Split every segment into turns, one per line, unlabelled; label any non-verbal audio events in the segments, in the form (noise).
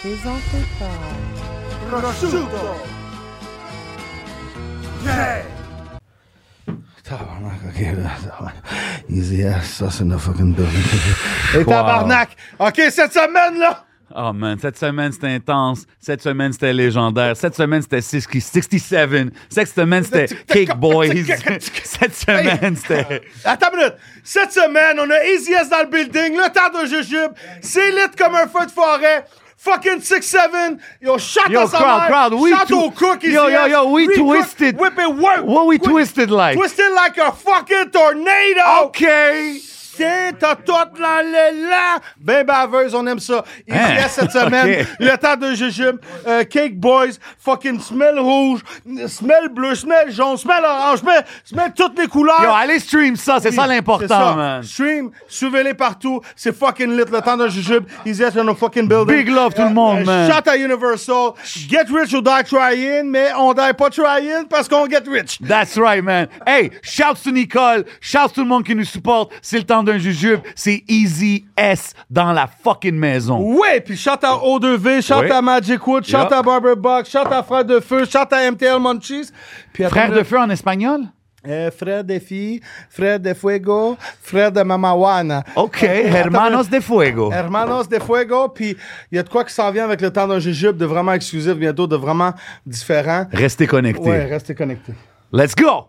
présenté par
Prosciutto! Yeah!
Tabarnak, ok, là, ça va. Easy eh, ass, ça, c'est notre fucking building. Et
Wow.
tabarnak! Ok, cette semaine, là!
Oh man, cette semaine c'était intense, cette semaine c'était légendaire, cette semaine c'était 60 67, cette semaine c'était Cake Boys, (laughs) cette semaine c'était...
Attends une minute! Cette semaine, on a Easy ass dans le building, le temps de jujube, c'est lit comme un feu de forêt, fucking 6-7, yo, shot
Yo,
à sa
crowd,
mère,
crowd, we
shot
twi-
au cook, Easy
Yo, yo,
ass,
yo, we
recook,
twisted.
Whip it, work!
What we
Whip-
twisted like?
Twisted like a fucking tornado!
OK!
Tiens, t'as tout là, là, là. Ben baveuse, on aime ça. Il
Hein?
reste
(laughs)
cette semaine,
Ok.
le temps de jujube, euh, Cake Boys, fucking smell rouge, smell bleu, smell jaune, smell orange, smell, smell toutes les couleurs.
Yo, allez stream ça, c'est ça
C'est ça.
l'important, man.
Stream, suivez-les partout. C'est fucking lit. Le temps de jujube, ils étaient dans nos fucking building.
Big love tout le
Euh,
monde,
euh,
man.
Shout à Universal. Get rich or die trying, mais on die pas trying parce qu'on get rich.
That's right, man. Hey, shouts to Nicole, shouts tout le monde qui nous supporte. C'est le temps d'un jujube, c'est Easy S dans la fucking maison.
Ouais, puis shout à O2V, shout
Oui.
à Magic Wood, shout
Yup.
à Barber Box, shout à Frère de Feu, shout à MTL Munchies. Puis attends
Frère
une
de
minute.
feu en espagnol?
Euh, frère de filles, frère de fuego, frère de mamawana.
OK,
attends
Hermanos de Fuego.
Hermanos de Fuego, puis il y a de quoi qui s'en vient avec le temps d'un jujube de vraiment exclusif bientôt, de vraiment différent.
Restez connectés.
Ouais, restez connectés.
Let's go!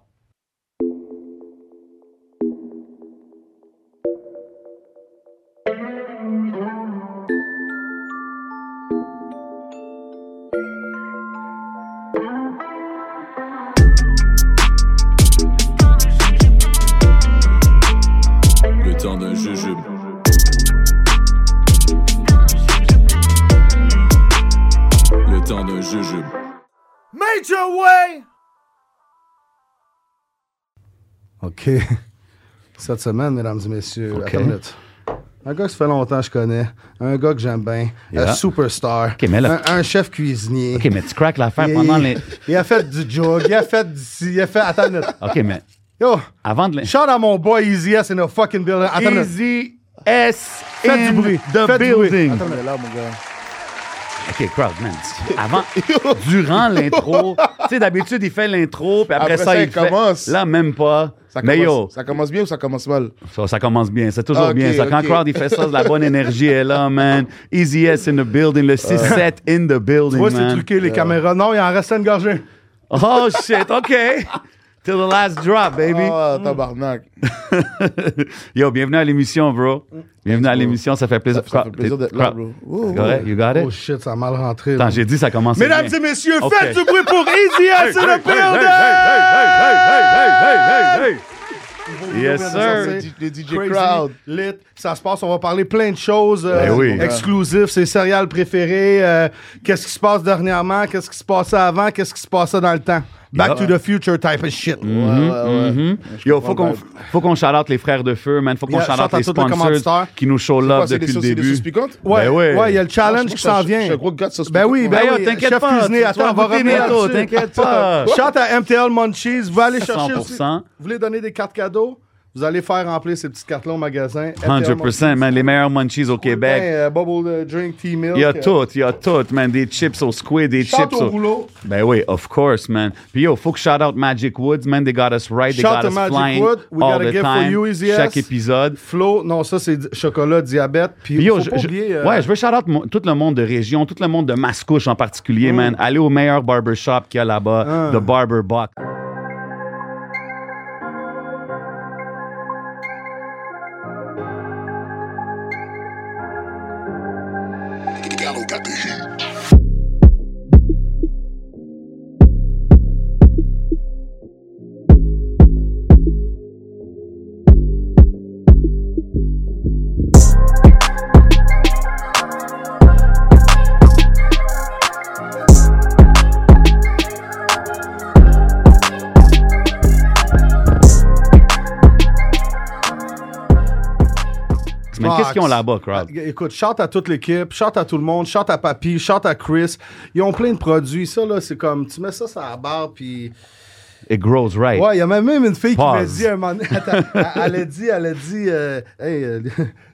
Le temps d'un jujube. Le temps d'un jujube.
Major Way! OK. Cette semaine, mesdames et messieurs,
OK.
attends une minute. Un gars que ça fait longtemps que je connais, un gars que j'aime bien,
Yeah.
un superstar,
OK, mais là-
un, un chef cuisinier.
OK, mais tu craques l'affaire
Il-
pendant
il,
les...
(laughs) il a fait du jog, il a fait du ci, il a fait. Attends une minute.
OK, mais
Yo,
avant de... les-
shout à mon boy Easy S in the fucking building. Attends une minute.
Easy S
Faites
in
du bruit.
the
Faites du bruit.
building.
Attends une minute, là, mon gars.
OK, crowd, man. Avant,
(laughs)
durant l'intro, tu sais, d'habitude, il fait l'intro, puis après,
Après ça, il
fait-
commence.
Là, même pas.
Ça
mais yo,
commence, ça commence bien ou ça commence mal?
ça, ça commence bien. C'est toujours
Ok,
bien. Ça, quand
ok.
crowd, il fait ça, la bonne énergie est là, man. Easy S in the building, le 6-7 in the building,
Moi, c'est
man.
truqué, les caméras. Non, il en restait une gorgée.
Oh, shit, OK. Till the last drop, baby.
Ah, tabarnak.
(laughs) Yo, bienvenue à l'émission, bro. Bienvenue à l'émission, ça fait plaisir.
Ça fait plaisir d'être là, bro.
C'est correct? You got
Oh
it?
shit, ça a mal rentré.
Attends, j'ai dit, ça commence
Mesdames
bien.
et messieurs,
Ok.
faites du bruit
(laughs)
pour Easy S in the
hey, hey, hey, hey, hey, hey, hey, hey, hey, hey, hey, hey, hey, hey, Yes,
Les
sir.
D- Les DJ
Crazy,
Crowd.
lit, ça se passe. On va parler plein de choses euh,
Ben oui.
exclusives, ses céréales préférées, euh, qu'est-ce qui se passe dernièrement, qu'est-ce qui se passait avant, qu'est-ce qui se passait dans le temps. Back
Yeah.
to the future type of shit.
Ouais, ouais, ouais.
Yo, faut
comprends
qu'on faut qu'on shout out les frères de feu, man. Faut qu'on
Yeah,
shout
shout
out
out
les
tous les
sponsors
commanditaires.
qui nous show
Quoi,
love
c'est des
depuis le
sauces- c'est des
début.
sauces piquantes?
Ouais,
Ben ouais.
ouais, il y a le
Ah, je
challenge
pense
qui
que
s'en
je- je
vient.
suis un gros gars de sauce
Ben oui,
piquante.
ben
Ben yo,
oui,
t'inquiète
chef
pas,
cuisinier,
tu- tu
attends,
vas
on va
goûter
revenir
bientôt,
là-dessus.
t'inquiète pas.
Shout à MTL Munchies, vous allez chercher
100%.
aussi- Vous voulez donner des cartes cadeaux, vous allez faire remplir ces petites cartes-là au magasin.
100%, man. Les meilleurs munchies au Québec.
Ben, euh, bubble euh, drink, tea milk.
Il y a
euh,
tout, il y a tout, man. Des chips au squid, des
Shout
chips
au
au...
rouleau.
Ben oui, of course, man. Puis yo, faut que shout out Magic Woods, man. They got us right, they
Shout
got
to
us
Magic
flying
Wood. We
all
got a
the
gift for
time.
you, Easy
Chaque
S.
épisode.
Flo, non, ça c'est di- chocolat, diabète. Puis
Puis yo,
faut
je,
pas
je-
oublier, euh,
ouais, je veux shout out mon- tout le monde de région, tout le monde de Mascouche en
Mm.
particulier, man. Allez au meilleur barbershop qu'il y a là-bas,
Ah.
The Barber Box. Man, qu'est-ce qu'ils ont là-bas, crowd?
Ah, Écoute, shout à toute l'équipe, shout à tout le monde, shout à Papy, shout à Chris. Ils ont plein de produits. Ça, là, c'est comme, tu mets ça sur la barre, puis...
It grows right.
Ouais, il y a même une fille qui m'a (laughs)
Pause.
dit un moment donné- Attends, elle elle a dit, elle a dit, euh, (laughs) hey, euh,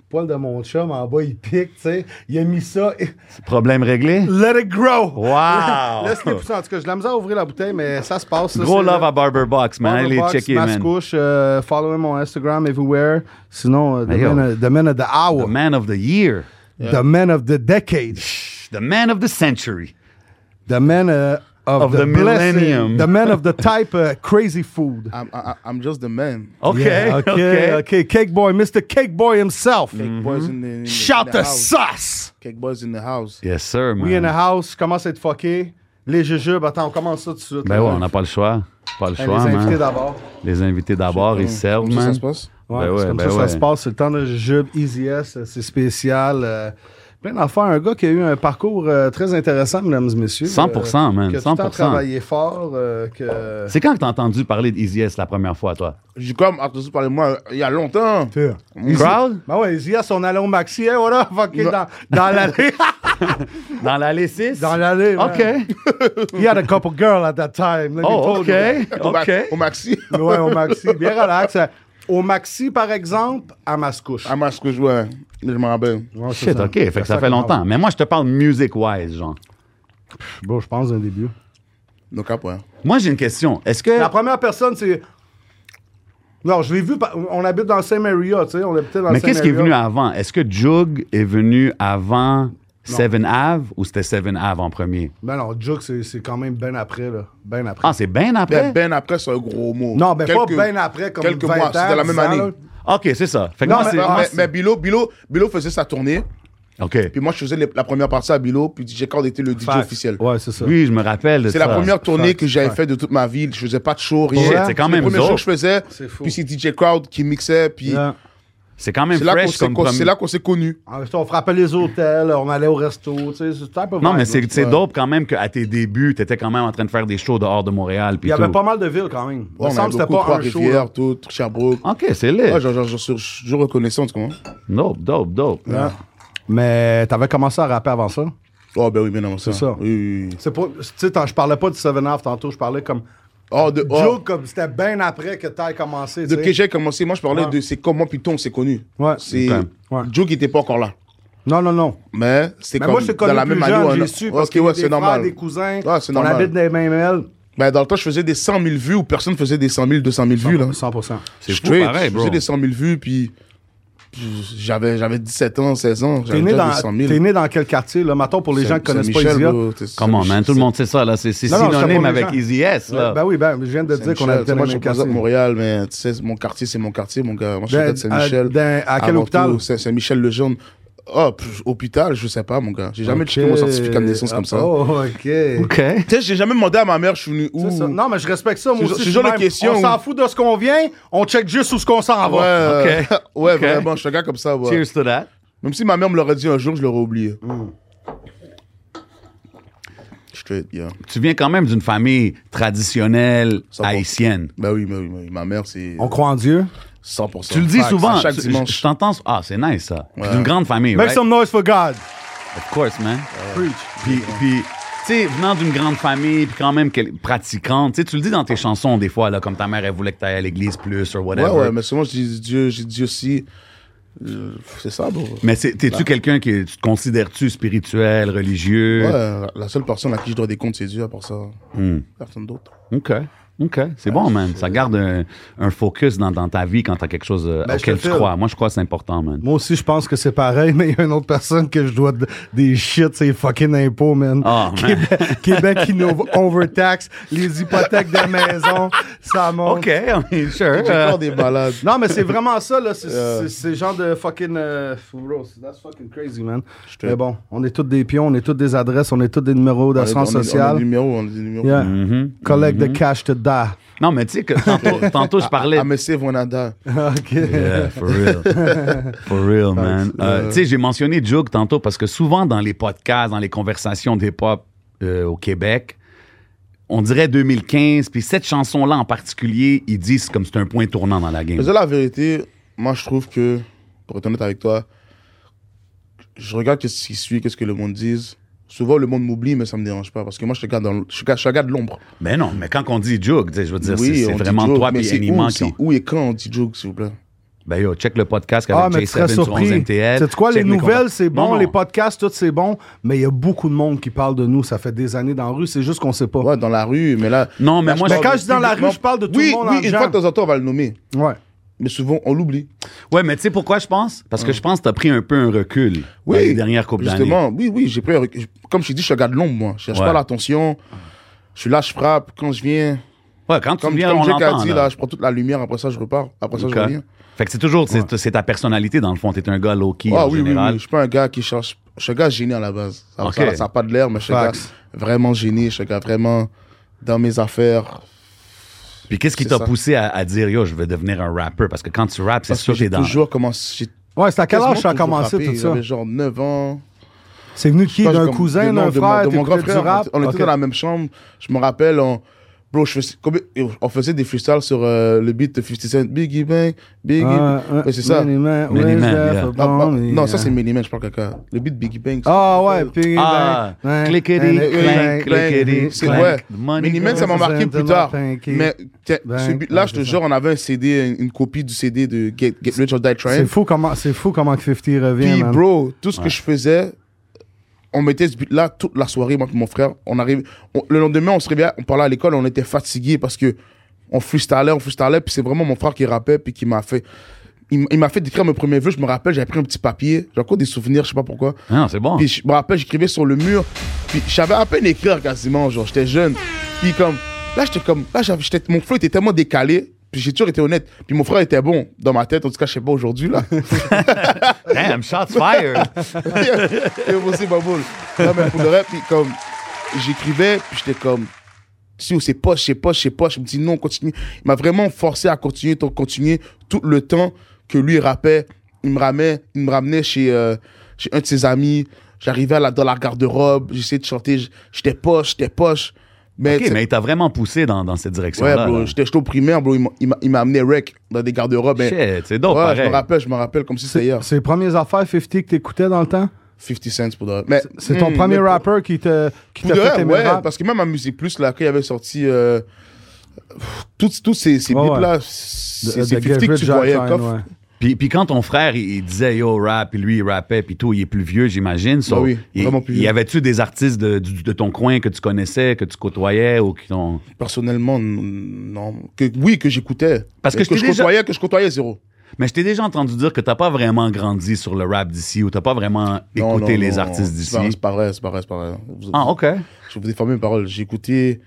poil de mon chum en bas, il pique, tu sais. Il a mis ça. et- (laughs)
Problème réglé?
Let it grow!
Wow!
Laisse-les pousser. En tout cas, j'ai de la misère à ouvrir la bouteille, mais ça se passe. là,
Gros
c'est
love
là.
à Barber Box, man. Allez
hein, Box,
checker,
Mass
man.
Couche, euh, followez mon Instagram everywhere. Sinon, euh, the,
Hey, yo.
man of, the man of the hour,
The man of the year.
the man of the decade,
The man of the century.
the man uh, of,
Of
the,
the
blessing,
millennium.
the man of the type uh, crazy food.
I'm, I, I'm just the man.
OK,
Yeah,
OK.
(laughs) okay, okay. Cake boy, Mr. Cake boy himself.
Cake boys
Mm-hmm.
in the, in the-
Shout
in
the
the house.
sauce.
Cake boys in the house.
Yes, sir, man.
We in the house, commence à être fucké. Les jujubes, attends, on commence ça tout de suite.
Ben
là.
ouais, on n'a pas le choix. Pas le
Hey,
choix,
Ben, Les invités
man.
d'abord.
Les invités d'abord, ils servent,
Comme ça, ça
oh, man.
se passe.
Ouais,
Ben
c'est
ouais,
comme
ben
ça,
ouais.
ça se passe. C'est le temps de jujube, Easy S, c'est spécial. euh, plein d'enfants. Un gars qui a eu un parcours euh, très intéressant, mesdames et messieurs. euh,
100%, man,
Qui a tout le temps
100%.
travaillé fort. euh, que...
C'est quand que t'as entendu parler d'EasyS la première fois, toi?
J'ai comme entendu parler de moi euh, il y a longtemps.
Crowd?
Ben ouais, Easy S, on allait au maxi, hein, voilà, fucké, dans, dans l'allée.
(laughs) Dans l'allée 6?
dans l'allée.
OK.
ouais. He had a couple girl at that time. let me tell
Oh, OK.
you.
Au, ma-
OK.
au (laughs) maxi.
Ouais, au maxi. Bien relax. Au maxi, par exemple, à Mascouche.
À ma ce que je vois, je m'en rappelle.
Ouais, c'est
Shit, OK. Fait que
C'est
ça fait
qu'on
longtemps. Mais moi, je te parle music-wise, genre.
parle. Bon, je pense d'un début.
Donc après.
Moi, j'ai une question. Est-ce que...
Euh, La première personne, c'est. Non, je l'ai vu. par- On habite dans le same area, tu sais. On habitait dans le
Mais
same
qu'est-ce qui est
area.
venu avant? Est-ce que Jug est venu avant Seven Ave ou c'était Seven Ave en premier?
Ben non, Juke, c'est, c'est quand même ben après, là. Ben après.
Ah, c'est bien après?
Ben, ben après, c'est un gros mot.
Ah,
non, ben
Quelques-
pas ben après, comme
quelques
20
mois,
ans,
c'était la
10
même
ans,
année.
là.
OK, c'est ça. Fait que
Non,
moi,
mais-
c'est...
Ouais,
Ah,
mais,
c'est-
mais Bilo, Bilo, Bilo faisait sa tournée,
OK.
puis moi je faisais les- la première partie à Bilo, puis DJ Card était le DJ
Facts.
officiel.
Ouais, c'est ça.
Oui, je me rappelle de
C'est
ça.
la première tournée
Facts,
que j'avais
facts.
fait de toute ma vie. Je faisais pas de show, rien.
Shit, c'est
C'est
quand même
Le premier
dope.
show que je faisais,
C'est fou.
puis c'est DJ Crowd qui mixait, puis
Yeah.
C'est quand même
c'est là qu'on
fresh
s'est
comme
con-
premier-
c'est là qu'on s'est connus.
En fait, Ah, On frappait les hôtels, on allait au resto, tu sais. C'est type of
Non,
vibe,
mais
là.
c'est c'est
Ouais.
dope quand même qu'à tes débuts, t'étais quand même en train de faire des shows dehors de Montréal.
Il
puis
y avait
tout.
pas mal de villes, quand même. Il me
On
semble
a
que c'était
beaucoup,
pas un show. hein. là.
Trois-Rivières, tout, Sherbrooke.
Ah,
OK, c'est lit.
Ouais, genre, genre, je suis- je suis reconnaissant, tu comprends?
Dope, dope, dope.
Mais t'avais commencé à rapper avant ça.
Oh, ben oui, bien avant ça.
C'est ça.
Oui, oui, oui.
C'est pas. Tu sais, t'en- je parlais pas du 7-Off tantôt, je parlais comme.
Oh, de, oh,
Joke, comme c'était bien après que t'as commencé. tu
de
sais.
que j'ai commencé, moi je parlais
Ouais.
de c'est comment Python on s'est connu.
Ouais.
C'est
Ok.
Ouais.
Joe qui était pas encore là.
Non, non, non.
Mais c'est
Mais
comme
moi, je te
dans
connais
la
plus
même
jeune,
année. on a-
j'ai su parce
Ok,
que
ouais,
des
c'est
frères,
normal.
des cousins,
Ouais, c'est
on
normal.
habite dans les mêmes ailes.
Ben, dans le temps, je faisais des 100 000 vues où personne faisait des 100 000, 200 000 vues. Là.
100%.
C'est fou,
Straight,
pareil,
je
bro.
faisais des 100 000 vues, puis puis j'avais, j'avais 17 ans, 16 ans.
T'es
J'avais
né,
déjà
dans,
des 100 000.
t'es né dans quel quartier, là? Mettons, pour les gens qui connaissent pas
Saint-Michel,
Idiot.
bro, t'es-
Comment, man? Tout le monde sait ça, là. C'est c'est
Non, non, c'est
synonyme
pas les gens.
avec Easy S, là.
Ben oui, ben, je viens de te dire qu'on habitait dans
Saint-Michel, moi
le même
je représente
quartier.
Montréal, mais tu sais, mon quartier, c'est mon quartier, mon gars. Moi je suis
Ben,
de Saint-Michel.
à- dans- à quel
Avant
hôpital?
tout, Saint- Saint-Michel-le-Jaune. Oh, pff, hôpital, je sais pas, mon gars. J'ai jamais checké
Ok.
mon certificat de naissance comme ça.
Oh, OK.
OK.
Tu sais, j'ai jamais demandé à ma mère, je suis venu où.
C'est ça. Non, mais je respecte ça, moi
C'est
aussi.
genre-
je
c'est
suis
genre les
même-
questions
On
où-
s'en fout de ce qu'on vient, on check juste où ce qu'on s'en
(laughs) Ouais,
va.
euh,
Ok.
ouais
Ok.
vraiment, je suis un gars comme ça. ouais.
Cheers to that.
Même si ma mère me l'aurait dit un jour, je l'aurais oublié. Straight, yeah.
Tu viens quand même d'une famille traditionnelle haïtienne.
Ben oui, ben oui, ben oui. Ma mère, c'est
On croit en Dieu.
100%.
Tu le dis
Facts,
souvent.
à Chaque
Tu- Je
dimanche.
je t'entends. Ah, c'est nice, ça. Puis
Ouais.
D'une grande famille,
Make
right?
some noise for God.
Of course, man.
Preach.
Puis, puis tu sais, venant d'une grande famille, puis quand même quel- pratiquante, tu sais, tu le dis dans tes chansons des fois, là, comme ta mère, elle voulait que tu ailles à l'église plus ou
Ouais,
whatever.
ouais,
mais
mais souvent, je dis Dieu, j'ai Dieu aussi. Euh, C'est ça, bro.
c'est-
Bah.
t'es-tu quelqu'un qui est- tu te considères-tu spirituel, religieux?
Ouais,
euh,
la- la seule personne à qui je dois des comptes, c'est Dieu, à part ça.
Hmm.
Personne d'autre.
OK. OK. C'est
Euh,
bon, man. Ça garde un, un focus dans, dans ta vie quand t'as quelque chose euh,
Ben, je
auquel
te
tu
file.
crois. Moi, je crois que c'est important, man.
Moi aussi, je pense que c'est pareil, (laughs) mais il y a une autre personne que je dois de- des shit, c'est fucking impôts, man.
Ah, man.
Québec, Québec qui
(laughs)
nous overtaxe, les hypothèques de maison, ça monte.
OK, (laughs) I mean, sure.
J'ai
Euh,
peur des balades.
Non, mais c'est vraiment ça, là. C'est
Euh.
c'est- c'est le genre de fucking. euh, bro, that's fucking crazy, man.
te-
Mais bon, on est tous des pions, on est tous des adresses, on est tous des numéros d'assurance
On a- on a- On a des Mm-hmm.
sociale.
numéros, on a des numéros.
Yeah. Collect the cash to die. (laughs)
non, mais tu sais que
(laughs)
tantôt, tantôt, je parlais.
Ah, mais c'est Vonada.
OK.
Yeah, for
(laughs)
real. For real, man. Euh, tu sais, j'ai mentionné Jug tantôt parce que souvent dans les podcasts, dans les conversations d'hip-hop euh, au Québec, on dirait 2015, puis cette chanson-là en particulier, ils disent comme c'est un point tournant dans la game.
Mais c'est la vérité, moi je trouve que, pour être honnête avec toi, je regarde ce qui suit, qu'est-ce que le monde dise. Souvent le monde m'oublie, mais ça me dérange pas parce que moi je regarde dans le- je regarde- je regarde l'ombre.
Mais Ben non, mais quand on dit Jug, tu sais, je veux dire, c'est- c'est
on dit
vraiment
joke,
toi
mais
et
c'est
Anima
où,
qui
c'est
ont...
où et quand on dit joke, s'il vous plaît.
Ben yo, check le podcast avec
Ah, mais
Jay
tu serais
Seven sur 11
surpris.
MTL.
C'est quoi, les
Check
nouvelles,
conver-
c'est
Non,
bon,
non.
les podcasts, tout, c'est bon, mais il y a beaucoup de monde qui parle de nous. Ça fait des années dans la rue, c'est juste qu'on sait pas.
Ouais, dans la rue, mais là.
Non, mais
là,
moi,
mais
je
parle
quand je dis dans la
publiquement.
rue, je parle de tout
oui,
le monde
Oui,
en
une
genre.
fois de temps en temps, on va le nommer.
Ouais.
Mais souvent, on l'oublie.
Ouais, mais tu sais pourquoi je pense? Parce que je pense que t'as pris un peu un recul dans Bah, les dernières coupes d'années.
Justement, oui, oui, j'ai pris. un recul. Comme je t'ai dit, je regarde l'ombre, moi. Je cherche
Ouais.
pas l'attention. Je suis là, je frappe. Quand je viens,
Ouais, quand tu
comme,
viens,
comme
on
Jack a
l'entend.
dit,
là.
là. je prends toute la lumière. Après ça, je repars. Après ça,
Ok.
je reviens.
Fait que c'est toujours, c'est c'est ta personnalité dans le fond. T'es un gars low-key en
Ah oui, oui, oui.
général.
Je suis pas un gars qui cherche. Je suis un gars gêné à la base. Ça n'a
Ok.
pas de l'air, mais je suis un gars
Facts.
vraiment gêné. Je suis un gars vraiment dans mes affaires.
Puis qu'est-ce qui
C'est
t'a
ça.
poussé à, à dire, yo, je veux devenir un rapper? Parce que quand tu rappes, c'est
Parce
sûr
que
que t'es
j'ai
dans.
toujours commencé. j'ai
Ouais, c'est à quel
quasiment
âge ça a
toujours
commencé
rappé.
tout ça?
J'avais genre 9 ans.
C'est venu de qui?
Quand j'ai
D'un
comme-
cousin,
non,
d'un
de mon-
frère?
de mon grand frère.
rap?
On était dans la même chambre. Je me rappelle, on, bro, je faisais, comme- on faisait des freestyles sur euh, le beat de 50 Cent. Biggie Bang, Biggie. Ouais, c'est ça. Ah, ah, non,
hein.
ça c'est Miniman, je parle caca. Le beat de Biggie Bang. c'est-
Ah ouais, ben, puis...
Ah, clickety, clank, clickety,
C'est-
clank.
ouais.
Money
Miniman, ça m'a
Clank,
marqué plus
Clank,
tard.
Clank,
Mais tiens,
Bang,
ce beat-là,
ouais,
je
c'est
te
ça.
jure, on avait un CD, une, une copie du CD de Get, Get Rich or Die Trying.
C'est fou comment, c'est fou comment que 50 revient,
Puis,
man.
bro, tout ce que je faisais, on mettait ce but-là toute la soirée, moi et mon frère. On arrive, on- le lendemain, on se réveillait, on parlait à l'école, on était fatigués parce que on freestylait, on freestylait. Puis c'est vraiment mon frère qui rappait, puis qui m'a fait. Il, m- il m'a fait décrire mes premiers vœux. Je me rappelle, j'avais pris un petit papier. J'ai encore des souvenirs, je sais pas pourquoi.
Ah Non, c'est bon.
Puis je me rappelle, j'écrivais sur le mur. Puis je savais à peine écrire quasiment, genre, j'étais jeune. Puis comme, là, j'étais comme, là, j'avais- j'étais, mon flow était tellement décalé. Puis j'ai toujours été honnête. Puis mon frère était bon dans ma tête, en tout cas, je sais pas aujourd'hui, là.
Damn, shots
(laughs)
fired.
Et aussi, ma boule. Non, mais pour le reste, puis comme, j'écrivais, puis j'étais comme, si ou c'est poche, c'est poche, c'est poche. Je me dis non, continue. Il m'a vraiment forcé à continuer, donc continuer tout le temps que lui rappait. Il me ramenait, il me ramenait chez, euh, chez un de ses amis. J'arrivais à la- dans la garde-robe, j'essayais de chanter, j- j'étais poche, j'étais poche. Mais,
OK,
t'sais,
mais hein. il t'a vraiment poussé dans, dans cette
ouais,
direction-là.
bro,
là.
j'étais j'étais au primaire, bro. Il m'a- Il m'a- il m'a amené rec dans des garde-robes. mais-
Shit, c'est dope,
ben, Ouais, je me
pareil.
rappelle, je me rappelle comme si c'était
C'est
hier.
c'est les premières affaires 50 que t'écoutais dans le temps?
50 cents pour de vrai. Mais-
C'est ton
hmm,
premier
mais-
rapper qui te, qui
Pour
t'a
de
fait
vrai,
aimer
ouais,
le rap?
parce que même à Musique Plus, là, quand il avait sorti euh, pff, toutes, toutes ces, ces
Ouais,
beats-là,
De- euh,
c'est
de
c'est
Get
50 que
Rich
tu voyais.
Jack
coffre.
Time, ouais.
Puis, puis quand ton frère, il, il disait yo rap, puis lui, il rappait, puis tout, il est plus vieux, j'imagine. So,
Ah oui,
il-
vraiment plus
il Y
vieux.
avait-tu des artistes de, du- de ton coin que tu connaissais, que tu côtoyais ou qui t'ont.
Personnellement, n- non. Que, oui, que j'écoutais.
Parce que
Mais
je
que
t'ai
je
déjà-
côtoyais, que je côtoyais zéro.
Mais je t'ai déjà entendu dire que t'as pas vraiment grandi sur le rap d'ici ou t'as pas vraiment
Non,
écouté
non,
les
non,
artistes
c'est pas-
d'ici.
C'est pas vrai, c'est pas vrai, c'est pas vrai. Vous-
Ah, OK.
Je vous déforme mes paroles. J'ai écouté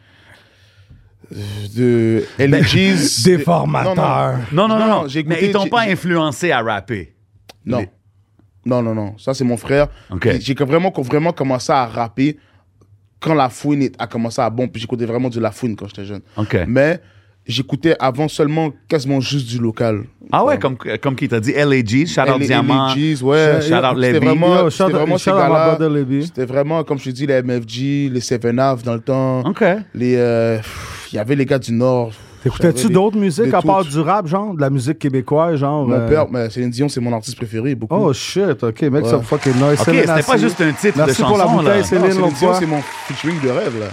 euh, de Elegies.
Ben, Des
de-
formateurs.
Non, non, non,
Non,
non.
j'ai écouté-
Mais ils t'ont
j'ai-
pas
j'ai-
influencé à rapper.
Non. Non, non, non. Ça, c'est mon frère.
Ok.
Puis J'ai vraiment, vraiment commencé à rapper quand la fouine est- a commencé à bon. Puis j'écoutais vraiment de la fouine quand j'étais jeune.
OK.
Mais j'écoutais avant seulement quasiment juste du local.
Ah ouais, comme, comme qui t'a dit, L.A.G., Shout Out
Les-
Diamant.
les G's, ouais.
Shout- shout out
C'était
Levy.
vraiment,
Yo, shout
c'était
out-
vraiment ces
shout out my
gars-là.
brother Levy.
C'était vraiment, comme je te dis, les MFG, les Seven Ave dans le temps.
OK.
Les, euh, pff, il y avait les gars du Nord. J'avais
T'écoutais-tu
des-
d'autres musiques
des
à part
toutes.
du rap, genre? De la musique québécoise, genre?
Mon
euh,
père, mais Céline Dion, c'est mon artiste préféré. Beaucoup.
Oh shit, ok, mec, ça
Ouais.
fucking nice.
OK,
Céline
c'était pas
Assis.
juste un titre de
Merci
chanson.
pour la bouteille,
là.
Céline.
Non, Céline Dion,
Longchamp.
c'est mon featuring de rêve, là.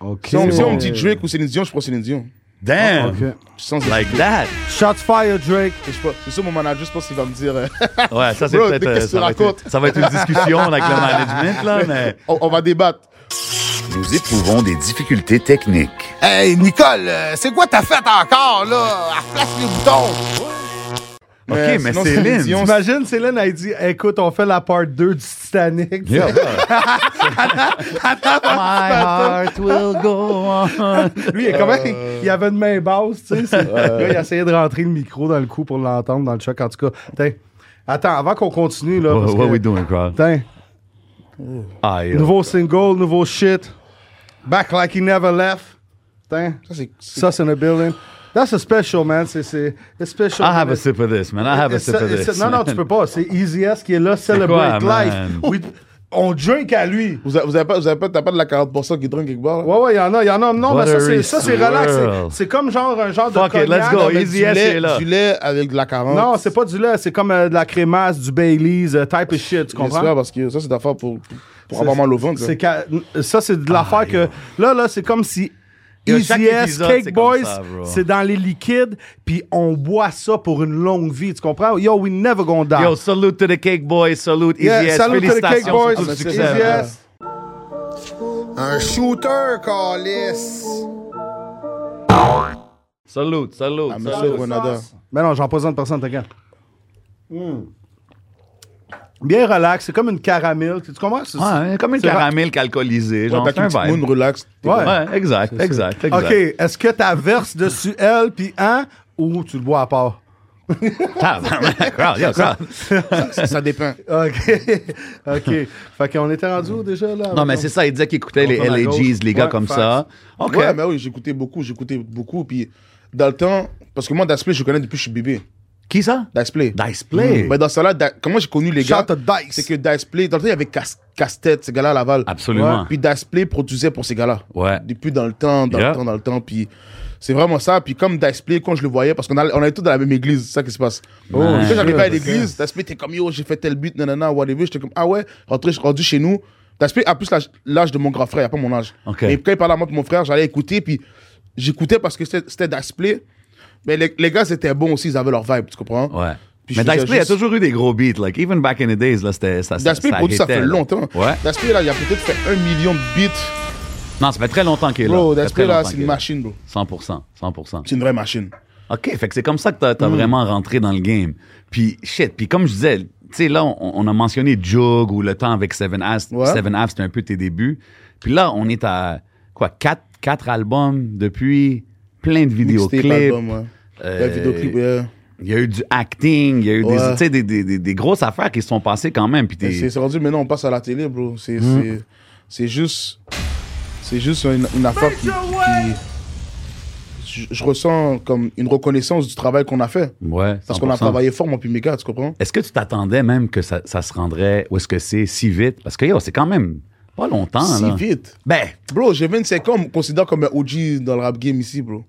Ok.
Si on, si on me
bon.
dit Drake ou Céline Dion, je prends Céline Dion. Ah,
Damn!
Ok.
Sans
Like that!
Shots fire, Drake.
Je sais pas. C'est sûr, mon manager, je pense qu'il va me dire. euh,
Ouais, ça c'est
Bro,
peut-être.
mais
euh,
qu'est-ce
Ça,
que
va
tu
être-
racontes?
ça va être une discussion avec le management, là,
Eh.
mais.
(laughs) on, on va débattre.
Nous éprouvons des difficultés techniques.
Hey, Nicole, euh, c'est quoi ta fête encore, là? Elle flash les boutons!
Euh,
Ok, mais
sinon,
Céline, (laughs)
Imagine, Céline, elle dit Écoute, on fait la part 2 du Titanic.
My heart will go on.
(laughs) Lui, il, est quand même- il avait une main basse, tu sais. c'est- Le gars, il a essayé de rentrer le micro dans le cou pour l'entendre dans le choc. En tout cas, Tiens, attends, avant qu'on continue, là. parce
What, what
que-
we doing, crowd?
Tiens,
Ah, yeah.
nouveau single, nouveau shit. Back like he never left. Tiens,
Ça, c'est- c'est-
Sus in the building. That's a special, man. C'est, c'est, it's special.
I have a sip of this, man. I have a
It's-
sip of
it's-
this.
Non, non, tu peux pas. C'est Easy S qui est là,
quoi,
celebrate
man?
life. We- on drink à lui.
Vous avez, vous avez pas, vous avez pas, t'as pas de la 40% qui drink quelque part, là?
Ouais, ouais, il y en a, il y en a. Non, mais ça, c'est,
Buttery
ça, c'est relax.
swirl.
C'est, c'est comme genre un genre
Fuck
de
it,
cognac.
let's go.
avec
Easy
du
S
lait.
est là.
Du lait avec de la 40.
Non, c'est pas du lait, c'est comme euh, de la crémasse, du Baileys, euh, type of shit, tu
J'espère
comprends?
parce que ça, c'est d'affaire pour, pour
C'est-
avoir mal au ventre. là.
c'est qu'à- Ça, c'est de l'affaire que. Là, là, c'est comme si
Il y a
Easy
Ah, chaque
S,
épisode, c'est
Cake
comme
Boys,
ça, bro.
c'est dans les liquides, puis on boit ça pour une longue vie, tu comprends? Yo, we never gonna die.
Yo, salute to the Cake Boys, salute Easy
Yeah,
S,
salute to the
félicitations
Cake Boys,
Ah,
sur ton
Easy
succès.
S.
Un shooter, Calis.
Salute, salute,
Ah,
salute.
monsieur Grenada.
Mais Ben non, j'en présente personne, t'inquiète. Bien relax, c'est comme une caramel. Tu comprends? C'est-
Ouais, comme une
C'est ben,
caramel qu'alcoolisée, genre,
Ouais,
c'est un
t'as une
vibe.
moon relax. t'es
Ouais.
comme-
Ouais, exact, exact, exact.
OK, est-ce que t'as verse dessus elle, puis hein, ou tu le bois à part?
Tabarnak, crowd, yo, crowd.
Ça, ça dépend.
OK. (laughs) OK. fait qu'on était rendu où déjà, là?
Non, mais c'est ça, il disait qu'il écoutait les
On tourne à
LAGs, les gars
gauche.
comme
Ouais,
ça. OK.
Ouais, mais oui, j'écoutais beaucoup, j'écoutais beaucoup. Puis dans le temps, parce que moi, Dasplay, je connais depuis que je suis bébé.
Qui ça?
Dasplay.
Dice Play.
Hmm. Mais dans ce là comment j'ai connu les
Shout
gars
out Dice.
C'est que Dasplay, dans le temps, il y avait Cas- Casse-Tête, ces gars-là à Laval.
Absolument.
Puis Dasplay produisait pour ces gars-là.
Ouais.
Depuis dans le temps, dans
Yeah.
le temps, dans le temps. Puis c'est vraiment ça. Puis comme Dasplay, quand je le voyais, parce qu'on allait- on allait tous dans la même église, c'est ça qui se passe.
Man.
Quand j'arrivais à l'église, Dasplay était comme yo, j'ai fait tel but, nanana, whatever. J'étais comme ah ouais, rentré, je suis rendu chez nous. Dasplay a plus l'âge- l'âge de mon grand frère, il a pas mon âge.
Ok.
Mais quand il parlait à moi, de mon frère, j'allais écouter. Puis j'écoutais parce que c'était c'était Dasplay. Mais les, les gars, c'était bon aussi, ils avaient leur vibe, tu comprends?
Ouais.
Puis
mais
je
Dice
faisais
Play
juste-
a toujours eu des gros beats. Like, even back in the days, là, c'était. Ça, ça,
Daspé,
ça
pour nous, ça
haitait,
fait
là.
longtemps.
Ouais.
Daspé, là, il a peut-être fait un million de beats.
Non, ça fait très longtemps qu'il est là.
Bro,
Ça fait
Daspé,
très
là,
longtemps
c'est
qu'il
une
est là.
machine, bro.
100%. 100%.
C'est une vraie machine.
OK, fait que c'est comme ça que t'as
Mm.
as vraiment rentré dans le game. Puis, shit, puis comme je disais, tu sais, là, on, on a mentionné Jug ou le temps avec Seven Halves.
Ouais.
Seven Halves, c'était un peu tes débuts. Puis là, on est à, quoi, quatre, quatre albums depuis, plein de
Mixtape,
vidéoclips.
album, ouais.
Euh,
Ouais, vidéoclip, ouais.
Il y a eu du acting, il y a eu des,
Ouais. Ben,
tu sais, des, des, des, des grosses affaires qui se sont passées quand même. Puis t'es-
C'est c'est rendu, maintenant, on passe à la télé, bro. C'est
Mhm.
c'est- c'est juste. C'est juste une, une affaire qui. qui- je, je ressens comme une reconnaissance du travail qu'on a fait.
ouais,
Parce qu'on a
100%.
travaillé fort, mon puis mes gars, tu comprends?
Est-ce que tu t'attendais même que ça, ça se rendrait, où est-ce que c'est, si vite? Parce que, yo, c'est quand même pas longtemps,
si
Ah, là.
vite.
Ben,
Bro, j'ai 25 ans, on me considère comme un OG dans le rap game ici, bro.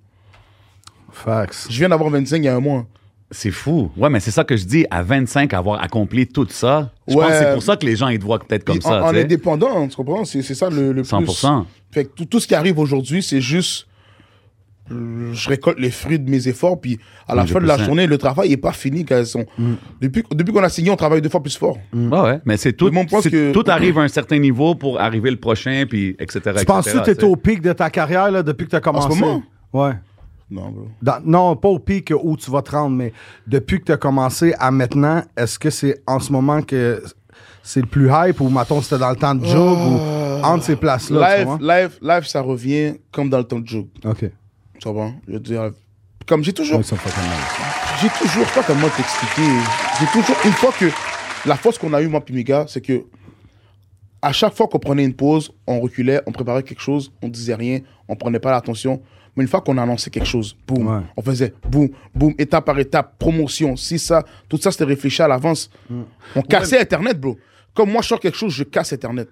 Facts.
Je viens d'avoir 25 il y a un mois.
C'est fou. Ouais, mais c'est ça que je dis. À 25, avoir accompli tout ça, je pense
Ouais.
que c'est pour ça que les gens, ils te voient peut-être comme
Puis en-
ça.
en,
tu sais.
indépendant, tu comprends? C'est c'est ça le, le plus.
100%.
Fait que tout, tout ce qui arrive aujourd'hui, c'est juste. euh, Je récolte les fruits de mes efforts, puis à la fin de la
100%.
journée, le travail n'est pas fini. Quand elles sont...
Mm.
Depuis, depuis qu'on a signé, on travaille deux fois plus fort.
Ouais, ouais. Mais c'est tout.
Le monde pense
c'est-
que-
Tout arrive à un certain niveau pour arriver le prochain, puis etc.
Tu
etc.,
penses-tu que
tu
t'es
sais.
au pic de ta carrière, là, depuis que t'as commencé?
moment?
Ouais.
Non, bro.
Dans- non, pas au pic où tu vas te rendre, mais depuis que tu as commencé à maintenant, est-ce que c'est en ce moment que c'est le plus hype ou, mettons, c'était dans le temps de Job
Euh,
ou entre ces places-là? tu
Live,
vois?
live, live, ça revient comme dans le temps de jog.
OK.
Tu comprends? Je veux dire, comme j'ai toujours.
Ouais, ça me fait quand même.
J'ai toujours, je sais pas comment t'expliquer, j'ai toujours, une fois que, la force qu'on a eue, moi puis mes gars, c'est que, à chaque fois qu'on prenait une pause, on reculait, on préparait quelque chose, on disait rien, on prenait pas l'attention. Mais une fois qu'on annonçait quelque chose, boum,
Ouais.
on faisait boum, boum, étape par étape, promotion, si ça, tout ça c'était réfléchi à l'avance.
Mm.
On cassait Internet, bro. Comme moi je sors quelque chose, je casse Internet.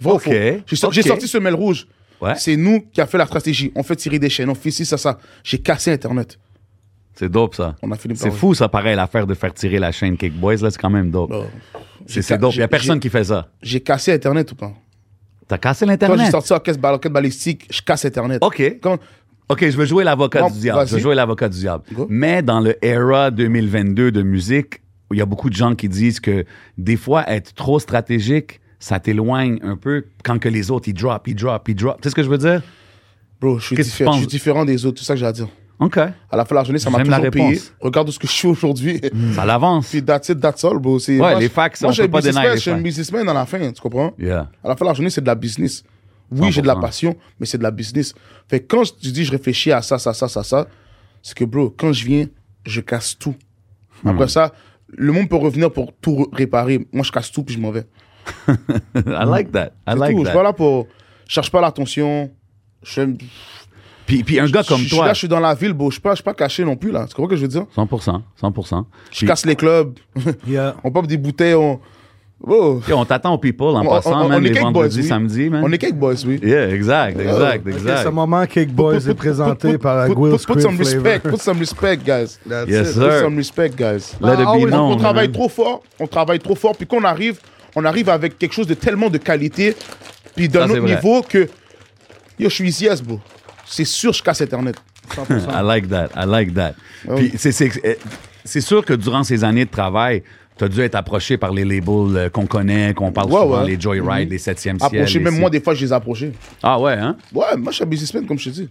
Vrai ou
Ok,
faux? J'ai so-
ok.
j'ai sorti Semelle Rouge.
Ouais.
C'est nous qui a fait la stratégie. On fait tirer des chaînes, on fait ci, ça, ça. J'ai cassé Internet.
C'est dope, ça.
On a fini par-
C'est fou, ça, pareil, l'affaire de faire tirer la chaîne Cake Boys. Là, c'est quand même dope.
Bon.
C'est c'est dope. Il n'y a personne qui fait ça.
j'ai cassé Internet ou pas
T'as cassé
Quand j'ai
l'Internet.
sorti Orchestre ba- Orchestre Balistique, je casse Internet.
OK.
Quand-
OK, je veux jouer l'avocat
Bon,
du diable. Je veux
vas-y.
jouer l'avocat du diable.
Go.
Mais dans le era 2022 de musique, il y a beaucoup de gens qui disent que des fois, être trop stratégique, ça t'éloigne un peu quand que les autres, ils drop, ils drop, ils drop. Tu sais ce que je veux dire?
Bro, je suis,
Qu'est-ce que tu
diffé- je
penses?
suis différent des autres, c'est ça que j'ai à dire.
OK.
À la fin de la journée, ça m'a
J'aime la
toujours payé.
réponse.
Regarde où ce que je suis aujourd'hui.
Ça l'avance.
(laughs) Puis that's it, that's all, bro. C'est-
Ouais,
moi,
les
je-
facts,
moi,
on
je suis
peut
un
pas
businessman,
dénier les
Je suis un
facts.
businessman à la fin, tu comprends
Yeah.
À la fin de la journée, c'est de la business. Oui, j'ai de la
100%.
passion, mais c'est de la business. Fait que quand je- tu dis je réfléchis à ça, ça, ça, ça, ça, c'est que, bro, quand je viens, je casse tout.
Hmm.
Après ça, le monde peut revenir pour tout r- réparer. Moi, je casse tout, puis je m'en vais.
(laughs) I like that. I
C'est
like
tout. Je suis pas
that.
là pour. Je cherche pas l'attention. Je fais-
Puis, puis un gars comme
je, je suis
toi.
là, je suis dans la ville, bro. Je suis pas, je suis pas caché non plus, là. Tu comprends ce que je veux dire?
100%. 100%.
Je
Puis-
casse les clubs. (laughs)
Yeah.
on pop des bouteilles. On. Oh.
Yo, on t'attend au people en
On-
passant,
on- on
man,
est
les
Cake Boys,
vendredis,
oui.
samedis, man.
On est Euh, quelques boys, oui.
Yeah, exact, exact,
Ok,
exact.
ce moment, Cake Boys est présenté par la
put,
Will
put, put some respect. Put some respect,
(laughs)
guys.
Yes,
Put
sir.
some respect, guys.
Let it
Ah, oui,
be known,
on travaille
man.
trop fort. On travaille trop fort. Puis qu'on arrive, on arrive avec quelque chose de tellement de qualité. Puis d'un
Ça, c'est
autre
vrai.
niveau que. Yo, je suis ici, yes, bro. c'est sûr, je casse Internet.
I like that. I like that.
Oh.
Puis c'est- c'est euh, c'est sûr que durant ces années de travail, tu as dû être approché par les labels euh, qu'on connaît, qu'on parle
Ouais,
souvent,
ouais.
les Joyride, les 7e Ciel.
Approcher,
les
même
ci-
moi, des fois, je les ai approchés.
Ah ouais, hein?
Ouais, moi, je suis un businessman, comme je te dis.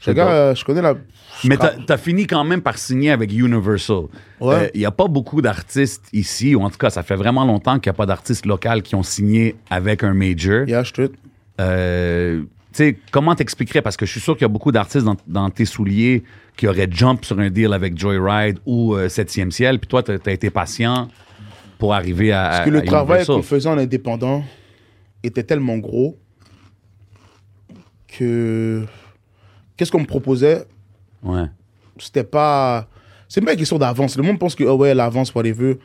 Je,
C'est
regarde,
bon.
euh, je connais la. je
Mais
tra-
t'as as fini quand même par signer avec Universal. Il
Ouais.
n'y a pas beaucoup d'artistes ici, ou en tout cas, ça fait vraiment longtemps qu'il n'y a pas d'artistes locaux qui ont signé avec un major.
Yeah, je te-
Euh, tu sais, comment t'expliquerais? Parce que je suis sûr qu'il y a beaucoup d'artistes dans, dans tes souliers qui auraient jump sur un deal avec Joyride ou euh, 7e Ciel, puis toi, t'as as été patient pour arriver à.
Parce que
à-
le
à
travail
Ah, Universal.
qu'on faisait en indépendant était tellement gros que. Qu'est-ce qu'on me proposait
Ouais.
C'était pas. C'est pas une question d'avance. Le monde pense que, oh ouais, l'avance, pour les vœux.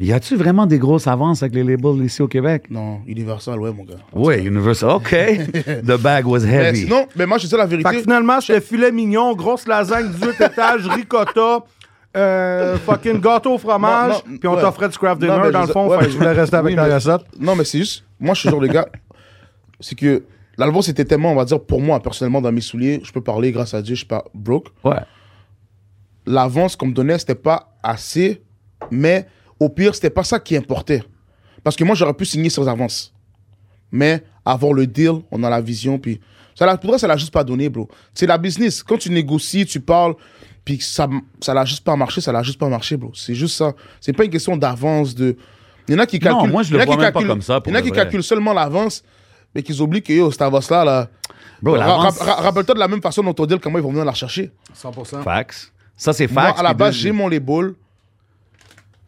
Y a-tu vraiment des grosses avances avec les labels ici au Québec?
Non, Universal, ouais, mon gars.
Oui, Universal. OK. (laughs) The bag was
Mais
heavy.
sinon, mais moi, je te dis la vérité.
Fait que finalement, j'étais filet mignon, grosse lasagne, 18 étages, ricotta, euh, fucking gâteau au fromage,
Non, non,
puis on
ouais.
t'offrait du craft
Non,
dinner
mais
dans
je-
le fond.
ouais,
fait que
mais-
je voulais rester avec
oui,
la
mais-
recette.
Non, mais c'est juste, moi, je suis le genre de gars, c'est que l'album, c'était tellement, on va dire, pour moi, personnellement, dans mes souliers, je peux parler, grâce à Dieu, je suis pas broke.
Ouais.
L'avance qu'on me donnait, c'était pas assez, mais au pire, c'était pas ça qui importait. Parce que moi, j'aurais pu signer sans avance. Mais avoir le deal, on a la vision, puis. Ça l'a, pour vrai, ça l'a juste pas donné, bro. C'est la business. Quand tu négocies, tu parles, puis que ça, ça l'a juste pas marché, ça l'a juste pas marché, bro. C'est juste ça. C'est pas une question d'avance, de. Il y en a qui
Non,
calculent.
moi, je
il y en
le
a
vois
qui
même pas
calculent-
comme ça, pour
Il y en a
de
qui
vrai.
calculent seulement l'avance, mais qu'ils oublient que, yo, cette avance-là, là.
Bro,
Ra-
l'avance-
ra- ra- Rappelle-toi de la même façon dont on dit comment ils vont venir la rechercher.
100%.
Fax. Ça, c'est
Moi,
fax.
à la
puis
base,
deux-
j'ai mon label.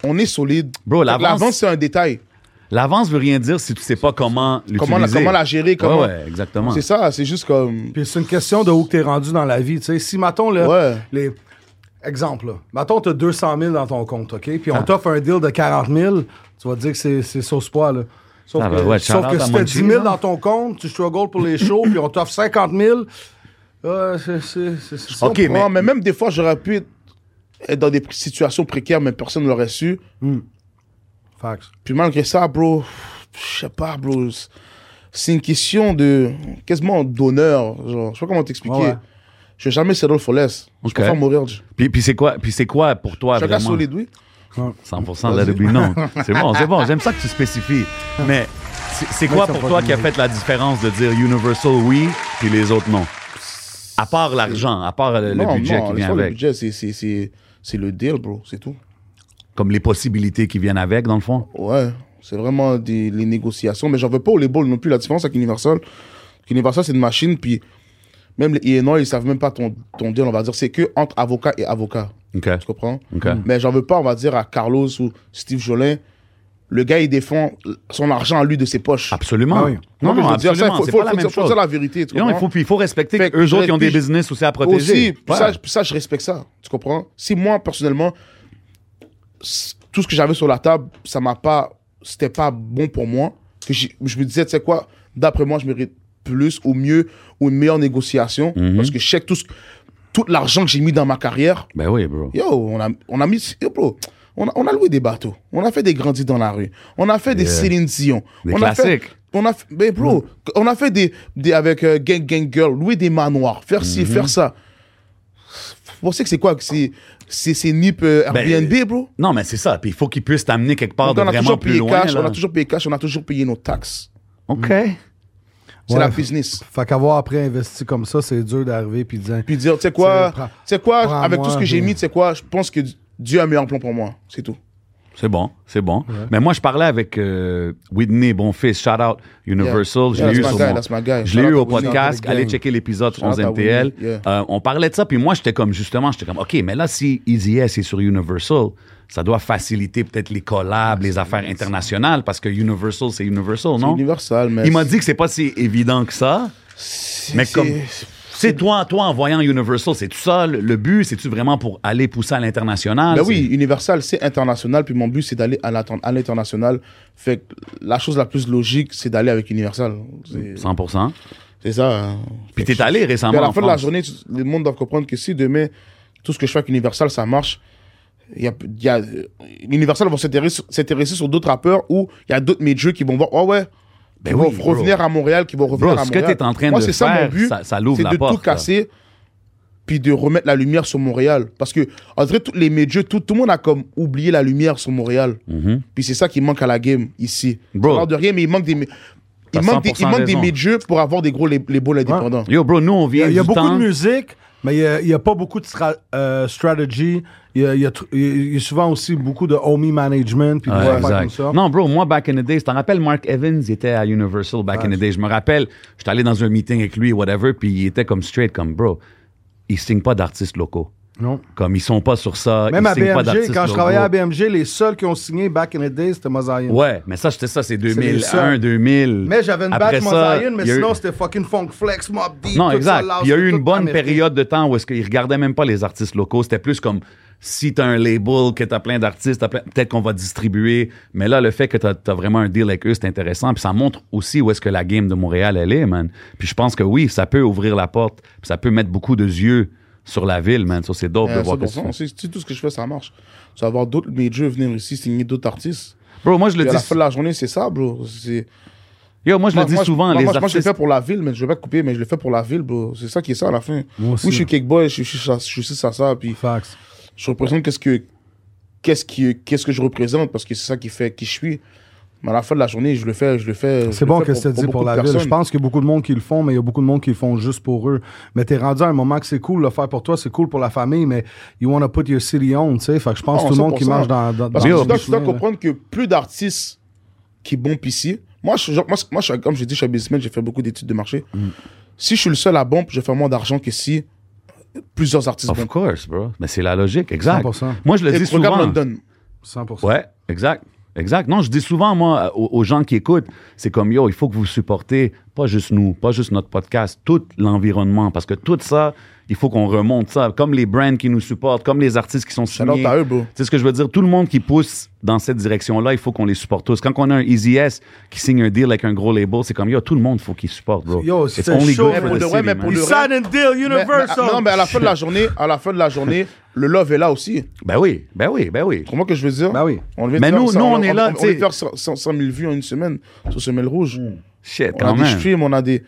On est solide.
Bro,
Fait que
l'avance-
L'avance, c'est un détail.
L'avance veut rien dire si tu sais pas comment l'utiliser.
Comment la, comment la gérer, comment.
Ouais, ouais, exactement.
C'est ça, c'est juste comme.
Puis c'est une question de où que t'es rendu dans la vie. Tu sais, si, mettons, là,
Ouais.
les... exemple, là, mettons, t'as 200 000 dans ton compte, OK? Puis
Ah.
on t'offre un deal de 40 000, tu vas te dire que c'est, c'est sauce poids, là. Sauf
Ah,
que,
bah ouais,
sauf
shout-out
que
à
si t'as
Munchies,
10 000
là.
dans ton compte, tu struggles pour les shows, puis on t'offre 50 000, euh, c'est, c'est, c'est, c'est-
OK,
Ouais,
mais,
mais même des fois, j'aurais pu être- être dans des situations précaires, mais personne ne l'aurait su.
Facts.
Puis malgré ça, bro, je sais pas, bro. C'est une question de. quasiment d'honneur. Genre, je sais pas comment t'expliquer.
Ouais, ouais.
Je vais jamais settle for less.
Ok.
Je préfère mourir. Je
puis, puis c'est quoi, puis c'est quoi pour toi
suis un gars
vraiment
solide, oui.
100% let it be
(laughs)
known. C'est bon, c'est bon. J'aime ça que tu spécifies. Mais c'est c'est quoi
ça
pour
va
toi
te
qui a fait la différence de dire Universal oui puis les autres non À part l'argent, à part le, le
Non,
budget qui
non,
vient
l'histoire, Le
avec,
budget, c'est- c'est- c'est c'est le deal, bro. C'est tout.
comme les possibilités qui viennent avec dans le fond.
Ouais, c'est vraiment des, les négociations. Mais j'en veux pas au label non plus. La différence avec Universal, Universal, c'est une machine. Puis même les INO, ils savent même pas ton, ton deal, on va dire. C'est que entre avocat et avocat.
Ok.
Tu comprends?
Ok.
Mais j'en veux pas, on va dire, à Carlos ou Steve Jolin. Le gars, il défend son argent à lui de ses poches.
Absolument.
Ah oui.
Non,
mais
non,
je veux dire ça,
absolument.
il faut,
C'est
faut-
pas la
faut
même
dire- faut
chose.
dire la vérité. Tu
Non, il
comprends?
faut, puis il faut respecter
Fait que
qu'eux autres,
j'aurais
ils ont des
pu-
business aussi à
Aussi,
protéger.
puis
Ouais.
ça, puis ça, je respecte ça. Tu comprends? Si moi, personnellement, c- tout ce que j'avais sur la table, ça m'a pas. C'était pas bon pour moi. Que j'ai- je me disais, tu sais quoi, d'après moi, je mérite plus ou mieux ou une meilleure négociation.
Mhm.
Parce que je sais que tout, ce- tout l'argent que j'ai mis dans ma carrière,
Ben oui, bro.
yo, on a, on a mis. Yo, bro, on a, on a loué des bateaux. On a fait des grandis dans la rue. On a fait des
Yeah.
Céline Dion.
Des
on A
classiques. Mm.
fait, on a fait, ben bro, on a fait des, des avec euh, Gang Gang Girl, louer des manoirs, faire ci,
Mm-hmm.
faire ça. Vous pensez que c'est quoi que c'est c'est c'est Nip euh,
Ben,
Airbnb, bro
Non, mais c'est ça. Puis il faut qu'ils puissent t'amener quelque part
Donc,
de
on a
vraiment
toujours
plus
payé
loin.
cash,
là.
on a toujours payé cash, on a toujours payé nos taxes.
OK.
C'est
Ouais.
la business.
Fait qu'avoir après investi comme ça, c'est dur d'arriver puis de dire...
Puis dire, tu sais quoi,
C'est- prends-
tu sais quoi,
prends
avec
moi,
tout ce que j'ai
puis-
mis, tu sais quoi, je pense que Dieu a un meilleur plan pour moi, c'est tout.
C'est bon, c'est bon. Mais moi, je parlais avec euh, Whitney Bonfils, shout out Universal.
Yeah,
Je l'ai eu
that's
sur
my guy,
mon-
that's my guy.
Je
Shout
l'ai eu
out
au
to Whitney.
podcast.
Shout out to
Allez
Whitney.
checker l'épisode
out
11
to Whitney,
MTL.
yeah.
Euh, on parlait de ça, puis moi, j'étais comme, justement, j'étais comme, OK, mais là, si Easy S est sur Universal, ça doit faciliter peut-être les collabs, les affaires internationales, parce que Universal, c'est Universal, non?
Universal, mais
Il m'a dit que c'est pas si évident que ça.
c'est-
Mais
c'est-
comme. C'est toi, toi, en voyant Universal, c'est tout ça le, le but? C'est-tu vraiment pour aller pousser à l'international?
Ben
Ah, C'est-
oui, Universal, c'est international. Puis mon but, c'est d'aller à l'inter- à l'international. Fait que la chose la plus logique, c'est d'aller avec Universal. C'est-
Mm. 100
C'est ça. hein.
Puis
Fait que
t'es allé
je-
récemment
Puis à la
en
fin de la
France.
journée, tout- le monde doit comprendre que si demain, tout ce que je fais avec Universal, ça marche, il y a, il y a- Universal va s'intéresser s'intéresser sur d'autres rappeurs ou il y a d'autres majors qui vont voir, oh ouais, qui vont
Ben oui, bro.
revenir à Montréal, qui vont revenir
Bro,
à Montréal.
ce que t'es en train
Moi,
de
c'est ça mon
faire,
but,
ça- ça l'ouvre
c'est
la
de tout
porte, là.
casser, puis de remettre la lumière sur Montréal. Parce que, en vrai, tous les médias, tout, tout le monde a comme oublié la lumière sur Montréal. Puis c'est ça qui manque à la game, ici.
Mm-hmm. Bro.
On parle de rien, mais il manque des... mé-
T'as
Il manque, des, il
100%
manque des
raison.
médias pour avoir des gros les, les boules indépendants.
Yo, bro, nous, on vient
Il y a
du
beaucoup
temps-
de musique, mais il n'y a, pas beaucoup de stra- euh, strategy. Il y a, il y a tr- il y a souvent aussi beaucoup de homie management. Puis des
Ouais,
affaires
exact.
comme ça.
Non, bro, moi, back in the day, je t'en rappelle, Mark Evans, il était à Universal back in the day. Je me rappelle, j'étais allé dans un meeting avec lui, whatever, puis il était comme straight, comme, bro, ils signent pas d'artistes locaux.
Non.
Comme, ils sont pas sur ça,
Même
ils
à
signent pas
BMG,
d'artistes
quand je
locaux.
travaillais à BMG, les seuls qui ont signé back in the day, c'était Mosaïen.
Ouais, mais ça, c'était ça, c'est
seuls.
2001, 2000.
Mais j'avais une
Après
batch
ça,
Mosaïen, mais
il y a eu-
sinon, c'était fucking Funk Flex, Mob Deep.
Non,
tout
exact.
ça,
Puis Il y a eu
Loud,
une
tout
bonne
américain.
période de temps où est-ce qu'ils regardaient même pas les artistes locaux. C'était plus comme si t'as un label, que t'as plein d'artistes, t'as plein- peut-être qu'on va distribuer. Mais là, le fait que t'as as vraiment un deal avec eux, c'est intéressant. Puis ça montre aussi où est-ce que la game de Montréal, elle est, man. Puis je pense que oui, ça peut ouvrir la porte. Puis ça peut mettre beaucoup de yeux sur la ville, man. Ça, c'est dope
Euh,
de voir que
100%,
tu fais.
c'est- c'est tout ce que je fais, ça marche. Tu vas avoir d'autres médias venir ici signer d'autres artistes.
Bro, moi, je le
Puis à
dis,
la fin de la journée, c'est ça, bro. C'est-
yo, moi, je
Moi,
le dis
moi,
souvent,
moi,
les
moi, je le
artistes.
fais pour la ville, mais je vais pas te couper, mais je le fais pour la ville, bro. C'est ça qui est ça à la fin.
Moi
Oui,
aussi.
je suis kickboy, je suis je suis ça, je suis ci, ça, ça, puis
Facts.
je représente qu'est-ce que qu'est-ce qui qu'est-ce que je représente parce que c'est ça qui fait qui je suis. Mais à la fin de la journée, je le fais, je le fais. je
C'est
le
bon
fais
que tu dit
beaucoup
pour
de
la ville. Je
personnes.
pense qu'il y a beaucoup de monde qui le font, mais il y a beaucoup de monde qui le font juste pour eux. Mais t'es rendu à un moment que c'est cool de le faire pour toi, c'est cool pour la famille, mais you wanna put your city on, tu sais. Fait que je pense
Ah,
que tout le monde qui
100%.
marche dans, dans,
Parce
dans
que
le
tu dois, tu
chemin,
dois
là.
comprendre que plus d'artistes qui bombent ici, moi, je, suis genre- moi, je- moi, je suis- comme j'ai dit, je suis un businessman, j'ai fait beaucoup d'études de marché. Si je suis le seul à bomber, je fais moins d'argent que si plusieurs artistes
Of
bombent.
course, bro. Mais c'est la logique, exact.
100%.
Moi, je le
Et
dis souvent.
regarde London.
100%.
Ouais, exact. Exact. Non, je dis souvent, moi, aux, aux gens qui écoutent, c'est comme, yo, il faut que vous supportez pas juste nous, pas juste notre podcast, tout l'environnement, parce que tout ça, il faut qu'on remonte ça, comme les brands qui nous supportent, comme les artistes qui sont
Alors,
signés.
t'as eux, bro.
C'est ce que je veux dire. Tout le monde qui pousse dans cette direction-là, il faut qu'on les supporte tous. Quand on a un Easy S qui signe un deal avec un gros label, c'est comme, yo, tout le monde, faut qu'il supporte, bro.
Yo,
It's
c'est
only
chaud,
good
mais
for
pour
the
de vrai,
city,
mais
man.
pour
You
le
signed a deal,
Mais- mais-
Universal.
non, mais à la fin de la journée, à la fin de la journée, le love est là aussi.
Ben oui, ben oui, ben oui.
Pour moi que je veux dire.
Ben oui.
On vient de
Mais
faire
nous-
ça-
nous, on est là,
On,
tu sais.
vient de faire 100 100 000 vues en une semaine sur Semelle Rouge.
Shit,
On a
quand
des
même.
streams, on a des.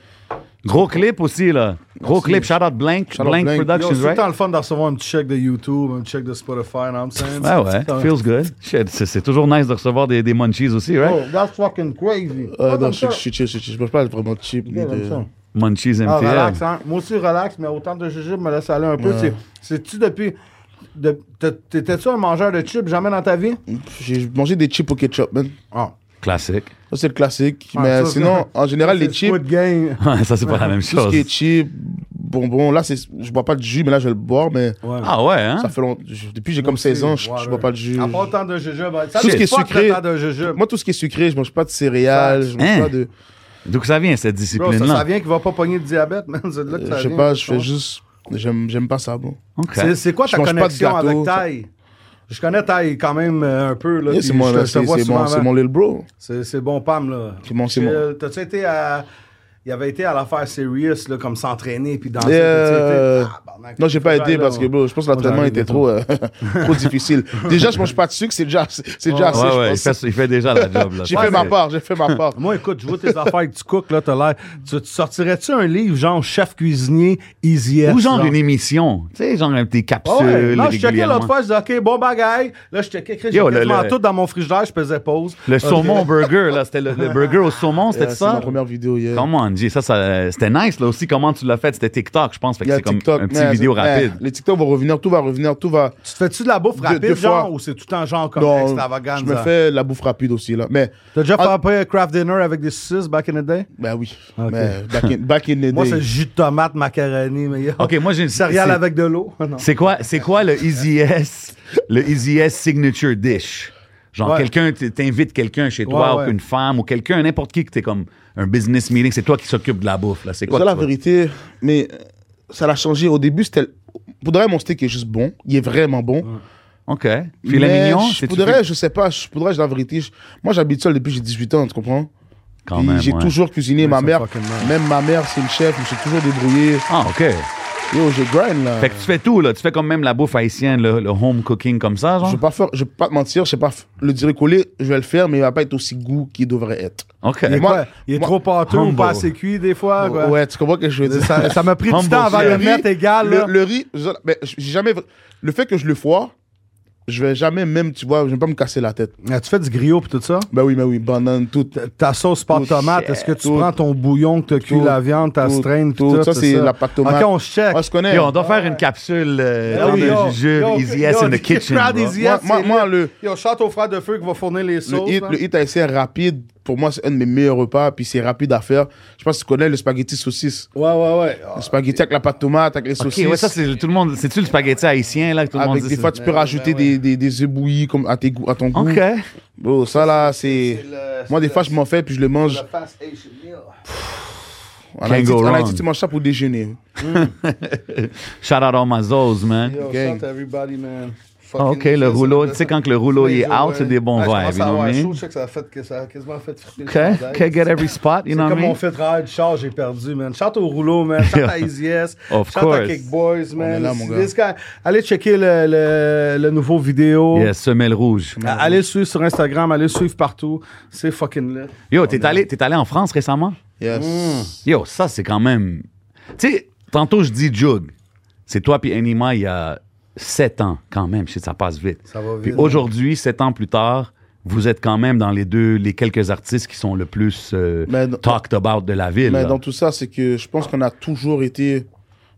Gros clip aussi, là. Gros
Merci.
clip. Shout out Blank.
Shout out
Blank,
Blank.
Yo,
Productions,
c'est tout le
right?
temps le fun de recevoir un petit chèque de YouTube, un petit chèque de Spotify, you know what I'm saying?
Ah Ouais, ouais.
C'est-
Feels good. Shit, c'est, c'est toujours nice de recevoir des, des munchies aussi, right? Ah,
Oh, that's fucking crazy.
Euh,
Pas
non,
comme
je
ça.
suis chill, je suis chill. Je peux pas être vraiment cheap. ni
euh,
Pas comme
de-
ça.
Munchies MTL.
Ah, relax, hein. Moi aussi, relax, mais autant de jujubes me laisse aller un peu. C'est- C'est-tu depuis. de- t'es- T'étais-tu un mangeur de chips jamais dans ta vie?
Mm.
J'ai mangé des chips au ketchup, man.
Ah.
Classique. (laughs)
Ça, c'est le classique.
Ah,
mais
ça, c'est-
sinon, en général,
Ça,
les
c'est
chips,
Squid
(laughs)
Game.
ça, c'est pas la même
tout ce
chose.
qui est chips, bonbons, là, c'est, je bois pas de jus, mais là, je vais le boire, mais
Ah ouais, hein?
ça fait longtemps. je- Depuis, j'ai comme 16 ans, je, je bois pas de jus.
À part tant de jujubes. hein. Ça,
Tout ce
c'est
qui est
fuck le
sucré-
temps de jujubes.
Moi, tout ce qui est sucré, je mange pas de céréales, je mange
Hein?
pas de.
D'où ça vient, cette
Bro, ça,
discipline-là?
ça vient qu'il va pas pogner de diabète, man. C'est de là que ça
Euh, Je sais
vient,
pas,
tu
je fais
comprends?
juste. J'aime, j'aime pas ça, bon.
OK.
C'est- C'est quoi
Je
ta
mange pas de
connexion
gâteau,
avec
ça.
Taille? Je connais Taille quand même euh, un peu. Là,
Yeah,
puis
c'est, mon,
je te- je te
c'est,
vois
c'est
souvent
mon, c'est
avant.
mon little bro.
C'est c'est bon, Pam, là.
C'est bon, c'est
Chill.
bon.
T'as-tu été à. Il avait été à l'affaire Serious, là, comme s'entraîner puis danser.
Et,
t'as-tu été-
euh,
Tabarnak,
Non, j'ai pas
là, oh.
aidé parce que,
on-
bro, je pense que
on
l'entraînement
arrive
était
de
trop, euh, trop difficile. Déjà, je mange pas de sucre, c'est déjà, c'est
Oh.
c'est déjà assez,
ouais,
je
ouais, il
pense.
fait, il fait déjà la job. Là.
(laughs) J'ai
Ça,
fait ma
c'est-
part, j'ai fait
(laughs)
ma part.
Moi, écoute, je vois tes affaires que tu cook, là, t'as l'air. Tu, tu sortirais-tu un livre, genre chef cuisinier, easy
Ou genre
une
une émission. Tu sais, genre un petit capsule
Ah
ouais. Non, je checkais
régulièrement.
l'autre fois, je disais, OK, bon bagaille. Là, je checkais, Chris, j'ai
Yo, le-
quasiment
le-
tout dans mon frigidaire, je faisais pause. Ah,
Le saumon burger, là, c'était le, le burger au saumon, c'était
Yeah, c'est
ça?
ma première vidéo, yeah.
Comment, on dit? Ça, ça c'était nice, là aussi. Comment tu l'as fait? C'était TikTok, je pense. Fait que
Yeah,
c'est comme
TikTok,
un petit
man,
vidéo
man,
rapide.
Les TikTok vont revenir, tout va revenir, tout va.
Tu te fais-tu de la bouffe
Deux-
rapide,
deux
genre,
fois.
ou c'est tout en genre comme
Non,
extravagant?
je me fais la bouffe rapide aussi, là. Mais,
T'as déjà fait
Ah.
après craft dinner avec des saucisses back in the day?
ben oui.
Ok.
Mais back in, back in the day.
Moi, c'est jus de tomate, macaroni, mais yo.
OK, moi, j'ai une
Céréales avec de l'eau. Ah, non.
C'est quoi, c'est quoi le Easy S, le Easy S signature dish? Genre,
Ouais.
quelqu'un, t- t'invites quelqu'un chez toi,
Ouais, ouais.
ou une femme, ou quelqu'un, n'importe qui, que t'es comme un business meeting, c'est toi qui s'occupe de la bouffe, là. C'est quoi?
C'est
que
la
tu veux?
vérité, mais euh, ça l'a changé. Au début, c'était. Pour de vrai, mon steak est juste bon. Il est vraiment bon.
OK. Filet
Mais
mignon?
je-
c'est-tu
Pour de vrai,
fait-
je sais pas. Je, pour de vrai, la vérité, je- moi, j'habite seul depuis que j'ai 18 ans, tu comprends?
Quand
Puis
même,
J'ai
ouais.
toujours cuisiné. Ma
c'est
mère,
fucking nice.
même ma mère, c'est une chef. Je me suis toujours débrouillé.
Ah, OK.
Yo, je grind, là.
Fait que tu fais tout, là. Tu fais comme même la bouffe haïtienne, le, le home cooking comme ça,
Je
genre.
vais pas faire, je vais pas te mentir, je sais pas f- le dire coller, je vais le faire, mais il va pas être aussi goût qu'il devrait être.
OK.
Il est,
Moi-
quoi? Il est
moi-
trop pâteux ou
Humble.
pas assez cuit des
Ah,
fois. quoi.
Ouais, tu comprends ce que je veux dire? (laughs)
Ça ça m'a pris du
Humble
temps avant de le
chef.
mettre égal.
le,
là.
le riz, je- ben, j'ai jamais, le fait que je le foie, je vais jamais même, tu vois, je vais pas me casser la tête.
Ah, Tu fais du griot pis tout ça?
Ben oui, ben oui, banane, tout.
Ta- Ta sauce pâte
Tout,
tomate,
shit,
est-ce que tu
tout.
prends ton bouillon que t'as cuit
Tout,
la viande, ta
tout,
straine, tout,
tout.
ça?
Ça, c'est la pâte tomate.
OK, on check.
Moi, je connais.
Yo, on doit faire une capsule euh,
Ah
Ah, dans
oui, yo,
le jujube,
yo,
Easy
yo,
S in
yo,
the kitchen.
crowd
bro.
is-
moi,
yes,
moi,
c'est
moi, le,
Yo, shout au frère de feu qui va fournir les
le
sauces.
hit,
hein.
le hit haïtien rapide, pour moi, c'est un de mes meilleurs repas, puis c'est rapide à faire. Je pense que tu connais le spaghetti saucisse.
Ouais, ouais, ouais. Ah,
Le spaghetti avec la pâte tomate, avec les
OK,
saucisses.
ouais, ça, c'est tout le monde. C'est-tu le spaghetti haïtien, là, que tout le monde
avec
dit?
des
c'est-
fois, tu peux rajouter des, des, des œufs bouillis comme à, tes goûts- à ton goût.
OK.
Bro, ça là, c'est.
c'est le-
Moi, des
c'est
fois,
le-
je m'en fais puis je le
c'est
mange.
le fast Asian meal.
En Haïti,
go
en
wrong.
Haïti, tu manges ça pour déjeuner.
Shout out all my zoos, man.
Yo,
Gang.
shout everybody, man.
Ah, OK, le rouleau. Tu sais, quand que le rouleau il est out, c'est des bons vibes. You know what I mean?
Ah, Je sais que ça a fait que ça a quasiment fait friter le
OK,
chandail.
OK, get every spot, you
C'est
know what I
comme on
mean?
fait travail du char, j'ai perdu, man. Chante au rouleau, man. Chante à Easy S.
Of
Chante à
course.
Kickboys, man.
est là, mon gars.
This guy- Allez checker le, le, le nouveau vidéo.
Yes, semelle rouge.
Ah, Allez le suivre sur Instagram, allez le suivre partout. C'est fucking lit.
Yo, t'es allé, t'es allé en France récemment?
Yes.
Yo, ça, c'est quand même. Tu sais, tantôt, je dis Jug. C'est toi puis Anima il y a sept ans, quand même. Je sais, ça passe vite.
Ça va
Puis
vite.
aujourd'hui, sept ans plus tard, vous êtes quand même dans les deux, les quelques artistes qui sont le plus euh,
Mais dans-
talked about de la ville.
Mais
là.
dans tout ça, c'est que je pense qu'on a toujours été.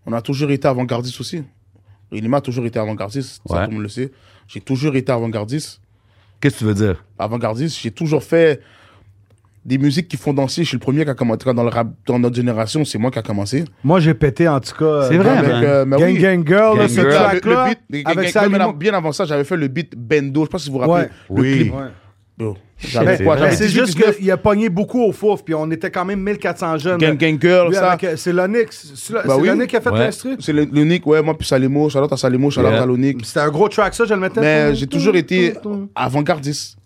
On a toujours été avant-gardiste aussi. Renima a toujours été avant-gardiste, ça
Ouais.
tout le monde le sait. J'ai toujours été avant-gardiste.
Qu'est-ce que tu veux dire?
Avant-gardiste, j'ai toujours fait des musiques qui font danser. Je suis le premier qui a commencé. En tout cas, Dans, le rap, dans notre génération, c'est moi qui a commencé.
Moi, j'ai pété, en tout cas.
C'est
euh, dans-
vrai, man.
Avec, euh, mais
Gang
oui.
Gang Girl, là,
Gang
ce
Girl.
Le- le
track-là.
beat, les-
Avec
les-
ça,
mais non, bien avant ça, j'avais fait le beat Bendo. Je sais pas si vous vous rappelez.
Ouais.
Le
Oui.
clip.
Ouais.
Bro,
Ben,
j'avais
c'est
quoi,
vrai.
j'avais
Mais c'est
18,
juste
19,
qu'il a pogné beaucoup au fouf, puis on était quand même 1400 jeunes.
Gang Gang Girl,
Lui,
ça.
avec, euh, C'est l'Onyx. C'est le-
Bah
c'est
oui.
l'Onyx qui a fait
Ouais.
l'instru.
C'est le, le Nick, ouais, moi puis Salimo, shout out à Salimo, shout out
Yeah.
à Lonic.
C'était un gros track, ça, je le mettais.
Mais j'ai toujours été avant-gardiste.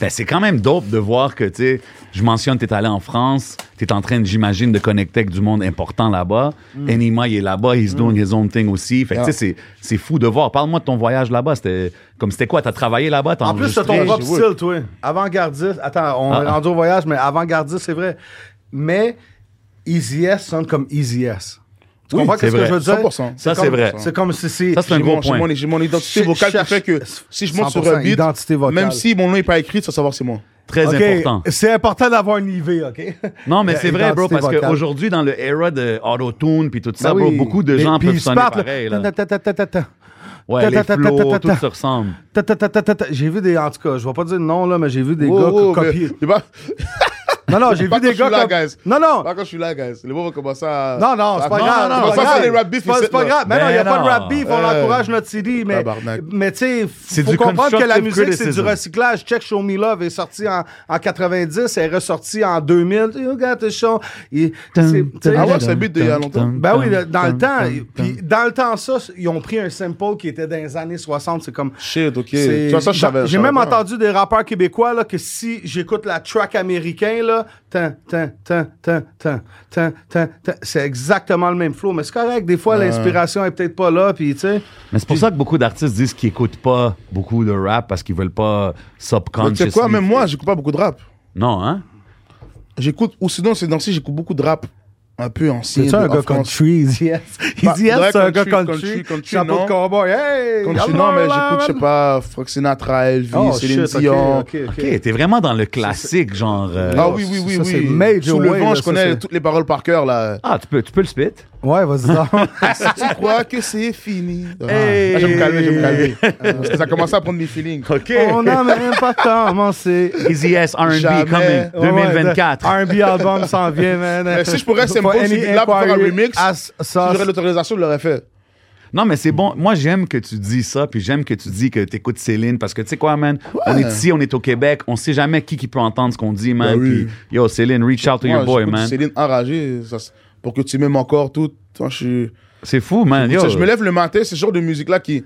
Ben, c'est quand même dope de voir que, tu sais, je mentionne, t'es allé en France, t'es en train, j'imagine, de connecter avec du monde important là-bas.
Mm.
Anima, il est là-bas, he's doing his own thing aussi. Fait que, tu sais, c'est- c'est fou de voir. Parle-moi de ton voyage là-bas. C'était comme c'était quoi? T'as travaillé là-bas? t'as
En plus, c'est ton
enregistré?
propre style, toi. Avant-gardiste. Attends, on
Ah,
est
ah.
rendu au voyage, mais avant-gardiste, c'est vrai. Mais Easy S sonne comme Easy S. Tu
Oui,
comprends ce
c'est
que je
vrai.
veux dire?
100%.
Ça,
comme-
c'est vrai.
C'est comme si c'est.
Ça, c'est un
J'ai
gros
mon, j'ai
point.
mon- j'ai mon identité
Ch-
vocale qui
cherche-
fait que si je monte sur
100%
un beat,
identité vocale.
même si mon nom n'est pas écrit, ça va savoir c'est moi.
Très
Ok,
important.
C'est important d'avoir une IV, OK?
(laughs) Non, mais
La
c'est vrai, bro,
identité
parce
vocale.
qu'aujourd'hui, dans le era de auto-tune puis tout ça,
Ben
bro,
oui.
beaucoup de
Et
gens
puis
peuvent
ils se
sonner
partent, là.
pareil. là.
Ta, ta, ta, ta, ta, ta.
Ouais, les
Ta, ta, ta, ta, ta,
flots,
ta,
tout
ta.
se ressemble.
Ta, ta, ta, ta, ta, ta. J'ai vu des. En tout cas, je vais pas dire le nom, là, mais j'ai vu des
Oh,
gars
oh, mais-
copier.
mais pas-
Non,
(laughs)
non, j'ai
pas
vu des
quand je
gars.
suis là,
comme-
guys.
Non, non.
Pas quand je suis là, guys. Les mots vont commencer à.
Non, non, c'est pas
Non,
grave.
non,
c'est
non,
pas
ça, c'est
grave.
les rap beef,
C'est pas-
ici,
C'est pas
là.
grave. Mais
Ben
non, il n'y a pas
non.
de rap beef. On
Euh,
encourage notre CD. Mais,
tabarnak.
mais tu sais,
C'est
faut
du
comprendre que la
constructive
musique, c'est du
criticism.
recyclage. Check Show Me Love est sorti en, en 90, elle est ressortie en 2000. You got the show. Et c'est- tu sais,
Ah ouais, c'est un beat d'il y a longtemps.
ben oui, le- dans le temps, puis dans le temps, ça, ils ont pris un sample qui était dans les années 60. C'est comme.
Shit, ok.
C'est-
Tu vois, ça, je savais. je
J'ai
savais
même
pas.
entendu des rappeurs québécois là, que si j'écoute la track américaine, là, tan, tan, tan, tan, tan, tan, tan, tan, c'est exactement le même flow. Mais c'est correct, des fois, l'inspiration est peut-être pas là, puis tu sais.
Mais c'est pour ça que beaucoup d'artistes disent qu'ils écoutent pas beaucoup de rap parce qu'ils veulent pas
Mais Tu
subconscious.
sais quoi, même moi, j'écoute pas beaucoup de rap.
Non, hein?
J'écoute, ou sinon, c'est dansé, j'écoute beaucoup de rap. Un peu ancien. de- en France.
(laughs) yes.
Bah,
Easy yes,
vrai,
c'est un gars
country,
country.
country, country,
Chapeau
non.
de cowboy, hey!
Quand je suis-
hello,
non, mais j'écoute,
man.
je sais pas, Frank Sinatra, Elvis,
Oh,
Céline
shit, ok,
Dion.
ok, ok.
OK, t'es vraiment dans le classique, genre. euh,
Ah oui, oui, oui,
Ça,
oui.
c'est major
Sous le
way,
vent,
là,
je
ça,
connais
c'est-
toutes les paroles par
(laughs)
cœur, là.
Ah, tu peux, tu peux le spit?
Ouais, vas-y, (laughs) donc.
tu crois que c'est fini.
Hey.
Ah, je vais me calmer, je vais me
(laughs)
calmer.
Ah.
Parce que ça commence à prendre mes feelings.
OK.
On n'a même pas commencé.
Easy S,
Jamais.
R&B coming,
Ouais, ouais,
2024.
le R&B album s'en vient, man.
Mais si je pourrais, c'est
Pas
bon,
any
si là, pour faire un
inquiry
remix,
as-
Si
sauce.
j'aurais l'autorisation, je l'aurais fait.
Non, mais c'est bon. Moi, j'aime que tu dis ça, puis j'aime que tu dis que tu écoutes Céline, parce que tu sais quoi, man? On est ici, on est au Québec, on sait jamais qui, qui peut entendre ce qu'on dit, man.
Ben oui.
Puis, yo, Céline, reach out to
Moi,
your boy,
j'écoute
man.
Céline enragée, ça, c'est- pour que tu m'aimes encore tout. Moi, je suis-
C'est fou, man. Yo.
Ça, Je me lève le matin, c'est ce genre de musique-là qui,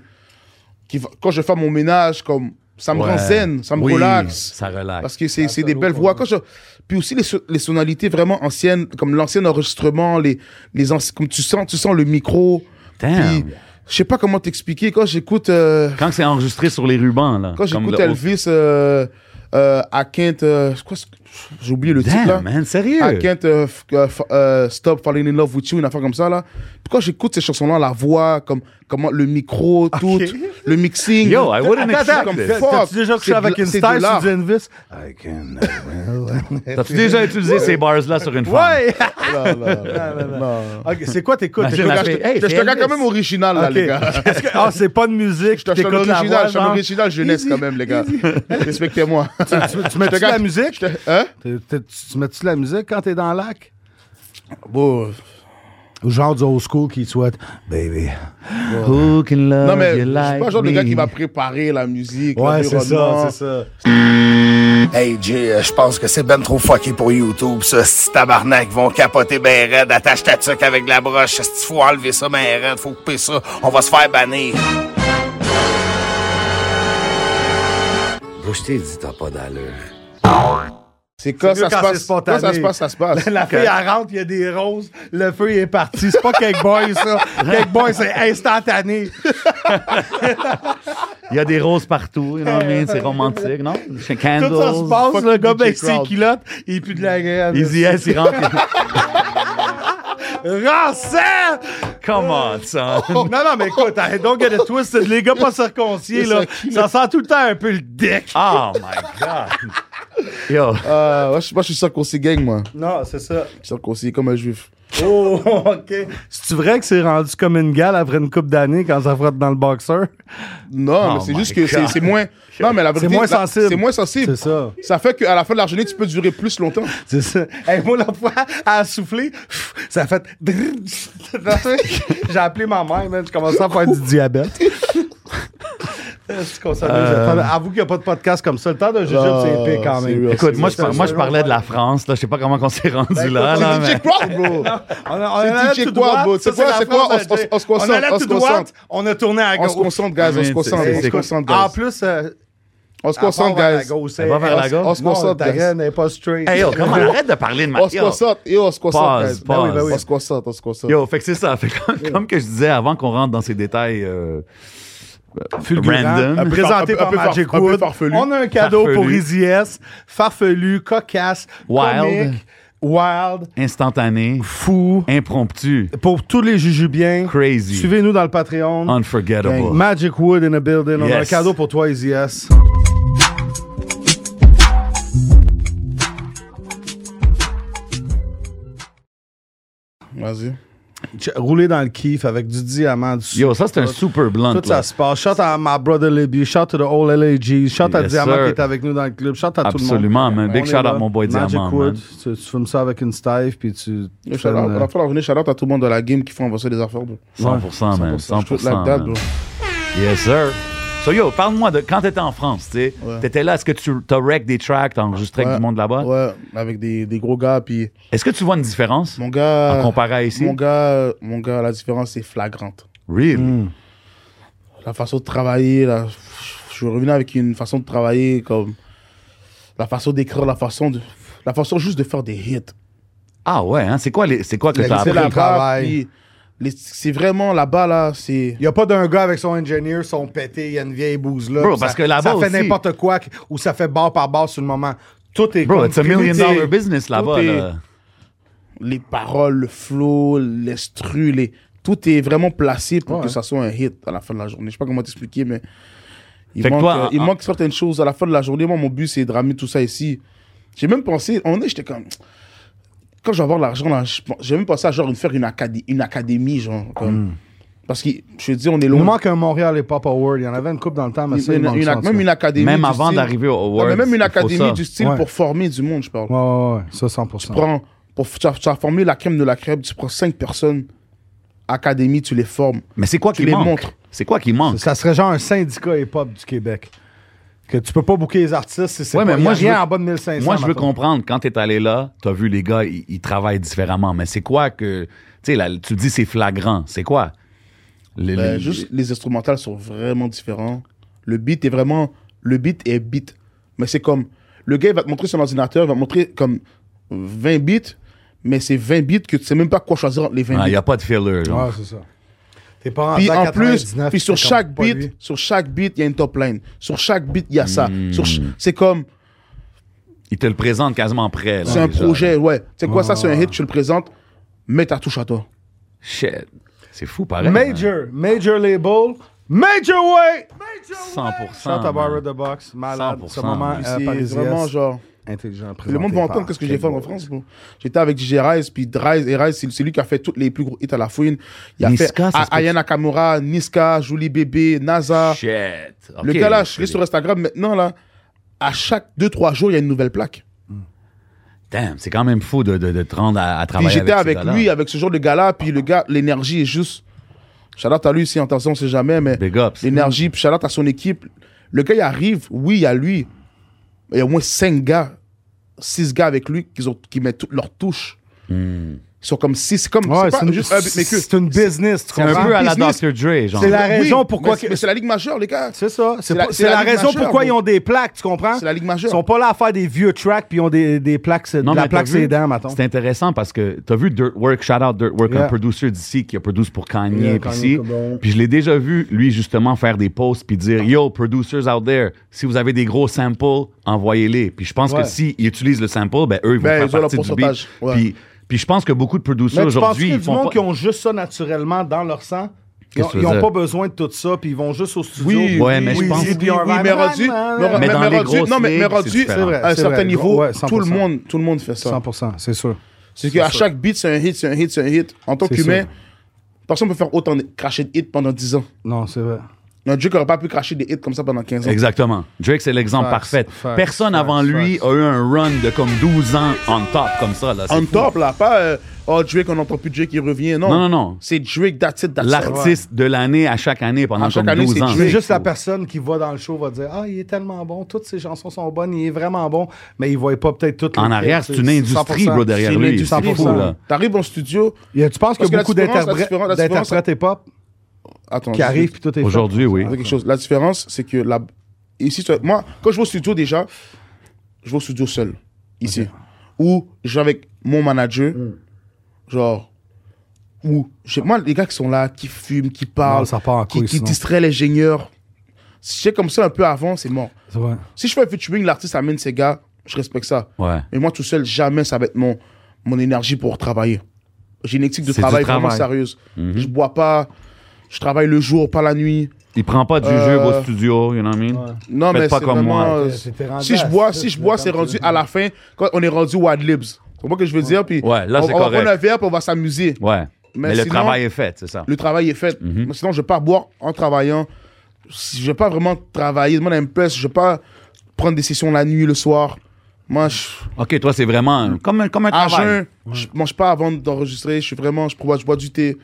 qui va- quand je fais mon ménage, comme, ça me
Ouais.
rend zen, ça me
Oui,
relaxe.
Ça relaxe.
Parce que c'est c'est des
hein.
belles voix. Quand je- Puis aussi les, so- les sonorités vraiment anciennes, comme l'ancien enregistrement, les, les anci- comme tu sens, tu sens le micro,
Damn.
Puis, je sais pas comment t'expliquer. Quand j'écoute, euh,
Quand c'est enregistré sur les rubans, là.
quand
comme
j'écoute
le-
Elvis euh, euh, à Kent, euh, c'est quoi ce- j'ai oublié le titre là.
Damn, man, sérieux?
I can't euh, f- euh, f- euh, stop falling in love with you, une affaire comme ça là. Puis Quand j'écoute ces chansons-là, la voix, comme comment le micro, tout, le mixing.
Yo, I wouldn't
Attends,
expect
comme
this.
fuck,
T'as-tu déjà couché
c'est
avec
de-
une
c'est
star
de l'art.
sur du Elvis? I can. (laughs)
T'as-tu déjà utilisé ces bars-là sur une femme?
Ouais!
Là, là, là, là,
Ok, c'est quoi t'écoutes?
Imagine
T'écoutes-
la
là.
fille.
Je te-
Hey,
je
c'est
te regarde
Elvis.
quand même original là,
Ok.
les (laughs) gars.
Est-ce que- Ah, c'est pas de musique.
Je te je suis un
t'écoutes la voix,
original, je suis un
genre.
original jeunesse quand même les
(laughs)
gars. Respectez-moi.
Tu
(laughs)
mets-tu de la musique?
Hein?
T'es- t'es- Tu tu mets-tu de la musique quand t'es dans le lac?
Bon,
Ou genre du old school qui te souhaite Baby.
Who can love
Non,
you
mais je suis pas
like
le genre de gars
me?
qui va préparer la musique,
Ouais, c'est ça,
l'environnement.
c'est ça.
Hey Jay, euh, je pense que c'est ben trop fucké pour YouTube, ça. Si tabarnak vont capoter ben raide, attache ta tuque avec la broche. Si faut enlever ça ben raide, faut couper ça, on va se faire bannir.
Bro, je t'ai dit, t'as pas d'allure.
C'est quand
C'est mieux
ça se
quand c'est
passe.
spontané.
Quand ça se passe, ça se passe.
(laughs) La fille, elle rentre, il y a des roses, le feu, il est parti. C'est pas Cake Boy,
(laughs)
ça. Cake Boy, c'est instantané.
Il y a des roses partout, you know what I mean? C'est romantique, non? Chez Candles.
Tout ça se passe,
fuck
le gars
DJ
avec ses
crowd.
culottes, il est plus de la gueule.
Easy S, il rentre. il- (laughs)
Rancel!
Come on, son.
Oh, Non, non, mais écoute, hey, don't get it twisted. Les gars pas circonciés, là, ça sent tout le temps un peu le dick.
Oh my God. Yo.
Ah,
Euh, moi, je moi, je suis circoncis gang, moi.
Non, c'est ça.
Je suis circoncis comme un juif.
Oh, (laughs) OK. C'est-tu vrai que c'est rendu comme une gale après une coupe d'années quand ça frotte dans le boxeur?
Non,
Oh
mais c'est
my
juste que c'est
God.
c'est moins. Non, mais la vérité.
moins
la-
sensible.
C'est moins sensible.
C'est ça.
Ça fait qu'à la fin de la journée, tu peux durer plus longtemps.
C'est ça. Hey, moi, la fois, à souffler, pff, ça a fait. drrrr. (laughs) J'ai appelé ma mère, man. Je commençais à faire du diabète. Je consommais, j'attendais. Avoue qu'il n'y a pas de podcast comme ça. Le temps d'un jujube,
Euh. Ah,
c'est épais quand
c'est
même.
real.
Écoute, moi, je,
c'est- Ben,
par- moi, je parlais de la France, là. Je sais pas comment on s'est rendu là, là,
C'est
mais-
DJ Crowd,
(laughs)
bro.
On a- on
C'est
allait
DJ
tout
quoi,
droit.
bro? C'est
Ça,
quoi-
la
c'est quoi?
phrase
On-
à dire.
on- on se concentre,
On allait
on
tout
se
droit,
concentre.
on a tourné à
On
gauche.
se concentre, guys. On
Mais
se concentre.
c'est-
On
c'est-
se concentre, guys.
En plus, euh,
On se
elle
concentre,
part vers la
guys.
gauche,
Elle va vers la gauche?
On se
Non,
concentre,
ta
guys.
graine n'est pas straight.
Hey, yo, comment arrête de parler de ma
On se
yo.
concentre. Et on se concentre,
Pause,
guys. Ben oui, ben
pause.
oui. On se concentre, on se concentre.
Yo, fait que c'est ça. Fait que comme, comme que je disais avant qu'on rentre dans ces détails euh,
fulgurant, euh,
random.
présenté
Un peu- un
par
peu farf-
Magic
un peu
Wood.
farfelu.
On a un cadeau
Farfelu.
pour Easy S. Farfelu, cocasse,
Wild.
comique, wild,
instantané,
fou.
impromptu,
Pour tous les jujubiens,
Crazy.
suivez-nous dans le Patreon.
unforgettable.
Magic Wood in a building. On a un
Yes.
cadeau pour toi, Easy S.
Vas-y.
Ch- Roulé dans le kiff avec du diamant, du
Yo, ça, c'est un super blunt.
Tout
là.
ça se passe. Shout à my brother Libby. Shout to the old LAG. Shout à
Yes,
Diamant
sir.
qui est avec nous dans le club. Shout à tout le monde.
Absolument, man. Big
On est
shout out
là.
mon boy
Magic
Diamant,
Wood.
man.
Tu, tu fumes ça avec une steve puis tu.
Yo, shout-out. À la fin de la journée, shout out à tout le monde de la game qui font avancer des affaires, bro.
100%, man.
100%, je
100%.
suis toute la date,
man.
bro.
Yes, sir. So, yo, parle-moi de quand t'étais en France, tu sais. T'étais là, est-ce que tu t'as wreck des tracks, t'as enregistré avec
Ouais.
du monde là-bas?
Ouais, avec des, des gros gars. Puis
Est-ce que tu vois une différence
mon gars.
en comparé à ici?
Mon gars, mon gars, la différence est flagrante.
Really?
Mm. La façon de travailler, la- je suis revenu avec une façon de travailler comme la façon d'écrire, la façon de, la façon juste de faire des hits.
Ah ouais, hein? C'est quoi, les- c'est quoi que t'as
lycée,
appris?
la-
là-bas,
travail.
puis les- C'est vraiment là-bas là, c'est.
Il n'y a pas d'un gars avec son engineer, son pété, il y a une vieille bouse là.
Bro,
puis ça-
parce que là-bas
Ça fait
aussi-
n'importe quoi que- ou ça fait barre par barre sur le moment. Tout est
Bro,
comme
it's a million
prémédité.
dollar business là-bas.
est-
là.
les paroles, le flow, l'instru, les... tout est vraiment placé pour que ça soit un hit à la fin de la journée. Je sais pas comment t'expliquer, mais il,
Fait que
manque,
toi,
euh,
en-
il
en-
manque certaines choses à la fin de la journée. Moi, mon but, c'est de ramener tout ça ici. J'ai même pensé, on est, j'étais comme. Quand je vais avoir l'argent, là, je pense- j'ai même pensé à genre une- faire une, acadé- une académie, genre. comme- Parce que, je te dis, on est
Hmm. Il nous
loin.
manque un Montréal et Pop Award. Il y en avait une coupe dans le temps, mais
Une-
ça, il
une-
manque
une-
ça, en tout
même
cas.
une académie.
Même
du
avant
style-
d'arriver au
Non,
Awards.
mais même une
il faut ça.
académie du style
Ouais.
pour former du monde, je parle.
Ouais, ouais, ouais. Ça, 100%.
prends, pour, tu, as, tu as formé la crème de la crème, tu prends cinq personnes, académie, tu les formes.
Mais c'est quoi
Tu
qui
les
manque?
montres.
C'est quoi qui manque?
Ça serait genre un syndicat hip-hop du Québec. Que tu peux pas booker les artistes si c'est
Ouais,
pas, il
mais
y a
moi, je
rien
veux-
en bas de 1500.
Moi, je veux
mettons.
comprendre, quand t'es allé là, t'as vu les gars, ils, ils travaillent différemment. Mais c'est quoi que. Tu sais, là, tu dis c'est flagrant. C'est quoi? Le-
Ben,
le-
juste, les instrumentales sont vraiment différents. Le beat est vraiment. Le beat est beat. Mais c'est comme. Le gars, il va te montrer son ordinateur, il va te montrer comme 20 bits, mais c'est 20 bits que tu sais même pas quoi choisir entre les 20
Ah, Il
bits.
n'y a pas de filler. genre.
Ouais, c'est ça. T'es pas en
Puis
dedans
en plus,
99,
puis sur
c'est comme
chaque
pas
beat,
lui.
sur chaque beat, il y a une top line. Sur chaque beat, il y a ça. Sur ch- C'est comme,
Il te le présente quasiment prêt. là,
c'est un
déjà.
projet, ouais. Tu sais quoi, ça,
Ah.
c'est un hit, tu le présentes, mets ta touche à toi.
Shit. C'est fou, pareil. hein.
Major, major label, major way.
100%.
Shout à
man.
Barra the Box, malade. Ce
100%,
moment,
man.
euh,
C'est
Paris
vraiment
Yes,
genre.
intelligent.
Le monde va
présenté
entendre
par
qu'est-ce que j'ai fait en
Ken
France. bro. J'étais avec DJ Rise, puis Rise, et Rise, c'est c'est lui qui a fait tous les plus gros hits à la fouine. Il a
Niska,
fait
ça se peut-
A- Aya Nakamura, Niska, Julie Bébé, NASA.
Shit. Ok,
le gars là, je
c'est
suis sur Instagram maintenant, là, à chaque 2-3 jours, il y a une nouvelle plaque.
Damn, c'est quand même fou de, de, de te rendre à, à
Puis
travailler
j'étais
ces
avec,
gars-là.
lui, avec ce genre de gars là, puis le gars, l'énergie est juste. Shout-out à lui, si, attention, on sait jamais, mais
Big ups.
l'énergie, puis shout-out à son équipe. Le gars, il arrive, oui, il y a lui. mais Il y a au moins 5 gars, 6 gars avec lui qui, ont, qui mettent toutes leurs touches.
Hmm.
Ils sont comme 6, c'est comme
Box. Ouais,
c'est
c'est
pas
une,
juste un beat, mais que-
c'est une business, tu
C'est un
comprends?
peu à la
business.
Dr. Dre, genre.
C'est la raison
Oui,
pourquoi.
mais c'est- mais c'est la Ligue majeure, les gars.
C'est ça. C'est
C'est la-
pour- c'est
c'est la
la,
Ligue
raison
majeure,
pourquoi
bro.
ils ont des plaques, tu comprends?
C'est la Ligue majeure.
Ils sont pas là à faire des vieux tracks puis ils ont des, des plaques. c'est-
Non,
la
mais
plaque,
t'as vu,
c'est dents, mettons.
C'est intéressant parce que t'as vu Dirtwork, shout out Dirtwork, un
Yeah.
producer d'ici qui a produit pour Kanye,
Yeah,
puis
Kanye
ici.
Cobon.
Puis je l'ai déjà vu, lui, justement, faire des posts puis dire Yo, producers out there, si vous avez des gros samples, envoyez-les. Puis je pense
Ouais.
que s'ils utilisent le sample, ben eux, ils vont faire
Ben, ils ont leur
partie du beat.
pourcentage, ouais.
Puis, puis je pense que beaucoup de producers
Mais tu penses
aujourd'hui,
qu'il y a
ils
du
font
monde
pas...
qui ont juste ça naturellement dans leur sang? Ils
Qu'est-ce
ont-
que tu
Ils
veux
n'ont
dire?
pas besoin de tout ça, puis ils vont juste au studio.
Oui,
Ouais, mais je pense-
oui,
puis
oui,
un hein.
oui, mais
Iron
rendu,
Man,
mais-
man.
Mais dans
mais
les
rendu-
grosses
non, mais, mais
ligues, c'est
rendu,
différent.
C'est
à un
vrai, c'est
certain
vrai.
niveau,
Ouais, 100%.
tout le monde, tout le monde fait ça.
100%, c'est sûr.
C'est qu'à chaque beat, c'est un hit, c'est un hit, c'est un hit. En tant
C'est
qu'humain,
sûr.
personne ne peut faire autant de cracher de hits pendant 10 ans.
Non, c'est vrai.
Il y a un Dieu qui n'aurait pas pu cracher des hits comme ça pendant 15 ans.
Exactement. Drake, c'est l'exemple
Facts,
parfait.
facts,
Personne
facts,
avant lui
facts.
a eu un run de comme 12 ans on top, comme ça. Là. C'est
On
fou.
top, là, pas euh, Oh, Drake, on n'entend plus Drake, il revient. Non,
Non, non, non.
C'est Drake, that's it, that's it.
L'artiste de l'année à chaque année pendant
À chaque
comme
année,
12
c'est
ans.
Drake.
C'est juste la personne qui va dans le show va dire Ah, il est tellement bon, toutes ses chansons sont bonnes, il est vraiment bon, mais il ne voit pas peut-être toutes les-
En arrière, c'est une industrie,
100%.
bro, derrière lui.
industrie,
C'est fou,
100%.
là.
T'arrives en studio,
Il y a- tu penses qu'il
Parce
y
que
a
la
beaucoup
différence, la
d'interprètes
différence, la différence,
d'interprètes hip-hop
attends,
qui arrivent, puis tout est fait.
Aujourd'hui, oui.
Je vais dire quelque chose. La différence, c'est que là, ici, tu- moi, quand je vais au studio déjà, je vais au studio seul, ici. Ou je vais avec mon manager,
Hmm.
genre, ou, je- moi, les gars qui sont là, qui fument, qui parlent,
Non, ça part en
qui,
couille,
qui
sinon.
distraient l'ingénieur, si j'ai comme ça un peu avant, c'est mort.
C'est vrai.
Si je fais un featuring, l'artiste amène ses gars, je respecte ça.
Ouais.
Mais moi, tout seul, jamais ça va être mon, mon énergie pour travailler. J'ai une éthique de
C'est du
travail, vraiment
travail. Mhm.
sérieuse. Je bois pas, je travaille le jour, pas la nuit.
Il prend pas du jeu
Euh,
au studio, you know what I mean?
Non,
Faites
mais
pas
c'est
comme moi.
vraiment, euh,
T'es- t'es rendu
Si je
à-
bois,
c'est-
si je
c'est
bois,
comme
c'est
tu
rendu
dis.
à la fin, quand on est rendu Wad Libs. C'est pas que je veux dire, puis
Ouais, là,
on,
c'est
on va
correct.
prendre un verre, puis on va s'amuser.
Ouais. Mhm. Mais,
Mais
le
sinon-
travail est fait, c'est ça.
Le travail est fait. Moi, Sinon, je vais pas boire en travaillant. Si Je vais pas vraiment travailler. Moi, un peu, je vais pas prendre des sessions la nuit, le soir. Moi, je,
OK, toi, c'est vraiment un- comme, un- comme un
à
travail.
jeun, je mange pas avant d'enregistrer. Je suis vraiment, je bois, je bois du thé.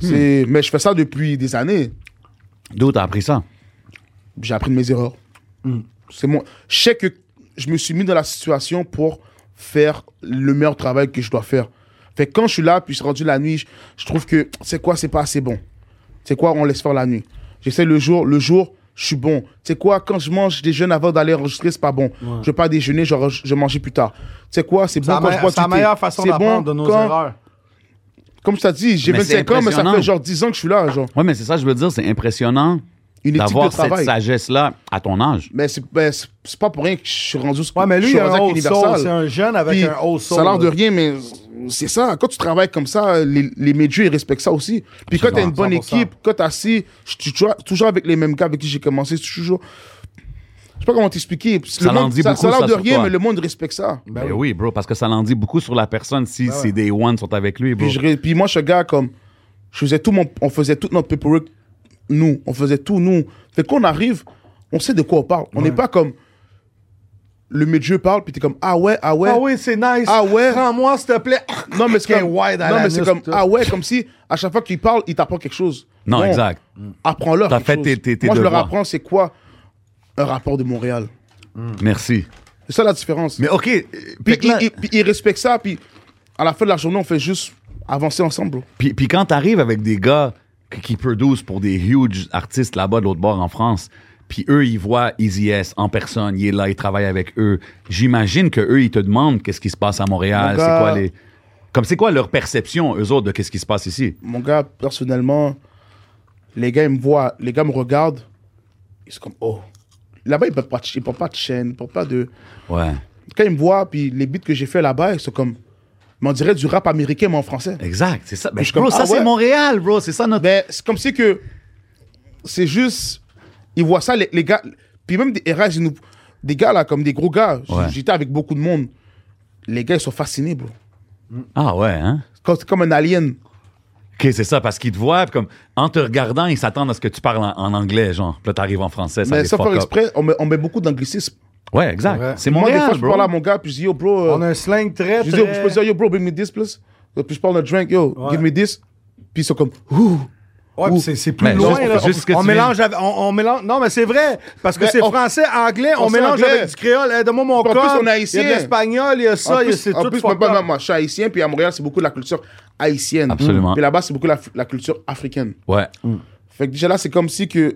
C'est-
Hmm.
Mais je fais ça depuis des années.
D'où t'as appris ça?
j'ai appris de mes erreurs.
Mm.
C'est mon... Je sais que je me suis mis dans la situation pour faire le meilleur travail que je dois faire. Fait que quand je suis là, puis je suis rendu la nuit, je, je trouve que c'est quoi, c'est pas assez bon. C'est quoi, on laisse faire la nuit. J'essaie le jour, le jour, je suis bon. C'est quoi, quand je mange, je déjeune avant d'aller enregistrer, c'est pas bon. Je vais pas déjeuner, je, re- je vais manger plus tard. C'est quoi, c'est bon
la
quand
me-
je bois
c'est la
du thé.
meilleure façon
C'est
d'apprendre
bon
de nos
quand-
erreurs.
Comme je t'ai dit, j'ai
Mais c'est
25 ans, mais ça
impressionnant.
fait genre 10 ans que je suis là, genre.
Ouais, mais c'est ça, je veux dire, c'est impressionnant
Une éthique de
d'avoir cette
travail.
sagesse-là à ton âge.
Mais c'est ben, c'est- c'est pas pour rien que je suis rendu
Ouais, mais
je
lui,
suis
il a
rendu
un
avec
old soul.
Universal.
C'est un jeune avec
Puis,
un old soul.
Ça a l'air de
là.
rien, mais c'est ça. Quand tu travailles comme ça, les, les médias, ils respectent ça aussi. Puis quand t'as une bonne
100%.
équipe, quand t'as si, je suis toujours, toujours avec les mêmes gars avec qui j'ai commencé, c'est toujours. Je sais pas comment t'expliquer.
Ça
Le
l'en
monde-
dit
ça,
beaucoup,
a l'air
ça,
de
sur
rien,
toi.
mais le monde respecte ça.
Ben oui. bro, parce que ça l'en dit beaucoup sur la personne si ses day one sont avec lui, bro.
Ben Puis, je ré- puis moi, je suis un gars comme. Je faisais tout mon, on faisait tout notre paperwork, nous. On faisait tout, nous. Fait qu'on arrive, on sait de quoi on parle. On n'est pas comme. Le médieu parle, puis t'es comme, ah ouais, ah ouais.
Ah oui, c'est nice.
Ah ouais.
Rends-moi, s'il te plaît.
Non, mais c'est
Qui est
comme,
wide à
non,
la
mais c'est
nuque,
comme
tout.
ah ouais, comme si à chaque fois qu'il parle, il t'apprend quelque chose.
Non, exact.
Apprends-leur.
T'as
quelque
fait
chose.
tes- tes- tes
Moi, je leur
devoirs.
apprends c'est quoi un rapport de Montréal.
Merci.
C'est ça la différence.
Mais OK, euh,
puis,
fait que
ils,
là-
ils- puis ils respectent ça, puis à la fin de la journée, on fait juste avancer ensemble.
Puis, puis quand t'arrives avec des gars qui, qui produisent pour des huge artistes là-bas de l'autre bord en France, puis eux, ils voient Easy S en personne, il est là, il travaille avec eux. J'imagine que eux, ils te demandent qu'est-ce qui se passe à Montréal,
Mon
c'est
gars-
quoi les... Comme c'est quoi leur perception, eux autres, de qu'est-ce qui se passe ici?
Mon gars, personnellement, Les gars, ils me voient, les gars me regardent. Ils sont comme, oh. Là-bas, ils ne portent pas de ch- ils portent pas de chaîne, ils portent pas de.
Ouais,
Quand ils me voient, puis les beats que j'ai fait là-bas, ils sont comme, mais on dirait du rap américain, mais en français.
exact. C'est ça. Ben,
Je suis
bro,
comme,
ça,
ah
c'est
ouais.
Montréal, bro. C'est ça notre.
Ben, c'est comme si que. C'est juste. Ils voient ça, les, les gars. Puis même des RH, ils nous- des gars là, comme des gros gars. j-
Ouais.
J'étais avec beaucoup de monde. Les gars, ils sont fascinés, bro.
Ah ouais, hein?
Comme- C'est comme un alien.
OK, c'est ça, parce qu'ils te voient, puis comme, en te regardant, ils s'attendent à ce que tu parles en, en anglais, genre. Puis là, t'arrives en français, ça
Mais
les
sans
fuck
faire
up.
exprès, on met, on met beaucoup d'anglicisme.
Ouais, exact.
Ouais.
C'est
Moi, des fois,
Montréal,
je
bro.
parle à mon gars, puis je dis, yo, bro. euh,
On a un slang très,
je,
très...
dis, yo, je peux dire, yo, bro, bring me this, please. Puis je parle d'un drink, yo,
Ouais.
give me this. Puis ils sont comme, ouh.
Ouais,
Ouh.
puis c'est- c'est plus
Mais
loin,
juste-
là.
juste ce que
on
tu
mélange, avec- on, on mélange... Non, mais c'est vrai, parce que
Mais
c'est
on-
français, anglais, on
français,
mélange
anglais.
avec du créole. Eh, Donne-moi mon
En plus,
corps,
on est haïtien.
il y a de l'espagnol, il y a
En
ça, il y a-
plus-
c'est
en
tout
plus,
fucked
moi,
up.
moi, moi, je suis haïtien, puis à Montréal, c'est beaucoup la culture haïtienne.
Absolument.
Puis là-bas, c'est beaucoup la, la culture africaine.
Ouais.
Fait que déjà là, c'est comme si que.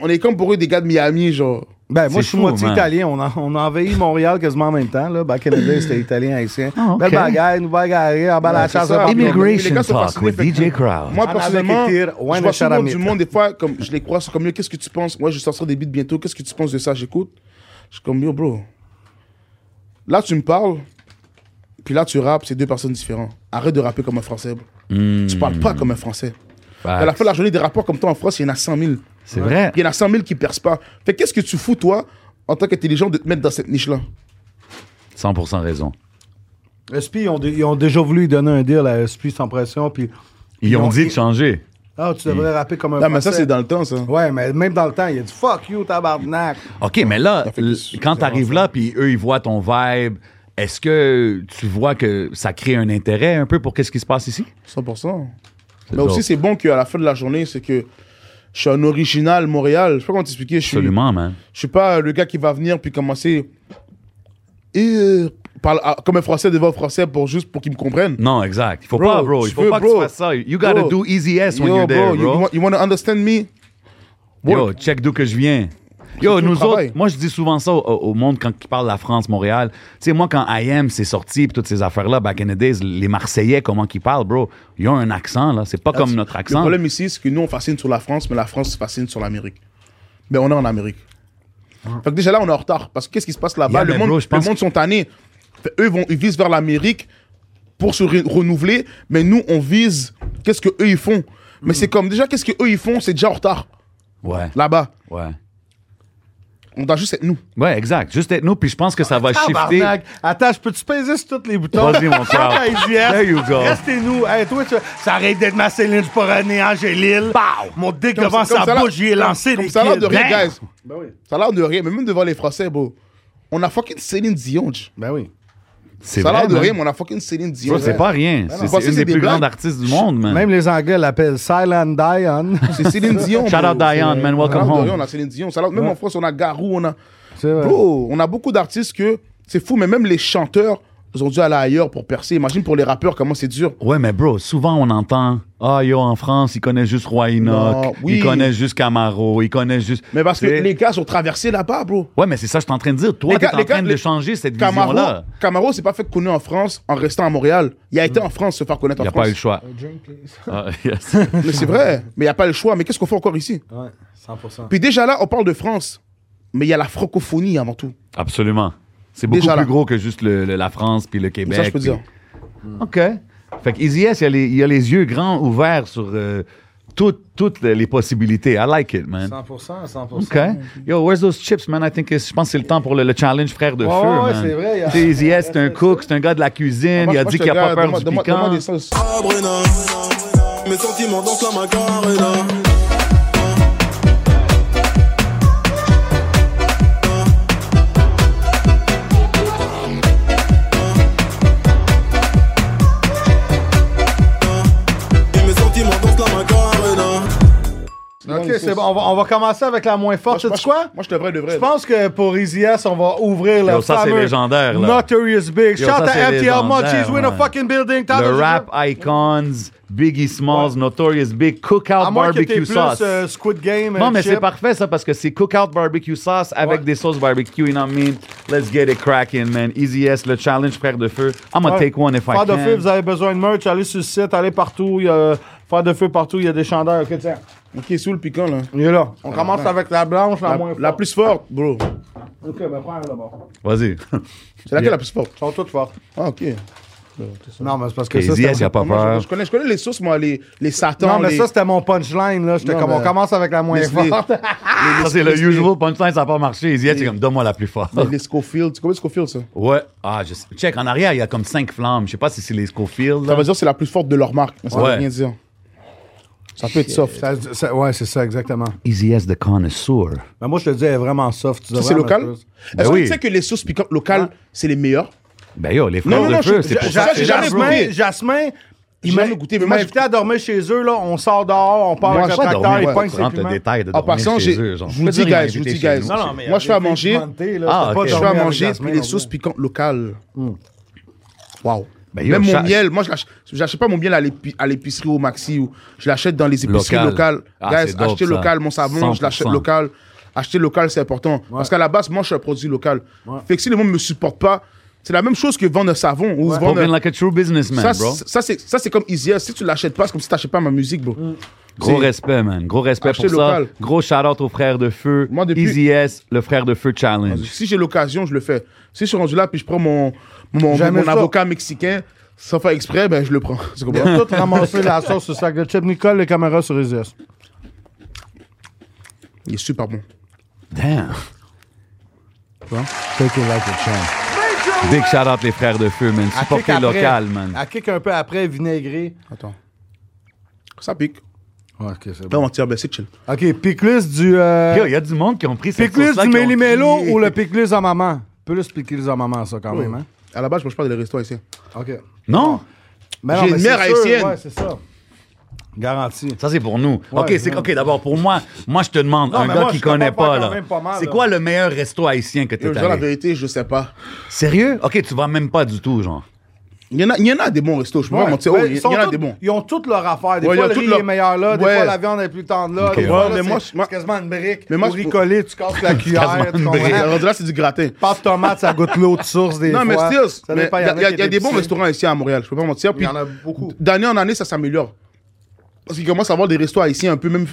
On est comme pour eux des gars de Miami, genre.
Ben, moi,
C'est
je suis
fou,
moitié
man.
italien. On a, on a envahi Montréal quasiment en même temps. Là. Back in the day, c'était italien, haïtien.
Ah, ok.
Belle bagaille, nous bagarrer, en bas la
Ouais, c'est
chasse.
ça.
en bas-
Immigration
Les gars sont
Talk
fascinés,
with
fait que
DJ Crowd.
Moi,
Anna
personnellement,
Beketir,
je
Wayne
vois souvent
Charamit.
du monde, des fois, comme je les croise, comme yo, qu'est-ce que tu penses Moi, je sortirai des beats bientôt, qu'est-ce que tu penses de ça J'écoute. Je suis comme yo, bro. Là, tu me parles, puis là, tu rappes, c'est deux personnes différentes. Arrête de rapper comme un Français, bro. Tu
Hmm.
parles pas comme un Français. À la fin de la journée, des rapports comme toi en France, il y en a 100 000.
C'est vrai.
Il y en a 100 000 qui percent pas. Fait que qu'est-ce que tu fous, toi, en tant qu'intelligent, de te mettre dans cette niche-là
100% raison.
SP, ils ont, dé- ils ont déjà voulu lui donner un deal à SP sans pression. Puis,
Ils ont
ont-
dit de changer.
ah, tu devrais rapper comme un
Non, mais ça,
Français.
c'est dans le temps, ça.
Ouais, mais même dans le temps, il a dit fuck you, tabarnak.
OK, mais là,
fait hein. que
l-
c'est-
quand t'arrives là, puis eux, ils voient ton vibe, est-ce que tu vois que ça crée un intérêt un peu pour qu'est-ce qui se passe ici?
100%.
C'est
Mais
dope.
aussi, c'est bon qu'à la fin de la journée, c'est que je suis un original Montréal. Je sais pas comment t'expliquer. Je suis,
Absolument, man.
je suis pas le gars qui va venir puis commencer et euh, parle à- comme un Français devant un Français pour juste pour qu'ils me comprennent.
Non, exact. Il faut
Bro,
pas, bro. Il
tu
faut
veux,
pas que tu
bro.
fasses ça. You gotta
Bro.
do easy ass when
Yo,
you're there,
bro, you-
bro.
You, want, you wanna understand me?
Yo, check d'où que je viens. Yo,
tout le
nous
travail.
autres, moi je dis souvent ça au, au monde quand ils parlent de la France, Montréal. Tu sais, moi quand IM c'est sorti, puis toutes ces affaires-là, back in the days, les Marseillais, comment qu'ils parlent, bro, ils ont un accent, là. C'est pas comme notre
Le
accent.
problème ici, c'est que nous, on fascine sur la France, mais la France se fascine sur l'Amérique. Mais on est en Amérique. Fait que déjà là, on est en retard. Parce que qu'est-ce qui se passe là-bas
Ah. Yeah,
Le
mais
monde,
bro, je
le
pense
monde sont tannés. Fait, eux, vont, ils visent vers l'Amérique pour se re- renouveler, mais nous, on vise qu'est-ce que eux ils font. Mais
Mm-hmm.
c'est comme déjà, qu'est-ce que eux ils font, c'est déjà en retard
Ouais,
là-bas.
ouais.
On doit juste être nous.
Ouais, exact. Juste être nous, puis je pense que ça va shifter.
Ah, Tabarnak. Attends, je peux-tu peser sur tous les boutons?
Vas-y, mon
Fuck
cœur.
IZS.
There you go.
Restez-nous. Hey, toi, tu... ça arrête d'être ma Céline Sporané, Angélil. Mon dick
Comme
devant
ça- comme
sa
ça là-
bouche, j'y ai
comme-
lancé
Comme
des
ça a l'air
kills.
de rien,
Bang!
guys. Ça a l'air de rien, mais même devant les Français, bro. On a fucking Céline Dion. j-
Ben oui.
C'est
Ça a
vrai,
l'air de
man.
rien, mais on a fucking Céline Dion.
Bro, c'est pas rien. C'est-
Parce
C'est
que
une
c'est
des
des
plus
blagues.
grandes artistes du monde, man.
Même les Anglais l'appellent Silent (laughs) Dion.
C'est Céline Dion.
Shout
bro.
out Diane, man.
Ça a
Welcome
l'air de rien, on
home.
a Céline Dion. Ça a l'air- Même en France, on a Garou, on a.
C'est vrai.
Bro, on a beaucoup d'artistes que c'est fou, mais même les chanteurs, ils ont dû aller ailleurs pour percer. Imagine pour les rappeurs comment c'est dur.
Ouais, mais bro, souvent on entend Ah, yo, en France, ils connaissent juste Roy
Non,
Enoch,
oui.
ils connaissent juste Camaro, ils connaissent juste.
Mais parce que
Tu sais,
les gars sont traversés là-bas, bro.
Ouais, mais c'est ça que je suis en train de dire. Toi,
Les
t'es
gars-
en
les
train
gars-
de
les-
changer cette
Camaro,
vision-là.
Camaro, c'est pas fait connu en France en restant à Montréal. Il a été en France se faire connaître
Mm. Il
en
n'y a
France.
pas eu le choix. Ah, (laughs) yes.
Mais c'est vrai, mais il n'y a pas le choix. Mais qu'est-ce qu'on fait encore ici
Ouais, 100%.
Puis déjà là, on parle de France, mais il y a la francophonie avant tout.
Absolument. C'est beaucoup
Déjà
plus
là.
gros que juste le- le- la France puis le Québec.
ça, je peux
puis-
dire.
OK. Fait que Easy S, il a, les- il a les yeux grands ouverts sur euh, toutes, toutes les possibilités. I like it, man.
100%, 100%.
OK. Yo, where's those chips, man? I think it's- je pense que c'est le temps pour le, le challenge frère de
Ouais,
feu,
ouais,
man.
c'est vrai, Ah, il y a-
Tu sais, Easy S, c'est un cook, c'est un gars de la cuisine. il a dit qu'il n'a pas peur du piquant.
Mes sentiments dansent la macarena. Et mes sentiments dansent la macarena.
Ok, c'est bon. On va, on va commencer avec la moins forte. Tu sais quoi?
Moi, je devrais, devrais.
Je pense que pour Easy S, on va ouvrir le
Yo, ça, c'est
fameux
légendaire, là.
Notorious Big.
Yo,
Shout
ça,
out
c'est
à MTL
légendaire,
Munchies, win a
ouais.
fucking building. T'as
Le
de-
rap icons, Biggie Smalls, Notorious Big,
À
Cookout
moins que t'aies
Barbecue
plus
Sauce.
euh, Squid Game.
Non,
euh,
mais
chip.
c'est parfait, ça, parce que c'est cookout barbecue sauce avec
Ouais.
des sauces barbecue, you know what I mean? Let's get it cracking, man. Easy S, le challenge, frère de feu. I'm gonna
Ouais.
take one if I
Frère
can.
de feu, vous avez besoin de merch, allez sur le site, allez partout. Il y a Faire de feu partout, il y a des chandelles. Ok, tiens.
Ok, sous le piquant, là.
Il est là. On commence avec la blanche, la,
La,
moins
la
forte.
plus forte, bro.
Ok, ben prends d'abord.
(laughs)
Vas-y.
C'est laquelle la plus forte?
Elles sont toutes fortes.
Ah, ok.
Non, mais c'est parce que ça,
Easy,
c'était-
il n'y a pas
Moi,
peur.
je, je connais, je connais les sauces, moi, les, les satans.
Non, mais
les-
ça, c'était mon punchline, là. J'étais
Non,
comme,
mais-
on commence avec la moins
les- les-
forte.
Ça, Ah, c'est le usual punchline, ça n'a pas marché. Easy, c'est comme, donne-moi la plus forte.
les, les Scofield. Tu connais Scofield, ça?
Ouais. Ah, je sais. Check, en arrière, il y a comme cinq flammes. Je sais pas si c'est les Schofield.
Ça veut dire que c'est la plus forte de leur marque, mais ça
Ouais.
veut rien dire. Ça peut être soft.
(laughs) Ça- ça- ouais, c'est ça, exactement.
Easy as the connoisseur.
Mais moi, je te dis, elle est vraiment soft. Tu
Ça,
devrais
c'est
en
local?
mettre plus.
Est-ce que
oui.
tu sais que les sauces piquantes locales, c'est les meilleures?
Ben yo, les
Non,
frères
non,
de
non,
feu,
je-
c'est pour
je-
ça.
ça,
que
j'ai
c'est
jamais
là, bro.
Jasmin,
goûté.
Jasmin,
J'ai
il m'a
jamais goûté, mais
il
moi,
m'a
j'ai-
invité à dormir chez eux, là. On sort dehors, on part avec
Moi, je
le
sais pas
tracteur,
dormir,
il
ouais,
pogne
tu
ses
rentres le
piments.
détail de
En
dormir
passant,
chez
Ah, j'ai-
eux,
je
genre.
vous
Pas
dis,
dire, il y a
guys,
un
je vous
invité
dis,
chez nous.
guys.
Non, non, mais
Moi, je fais à manger,
Ah,
Ah,
ok.
Je
Dormir
vais manger, puis les sauces piquantes locales.
Hmm.
Wow.
Ben, yo,
Même mon
ça-
miel, moi, je l'ach- j'achète pas mon miel à l'épi- à l'épicerie au maxi ou je l'achète dans les épiceries
Local.
locales.
Ah,
Guys,
c'est dope,
acheter
ça.
local, mon savon, je l'achète
100%.
local. Acheter local, c'est important. Parce qu'à la base, moi, je suis un produit local. Fait que si les gens me supportent pas, c'est la même chose que vendre un savon ou vendre
Spoken
un-
like a true businessman,
Ça,
bro.
c'est- ça, c'est ça, c'est comme Easy. Si tu l'achètes pas, c'est comme si t'achètes pas ma musique, bro.
Mm. Gros
C'est-
respect, man. Gros respect
Acheter
pour ça.
local.
Gros shout-out aux frères de feu.
Moi, depuis-
Easy S, le frère de feu challenge.
Si j'ai l'occasion, je le fais. Si je suis rendu là, puis je prends mon, mon,
Jamais
mon
ça.
avocat mexicain, sans faire exprès, ben je le prends. Tu comprends? (laughs)
Tout ramasser la sauce sur le sac de chips. Nicole, les caméras sur les yeux.
Il est super bon.
Damn.
Take it like a champ.
Big shout-out les frères de feu, man. Supportez local, man.
À kick un peu après, vinaigré.
Attends. Ça pique.
Ok, c'est
Pas mentir, ben c'est chill.
Ok, piclus du. euh,
Yo, il y a du monde qui ont pris cette
Piclus
sauce-là,
du
qui ont
Méli-Mélo
crié.
ou le piclus à maman? Plus piclus à maman, ça, quand même, hein?
À la base, je mange pas dans les restaurants ici.
OK.
Non?
Mais
J'ai
mais
une mère
c'est sûr,
haïtienne.
Ouais, c'est ça. Garanti.
Ça, c'est pour nous.
Ouais,
OK, c'est
ouais.
OK, d'abord, pour moi, moi, je te demande,
Non,
un
mais
gars
moi,
qui
je comprends
connaît
pas
pas,
quand
là,
même pas mal,
c'est
là.
quoi le meilleur resto haïtien que
Je
t'es
te dis la
allé?
vérité, je sais pas.
Sérieux? OK, tu vas même pas du tout, genre.
Il y en a, il y en a des bons restos, je peux pas
Ouais.
mentir.
Ben,
Oh, il
ils
y,
sont
en a
tous-
des bons.
Ils ont toutes leur affaire. Des
Ouais, il y
fois,
a
le
tout
riz
leur-
est meilleur là. Des
Ouais.
fois, la viande est plus tendre là. Des
Ok.
fois,
Ouais,
là,
mais moi,
c'est-
je- moi-
c'est quasiment une brique.
Mais moi,
Pour
je-
ricoler, tu
(laughs)
casses la
quasiment
cuillère.
une
tu
brique.
comprends?
On dirait c'est du gratin.
Pâte de tomate, ça goûte l'eau de source des
Non, mais
fois.
still,
Ça
mais
dépend,
il y a,
en
il y a-
qui
il y a des bons
épicés.
restaurants ici à Montréal, je peux pas mentir.
Il y
Puis
en a beaucoup.
d'année en année, ça s'améliore. Parce qu'il commence à avoir des restos haïtiens un peu, même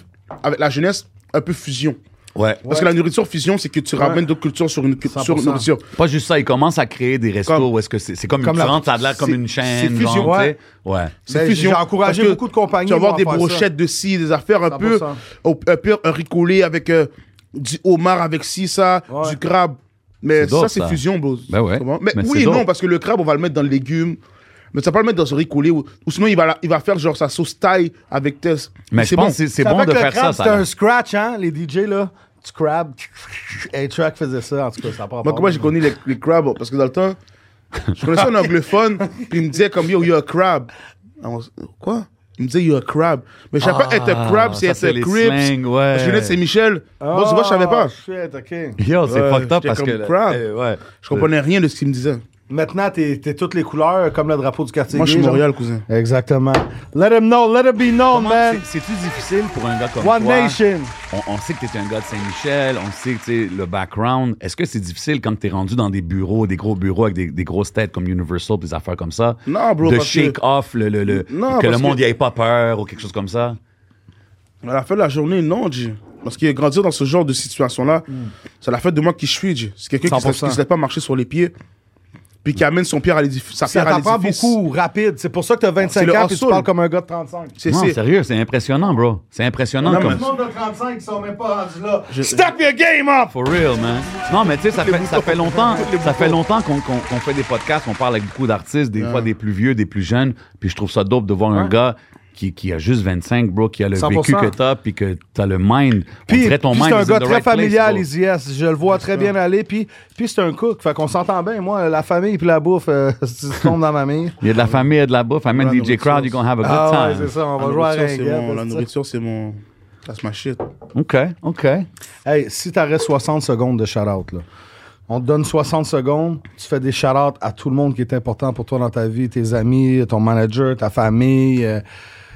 avec la jeunesse, un peu fusion.
Ouais.
Parce que la nourriture fusion, c'est que tu ramènes d'autres cultures sur une, cu- sur une
100%.
nourriture.
Pas juste ça, ils commencent à créer des restos
Comme-
où est-ce que c'est c'est comme,
Comme
une
la-
rente, ça a l'air comme
c'est-
une
c'est
chaîne,
fusion,
genre, tu
ouais.
sais. Ouais.
C'est
Ben,
fusion.
j'ai encouragé
Parce que
beaucoup de compagnies,
Tu vas avoir
moi,
des
à faire
brochettes de ci, des affaires un peu,
100%.
au- un peu un ricolé avec euh, du homard avec ci, ça,
Ouais.
du crabe. Mais
C'est dope,
ça, c'est
ça.
fusion, bro.
Ben ouais.
Tu comprends? Mais,
Mais
oui
c'est
et non,
dope.
parce que le crabe, on va le mettre dans le légume. Mais tu vas pas le mettre dans un ricolé ou, ou sinon il va, la- il va faire genre sa sauce thaï avec Tess.
Mais je pense que c'est- c'est bon
fait
de
que le
faire ça,
crab, C'était
ça.
un scratch, hein, les DJ, là. Du crab. A-Track faisait ça, en tout cas, ça n'a pas
Moi,
rapport.
comment j'ai connu les, les crabes Parce que dans le temps, je connaissais un anglophone, puis il me disait comme Yo, you're a crab. Alors, quoi Il me disait You're a crab. Mais je savais pas
Ah,
être a crab, c'est
ça,
être
c'est
a
les
crips.
slangs, ouais.
Je venais de Saint-Michel. Bon, tu vois, je savais pas.
Oh, shit, OK.
Yo, c'est
Ouais,
fucked up
j'étais
parce
comme
que.
crap.
Eh, ouais.
Je comprenais rien de ce qu'il me disait.
Maintenant, t'es t'es toutes les couleurs, comme le drapeau du quartier.
Moi, je suis
gay, genre.
Montréal, cousin.
Exactement. Let him know, let it be known,
Comment-
man.
c'est- C'est-tu difficile pour un gars comme
One
toi?
Nation.
On, on sait que t'es un gars de Saint-Michel, on sait que tu sais, le background. Est-ce que c'est difficile quand t'es rendu dans des bureaux, des gros bureaux avec des, des grosses têtes comme Universal, des affaires comme ça?
Non, bro,
De
parce que-
shake off, le, le- le-
Non,
que le
parce
monde
que-
n'y ait pas peur ou quelque chose comme ça?
À la fin de la journée, non, G. Parce que grandir dans ce genre de situation-là,
Hmm.
c'est la fête de moi qui je suis, G. C'est quelqu'un qui
100%.
ne se laisse pas marcher sur les pieds, puis qui amène son pierre à l'édifice. Sa
Ça
pierre à
t'apprend
l'édifice.
beaucoup, rapide. C'est pour ça que t'as 25
le
ans et tu
hustle.
parles comme un gars de 35.
C'est,
non,
c'est-
sérieux, c'est impressionnant, bro. C'est impressionnant
Non,
comme.
mais-
monde de 35 qui sont même pas rendus là.
Step your game up!
For real, man. Non, mais tu sais, ça, fait- ça fait longtemps, ça fait longtemps qu'on qu'on- qu'on fait des podcasts, on parle avec beaucoup d'artistes, des fois des plus vieux, des plus jeunes, puis je trouve ça dope de voir un gars qui, qui a juste 25, bro, qui a le
100%.
vécu que t'as, puis que t'as le mind. On
Puis,
dirait ton
puis
mind
c'est un
is in
gars
the
très
right place,
familial,
bro.
les IS. Je le vois très bien aller. Puis, puis c'est un cook. Fait qu'on s'entend bien. Moi, la famille puis la bouffe, euh, (laughs) si tu tombes dans ma mire.
Il y a de la famille, il y a de la bouffe. I mean,
La
DJ Crowd,
nourriture,
you're gonna have a good
Ah ouais,
time.
c'est ça. On
La
va jouer hein, à
nourriture, c'est mon-
Ringuette.
la nourriture, c'est mon. That's my shit.
OK, OK.
Hey, si t'arrêtes 60 secondes de shout-out, là, on te donne 60 secondes, tu fais des shout-out à tout le monde qui est important pour toi dans ta vie, tes amis, ton manager, ta famille. euh.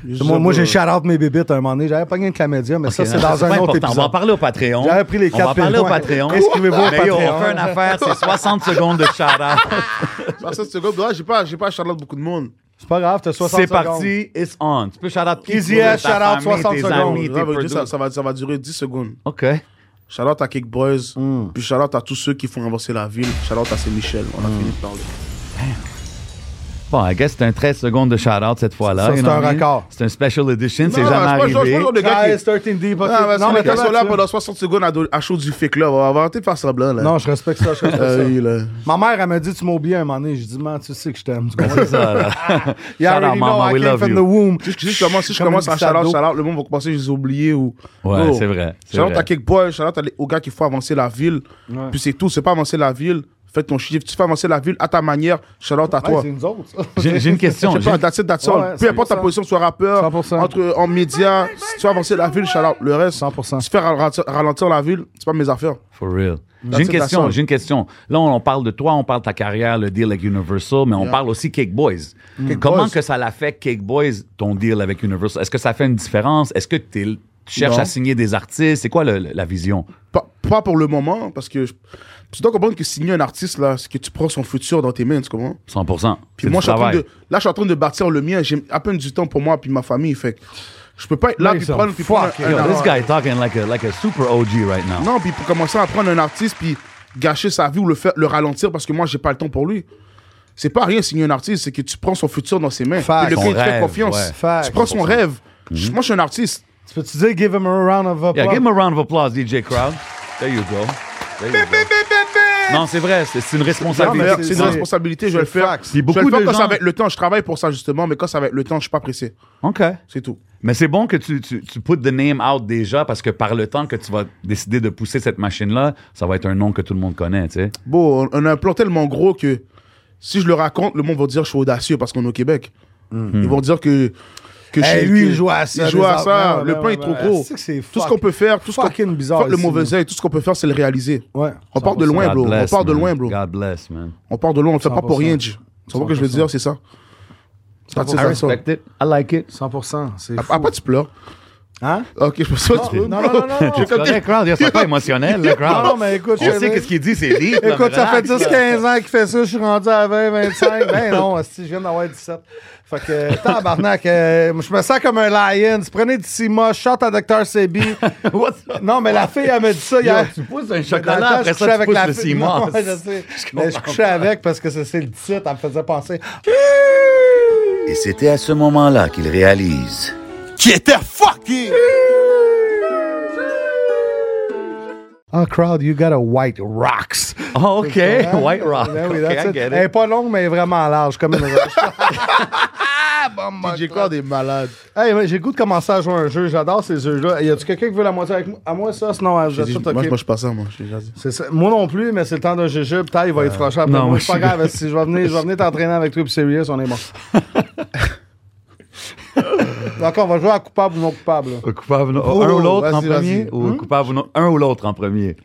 moi, moi, j'ai shout-out mes bébites à un moment donné. J'avais pas gagné de chlamydia, mais ça,
Ok,
c'est
non,
dans
pas
un autre
important. On va en
épisode.
parler au Patreon.
J'avais pris les
On va
quatre
en parler au
points.
Patreon.
Inscrivez-vous au
Mais yo,
Patreon.
on fait une affaire, c'est 60 secondes de shout-out.
Parce que ce gars, ouais, j'ai pas, j'ai pas Charlotte beaucoup de monde.
C'est pas grave, t'as 60
C'est
secondes.
parti, it's on. Tu peux shout out qui euh,
Easy
tu veux,
S,
ta
shout out
famille,
60
tes
secondes.
amis, tes
Bravo, Jay, ça,
producers.
ça va, ça va durer 10 secondes.
OK.
Shout out à Kick Boys.
Hmm.
Puis shout out à tous ceux qui font avancer la ville. Shout out à Saint-Michel. On a
Hmm.
fini de parler.
Ah,
Bon, I guess c'est un 13 secondes de shout out cette fois-là.
Ça, c'est
you know
un
what I mean?
record.
C'est un special edition, c'est
Non,
jamais
c'est pas- je- je-
arrivé.
je- je- le gars qui-
Guys, 13 deep, ok.
Ah,
Non, mais
mais
t'as
ça là
raison.
pendant 60 secondes à, do- à chaud du fake là. On va arrêter de faire semblant là.
Non, je respecte ça, (laughs) je respecte ça.
Euh, il, euh,
Ma mère, elle m'a dit, tu m'as oublié un moment donné. J'ai dit, man, tu sais que je t'aime. Tu comprends?
C'est ça,
(laughs) Ah,
là.
You
Shout out,
already know
mama,
I
we
came
love
from the
you.
womb.
si, si je commence, si je commence à shout out, shout out, le monde va penser que je les ai oubliés ou.
Ouais,
Bro,
c'est vrai. c'est
Shout out
vrai.
à Kick Boys, shout out à les- aux gars qui font avancer la ville. Puis c'est tout, c'est pas avancer la ville. Fais ton chiffre, tu fais avancer la ville à ta manière. Shout out à
Ouais,
toi.
c'est nous autres. ça.
(laughs) J'ai j'ai une question.
(laughs) Je sais
j'ai-
pas, that's it, that's
Ouais,
all.
ouais,
Peu importe ta
100%.
position, soit rappeur,
100%.
entre, euh, en média, si tu fais avancer la ville, shout out. Le reste,
100%.
tu fais ralentir, ralentir la ville, c'est pas mes affaires.
For real. J'ai
That's
une
it, that's
question,
all.
j'ai une question. Là, on, on parle de toi, on parle de ta carrière, le deal avec Universal, mais on parle aussi Cake Boys. Comment
Mm. Boys.
que ça l'affecte, Cake Boys, ton deal avec Universal? Est-ce que ça fait une différence? Est-ce que t'es- tu cherches
Non.
à signer des artistes? C'est quoi le- le- la vision?
Pas, pas pour le moment, parce que je- tu dois comprendre que signer un artiste, là, c'est que tu prends son futur dans tes mains, tu comprends?
100
Puis moi, je suis en train de, là, je suis en train de bâtir le mien. J'ai à peine du temps pour moi, puis ma famille. Fait que je peux pas être là,
Mais
puis
ça,
prendre, puis prendre
fuck,
un-
yo,
un-
This guy talking like a, like a super OG right now.
Non, puis pour commencer à prendre un artiste, puis gâcher sa vie ou le, faire, le ralentir parce que moi, j'ai pas le temps pour lui. C'est pas rien signer un artiste, c'est que tu prends son futur dans ses mains.
Fact.
Puis le
Son
client te fait
rêve,
confiance.
ouais.
Fact.
Tu prends son rêve. Je- Moi, je suis un artiste.
Tu peux-tu dire, give him a round of applause?
Yeah, give him a round of applause, DJ Crowd. There you go. There you go. Non, c'est vrai, c'est c'est une
Non, mais
responsabilité.
C'est une
c'est-
responsabilité, je vais le
c'est
faire.
fact.
Je vais
beaucoup
le faire
de
quand ça
gens-
va être le temps. Je travaille pour ça, justement, mais quand ça va être le temps, je suis pas pressé.
OK.
C'est tout.
Mais c'est bon que tu, tu, tu put the name out déjà parce que par le temps que tu vas décider de pousser cette machine-là, ça va être un nom que tout le monde connaît, tu sais.
Bon, on- on a un plan tellement gros que si je le raconte, le monde va dire que je suis audacieux parce qu'on est au Québec.
Hmm.
Ils vont dire que. que je
Eh,
suis-
lui,
que-
il joue à ça.
il joue
des
à
affaires.
ça.
Ouais,
le
ouais,
plan est
ouais,
trop
ouais.
gros.
C'est que c'est
Tout ce
fuck-
qu'on peut faire, tout ce qu'on
fucking bizarre
fuck le
ici,
mauvais œil, tout ce qu'on peut faire, c'est le réaliser.
Ouais.
On part de
100%.
loin,
God
bro.
bless,
on part de
man.
loin, bro. Oh,
God bless, man.
On part de loin, on le fait pas pour
100%.
rien, J. C'est pas que je veux dire, c'est ça. C'est pas de
I
ça, ça.
respect it. I like it.
100%, c'est
Ah,
fou.
Après, tu pleures.
Hein?
Ok, je pense pas que tu
Non,
pleures.
non, non, non, non.
(laughs) C'est correct, crowd.
(laughs)
Yo, C'est pas émotionnel, le crowd.
Non, non, mais écoute, je
On sait
sais-
qu'est-ce qu'il dit, c'est deep. là,
Écoute,
mais
ça fait
relax, là.
10-15 ans qu'il fait ça, je suis rendu à 20-25. Ben non, si je viens d'avoir 17. Fait que, euh, tabarnak, euh, je me sens comme un lion. Prenez du Sima, shot à Dr.
(laughs)
Sebi.
What's up?
Non, mais la fille, elle m'a dit ça hier.
tu pousses un
Mais dans
chocolat,
le temps,
après
je couchais
ça, tu
avec
pousses
la
le
fille.
Sima.
Non, (laughs)
(laughs)
ouais, je sais. Mais je couchais avec parce que ça, c'est le titre, elle me faisait penser. (laughs)
Et c'était à ce moment-là qu'il réalise.
Qui était fucké!
Oh, crowd, you got a white rocks.
Ah, OK.
hein?
White Rock.
Ben oui,
OK,
that's
I
it.
get it.
Elle est pas longue, mais elle est vraiment large, comme une
(laughs)
roche.
DJ Crowd est malade.
Hey, ouais, j'ai le goût de commencer à jouer à un jeu. J'adore ces jeux-là. Y a-tu quelqu'un qui veut la moitié avec moi? À moi, ça? Sinon, vous
Moi,
êtes
je
tout
moi,
OK.
je passe ça, moi. je te jure.
C'est ça. Moi non plus, mais c'est le temps d'un jujube. Taille, il va être franchement.
non,
Non, moi,
moi,
c'est pas
je-
grave. Si je vais venir, je vais venir t'entraîner avec toi, puis sérieux, on est bon. D'accord, on va jouer à coupable ou non coupable. là.
Euh, Coupable, non.
Oh,
un ou l'autre en
vas-y, vas-y.
premier? Ou
Hein?
coupable, ou non? Un ou l'autre en premier?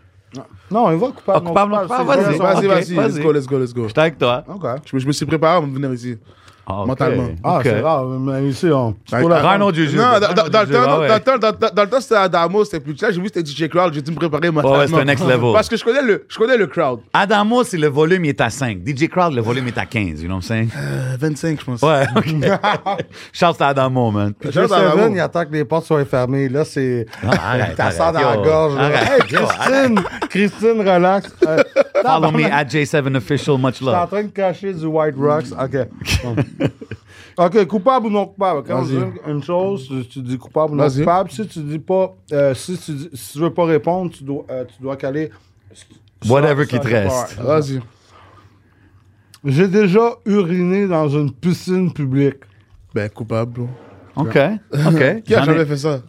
Non, on va coupable.
Ah, coupable, non
c'est-
coupable, vas-y.
c'est-
Vas-y,
Ok,
vas-y, let's
vas-y.
go, let's go, let's go.
J'étais avec toi.
Ok.
Je me- je me suis préparé avant de venir ici.
Ah, OK.
Mentalement.
Ah,
OK.
c'est rare. Mais ici, on. c'est pour la-
Rhino Juju.
Non, dans-
Rhino
dans- dans le
Juju, ah ouais.
temps, non, dans le temps, dans- dans- dans le temps, c'était Adamo, c'était plus là. J'ai vu que c'était DJ Crowd, j'ai dû me préparer moi.
ouais, c'était next level.
Parce que je connais le, je connais le crowd.
Adamo, c'est le volume, il est à 5. DJ Crowd, le volume est à 15, you know what I'm
(laughs)
saying?
25, Euh, je pense.
Ouais, OK. Charles, c'est Adamo, man.
Jay Seven, il attend que les portes soient fermées. Là, c'est. (laughs)
Non, arrête,
T'as
arrête,
ça dans la
yo,
gorge. là. Hey,
arrête, yo,
Christine! Christine, relax. Euh,
Follow me at J7Official, much
T'es en
love.
train de cacher du White Rocks. OK.
(laughs)
Bon. OK, coupable ou non coupable. Quand on
Vas-y.
dit une chose, tu, tu dis coupable ou non
Vas-y.
coupable. Si tu dis pas, euh, si tu dis- si tu veux pas répondre, tu dois, euh, tu dois caler.
Whatever
Ça,
qui te
ça,
reste.
ouais.
Vas-y.
J'ai déjà uriné dans une piscine publique.
Ben, coupable, bro.
OK, OK.
Qui
J'en
a
ai-
jamais fait ça?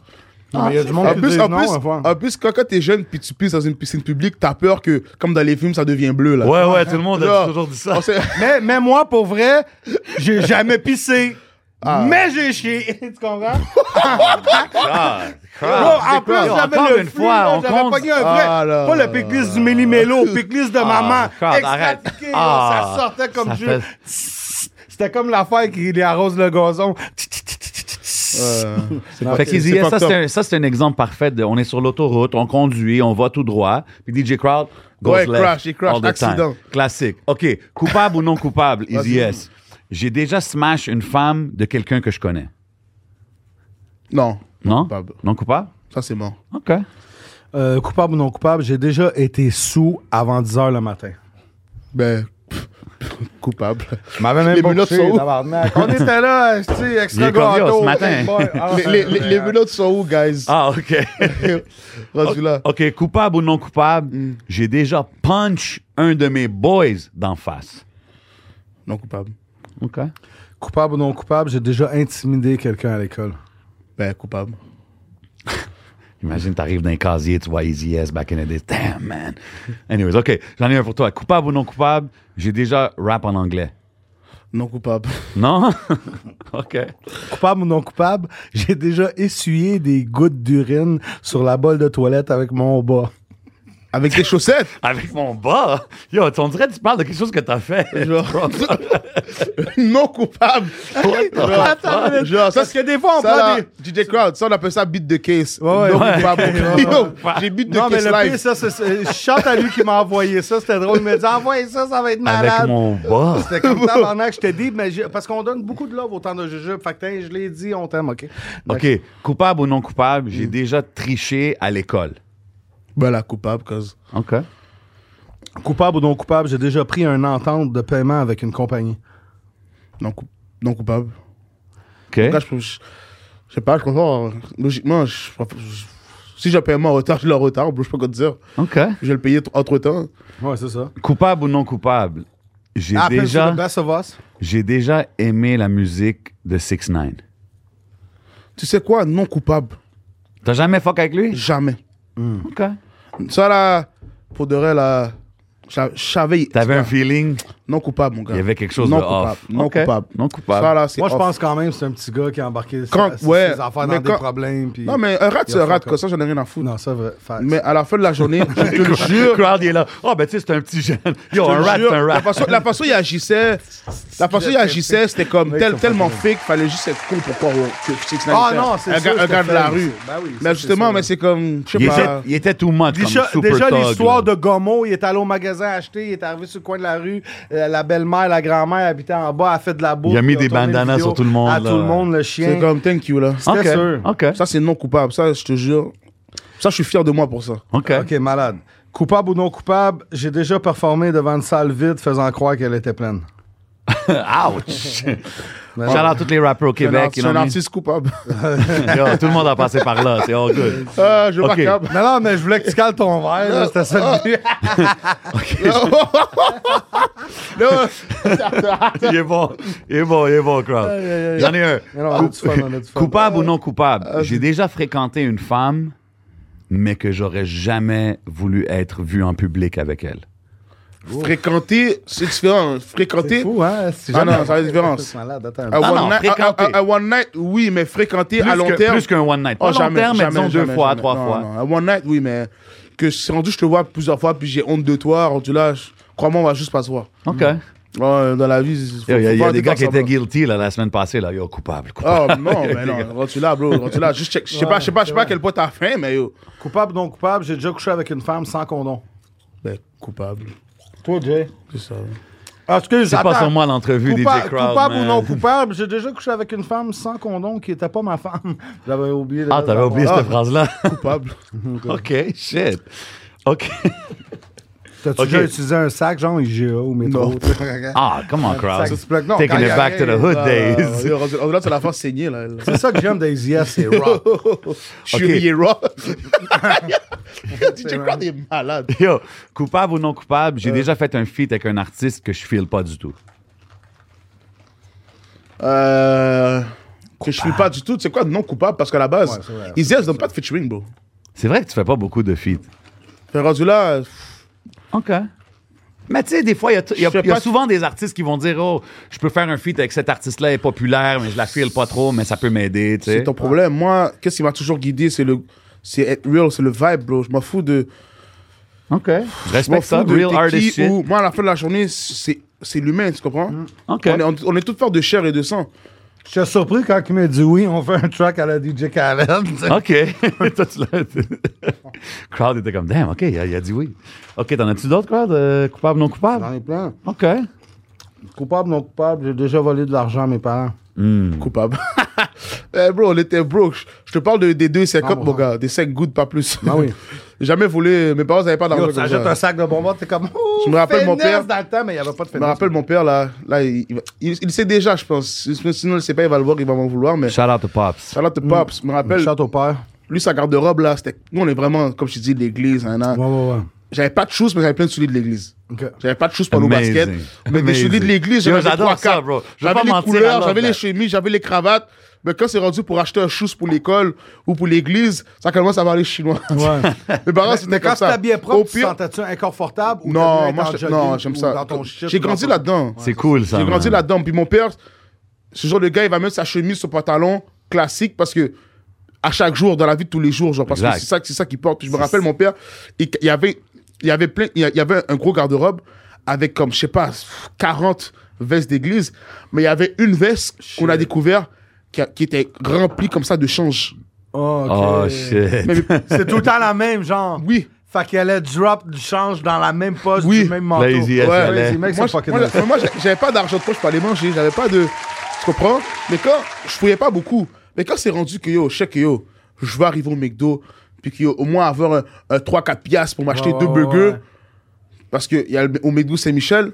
Il y a du monde
Ah, En
qui
plus,
dit
en
non,
plus,
enfin.
en plus, quand, quand t'es jeune puis tu pisses dans une piscine publique, t'as peur que, comme dans les films, ça devient bleu, là.
Ouais, ouais, tout le monde a
Là,
toujours dit ça. (laughs)
on sait-
Mais, mais moi, pour vrai, j'ai jamais pissé. Mais j'ai chié. (laughs) tu comprends?
Ah,
Bro, en plus,
quoi? Encore
j'avais le
une
flux,
fois,
là,
on
j'avais
compte-
pogné un vrai.
Ah, là,
pas
là,
le pic-lisse du méli-mélo, pic-lisse de maman.
God, arrête.
Extrapiqué, là,
Ah,
ça sortait comme
ça
je...
fait-
(laughs) C'était comme l'affaire qui les arrose le gazon.
Euh, c'est pas-
Fait
c'est-
qu'Easy,
c'est pas
ça,
top.
c'est un- ça, c'est un exemple parfait. De, on est sur l'autoroute, on conduit, on va tout droit. Puis DJ Crowd, goes
Ouais,
left
crash, il crash,
all the time.
accident.
Classique. OK, coupable ou non coupable, Easy
Vas-y.
S. j'ai déjà smash une femme de quelqu'un que je connais.
Non.
Non?
coupable.
Non coupable?
Ça, c'est mort.
OK.
Euh, coupable ou non coupable, j'ai déjà été sous avant 10 h le matin.
Ben, (laughs) pff, coupable.
Je m'avais
Les
même pas
menottes
couché,
sont où?
tabarnak. On était là, tu sais, extra
est cordial
gâteau.
ce matin.
boy. Ah,
Les, les, les, les menottes sont où, guys? (laughs)
Ah, Oh. OK.
Rendu là. Mm.
OK, coupable ou non coupable, j'ai déjà punch un de mes boys d'en face.
Non coupable.
OK.
Coupable ou non coupable, j'ai déjà intimidé quelqu'un à l'école.
Ben, coupable.
Imagine, t'arrives dans un casier, tu vois Easy S back in the day. Damn, man. Anyways, OK, j'en ai un pour toi. Coupable ou non coupable, j'ai déjà rap en anglais.
Non coupable.
Non? (laughs) OK.
Coupable ou non coupable, (laughs) j'ai déjà essuyé des gouttes d'urine sur la bolle de toilette avec mon bas.
Avec des chaussettes.
Avec mon bas? Yo, on dirait que tu parles de quelque chose que t'as fait.
(laughs) Genre, non coupable. Genre, genre, ça,
Parce que des fois, on
ça,
prend
là,
des...
DJ Crowd, ça, on appelle ça beat de case.
Ouais,
non
ouais.
coupable. Yo, j'ai beat de
Non, mais
case
le
live.
pire, ça, c'est- c'est... Je chante à lui qui m'a envoyé ça, c'était drôle. Il m'a dit « Envoie ça, ça va être malade.
Avec mon bas.
(laughs) C'était comme ça pendant que je t'ai dit, mais j'ai- parce qu'on donne beaucoup de love au temps de jujube. Fait que t'in, je l'ai dit, on t'aime, OK?
OK, coupable ou non coupable, j'ai déjà triché à l'école.
Ben, la coupable, cause.
OK.
Coupable ou non coupable, j'ai déjà pris un entente de paiement avec une compagnie.
Non, coup- non coupable.
OK.
Là, je, je- je sais pas, je comprends. hein. Logiquement, je, je- si j'ai un paiement en retard, je le retard, bro, je peux pas quoi te dire.
OK.
Je vais le payer entre temps.
Ouais, c'est ça.
Coupable ou non coupable, j'ai
Ah,
Appelle Ah, sur
déjà,
The Best of Us.
j'ai déjà aimé la musique de 6 9
Tu sais quoi? Non coupable.
T'as jamais fuck avec lui?
Jamais.
OK.
Ça, là, pour de vrai, là, je la- je savais.
T'avais un feeling?
Non coupable, mon gars.
Il y avait quelque chose
non
de
coupable.
off.
Non
Ok.
coupable.
Non coupable.
Ça, là, c'est
Moi, je
off.
pense quand même que c'est un petit gars qui a embarqué
Ah, Quand-
sa- ses,
ouais,
affaires
mais
dans des
quand-
problèmes. puis-
Non, mais un rat, c'est
Il a
un rat.
fait
Comme ça, j'en ai rien à foutre.
Non, ça, vrai. facts.
Mais à la fin de la journée, je
(laughs)
te le (laughs) jure.
crowd il est là. Oh, ben tu sais, c'est un petit jeune. Yo,
Je
un
te
rat,
jure,
c'est un
La
rat.
façon, la façon il agissait, la façon il agissait, c'était comme tel- tellement fake, fallait juste être con pour pas que Six Nine
Ah
était
non, c'est
un,
sûr,
gars- un
c'était
gars de la
fake,
rue.
c'est- ben oui, ça,
mais
c'est
justement,
sûr.
mais c'est comme, je sais
Il
pas.
était, il était too much
Déjà,
comme super
déjà
thug,
l'histoire
là.
de Gomo, il est allé au magasin acheter, il est arrivé sur le coin de la rue, euh, la belle-mère, la grand-mère habitait en bas, a fait de la bouffe.
Il a mis
puis
des
tourné une
bandanas
vidéo
sur tout le monde,
À
là.
tout le monde, le chien.
C'est comme thank you là.
OK.
C'était sûr.
OK.
Ça c'est non coupable, ça je te jure. Ça je suis fier de moi pour ça.
OK.
OK, malade. Coupable ou non coupable, j'ai déjà performé devant une salle vide faisant croire qu'elle était pleine.
Ouch. (laughs) Shout out tous les rappers au
Je suis un
Québec.
art-
you
je suis
know
un
what I
artiste coupable.
mean? Yo, tout le monde a passé par là. C'est all good.
Ah, je
OK.
m'accable.
Non, non, mais je voulais que tu cales ton verre, là, c'était ça le but.
Là,
il est bon. Il est bon, il est bon, crowd. J'en ai un.
Mais non, on a du fun, on a du fun.
Coupable ou non coupable, j'ai déjà fréquenté une femme, mais que j'aurais jamais voulu être vu en public avec elle.
Oh. Fréquenter, c'est différent.
C'est
Fréquenter.
fou, hein? si
Ah
jamais-
non, ça a une différence.
Malade, attends.
À
Ah Non,
one,
non,
night, à- à-
fréquenter.
à one night, oui, mais fréquenter
Plus
à long
que-
terme.
plus qu'un one night. Pas
Oh,
long terme, mais disons deux fois, trois
Non,
fois.
non. Un One night, oui, mais que si rendu, je te vois plusieurs fois, puis j'ai honte de toi, rendu là, je- crois-moi, on va juste pas se voir.
OK.
Oh, dans la vie, il
Il y a, y a des gars qui étaient guilty là, la semaine passée. Là. Yo, coupable, coupable. (laughs)
Oh non, mais non, rendu là, bro, rendu là, juste check. Je sais pas, je sais pas, je sais pas à quel point t'as faim, mais yo.
Coupable ou non coupable, j'ai déjà couché avec une femme sans condom.
Ben, coupable,
Toi, Jay.
c'est ça.
Ah, excuse,
C'est pas
attends.
sur moi l'entrevue des
Coupa-
Crowd.
coupable
man.
ou non coupable, j'ai déjà couché avec une femme sans condom qui n'était pas ma femme. (laughs) J'avais oublié. de
Ah,
mettre
t'avais
dans
oublié
mon-
cette phrase-là. (laughs)
Coupable.
OK, shit. OK.
T'as-tu
Ok.
déjà utilisé un sac, genre IGA ou (laughs) métro?
Non.
tu sais?
Ah, come on, Crowd.
Ça se plaque- non,
Taking
quand
it
il
back to the hood
Là,
days.
Ah, yo, Rendu rendu là, tu la faire saigner, là. là.
C'est ça que j'aime des IS, c'est
(laughs)
rock.
Je suis lié (laughs) raw. DJ Crowd est malade.
(laughs) Yo, coupable ou non coupable, j'ai déjà fait un feat avec un artiste que je file pas du tout.
Euh, que je suis pas du tout. C'est quoi non coupable Parce qu'à la base, ils disent, donne pas de featuring, bro.
C'est vrai que tu fais pas beaucoup de feats.
Fait rendu là,
OK. Mais tu sais, des fois, il y a, t- il y a-
Je fais
il y a
pas-
souvent des artistes qui vont dire Oh, je peux faire un feat avec cet artiste-là, il est populaire, mais je la file pas trop, mais ça peut m'aider. tu sais.
c'est ton problème. Moi, qu'est-ce qui m'a toujours guidé C'est le. C'est être real, c'est le vibe, bro. Je m'en fous de.
OK. Je
Je m'en
respecte ça.
fous de
Real
t'es qui
artist shit.
ou- Moi, à la fin de la journée, c'est c'est l'humain, tu comprends
OK.
on, est, on, est tous forts de chair et de sang.
Je suis surpris quand il m'a dit oui, on fait un track à la DJ Khaled. tu sais.
OK. (laughs) Toi, tu l'as- crowd était comme Damn, OK, il a, il a dit oui. OK, t'en as-tu d'autres, Crowd euh, Coupable, non coupable
J'en ai plein.
OK.
Coupable, non coupable, j'ai déjà volé de l'argent à mes parents.
Coupable. (laughs) Eh, bro, on était broke. Je te parle de- des 2,50, mon gars. Des 5 gouttes, pas plus.
Ah (laughs)
(laughs)
oui.
Jamais volé. Mes parents n'avaient pas d'argent.
Yo, tu
comme
achètes
ça.
un sac de bonbons, t'es comme. Oh,
Je me rappelle mon
finesse
père-
dans le temps, mais il n'y avait pas de
Je me
finesse.
rappelle mon père, là. là il, il va- il- il sait déjà, je pense. Sinon, il ne sait pas, il va le voir, il va m'en vouloir. Mais.
Shout out to Pops.
Shout out to Pops. Je me rappelle,
Shout au père.
lui, sa garde-robe, là, c'était. Nous, on est vraiment, comme je te dis, l'église. Hein, là.
Ouais, ouais, ouais.
J'avais pas de choses, mais j'avais plein de souliers de l'église.
Ok.
J'avais pas de choses pour nos
Amazing.
baskets. Mais des
Amazing.
souliers de l'église, j'avais
Yo, j'adore
trois,
ça,
quatre.
bro. Je vais
J'avais
pas
les
mentir, I
couleurs,
love
j'avais
that.
les chemises, j'avais les cravates. Mais quand c'est rendu pour acheter un shoes pour l'école ou pour l'église, ça commence à parler chinois. (laughs) Mes parents, c'était
Mais
comme
quand
ça.
t'as bien
Au
propre, tu
pire,
sentais-tu inconfortable ou
non,
t'as bien
moi,
été en
je-
jogging
non, j'aime
ou
ça.
dans ton shit,
J'ai
ou dans
grandi
ton-
là-dedans.
C'est cool, ça.
J'ai grandi
man.
là-dedans. Puis mon père, ce genre de gars, il va mettre sa chemise, son pantalon classique parce que à chaque jour, dans la vie de tous les jours, genre, parce
Exact.
que c'est ça, c'est ça qu'il porte. Je me rappelle, mon père, il, il y avait, il y avait plein, il y a- il y avait un gros garde-robe avec comme, je sais pas, 40 vestes d'église, mais il y avait une veste qu'on a découvert qui, a- qui était remplie comme ça de change.
Oh,
Oh,
ok.
shit.
C'est tout le temps la même, genre.
Oui.
Fait qu'elle allait drop du change dans la même poche
Oui.
du même manteau.
Lazy ass, elle est-
les mecs,
moi,
c'est
je-
fucking
moi,
nice.
j'a- moi, j'a- j'avais pas d'argent de poche pour aller manger, j'avais pas de. Tu comprends? Mais quand je fouillais pas beaucoup, mais quand c'est rendu que yo, je sais que yo, je vais arriver au McDo, puis que yo, au moins avoir un, un 3-4 piastres pour m'acheter
Ouais,
deux
ouais,
burgers,
ouais.
parce qu'il y a le- au McDo Saint-Michel, tu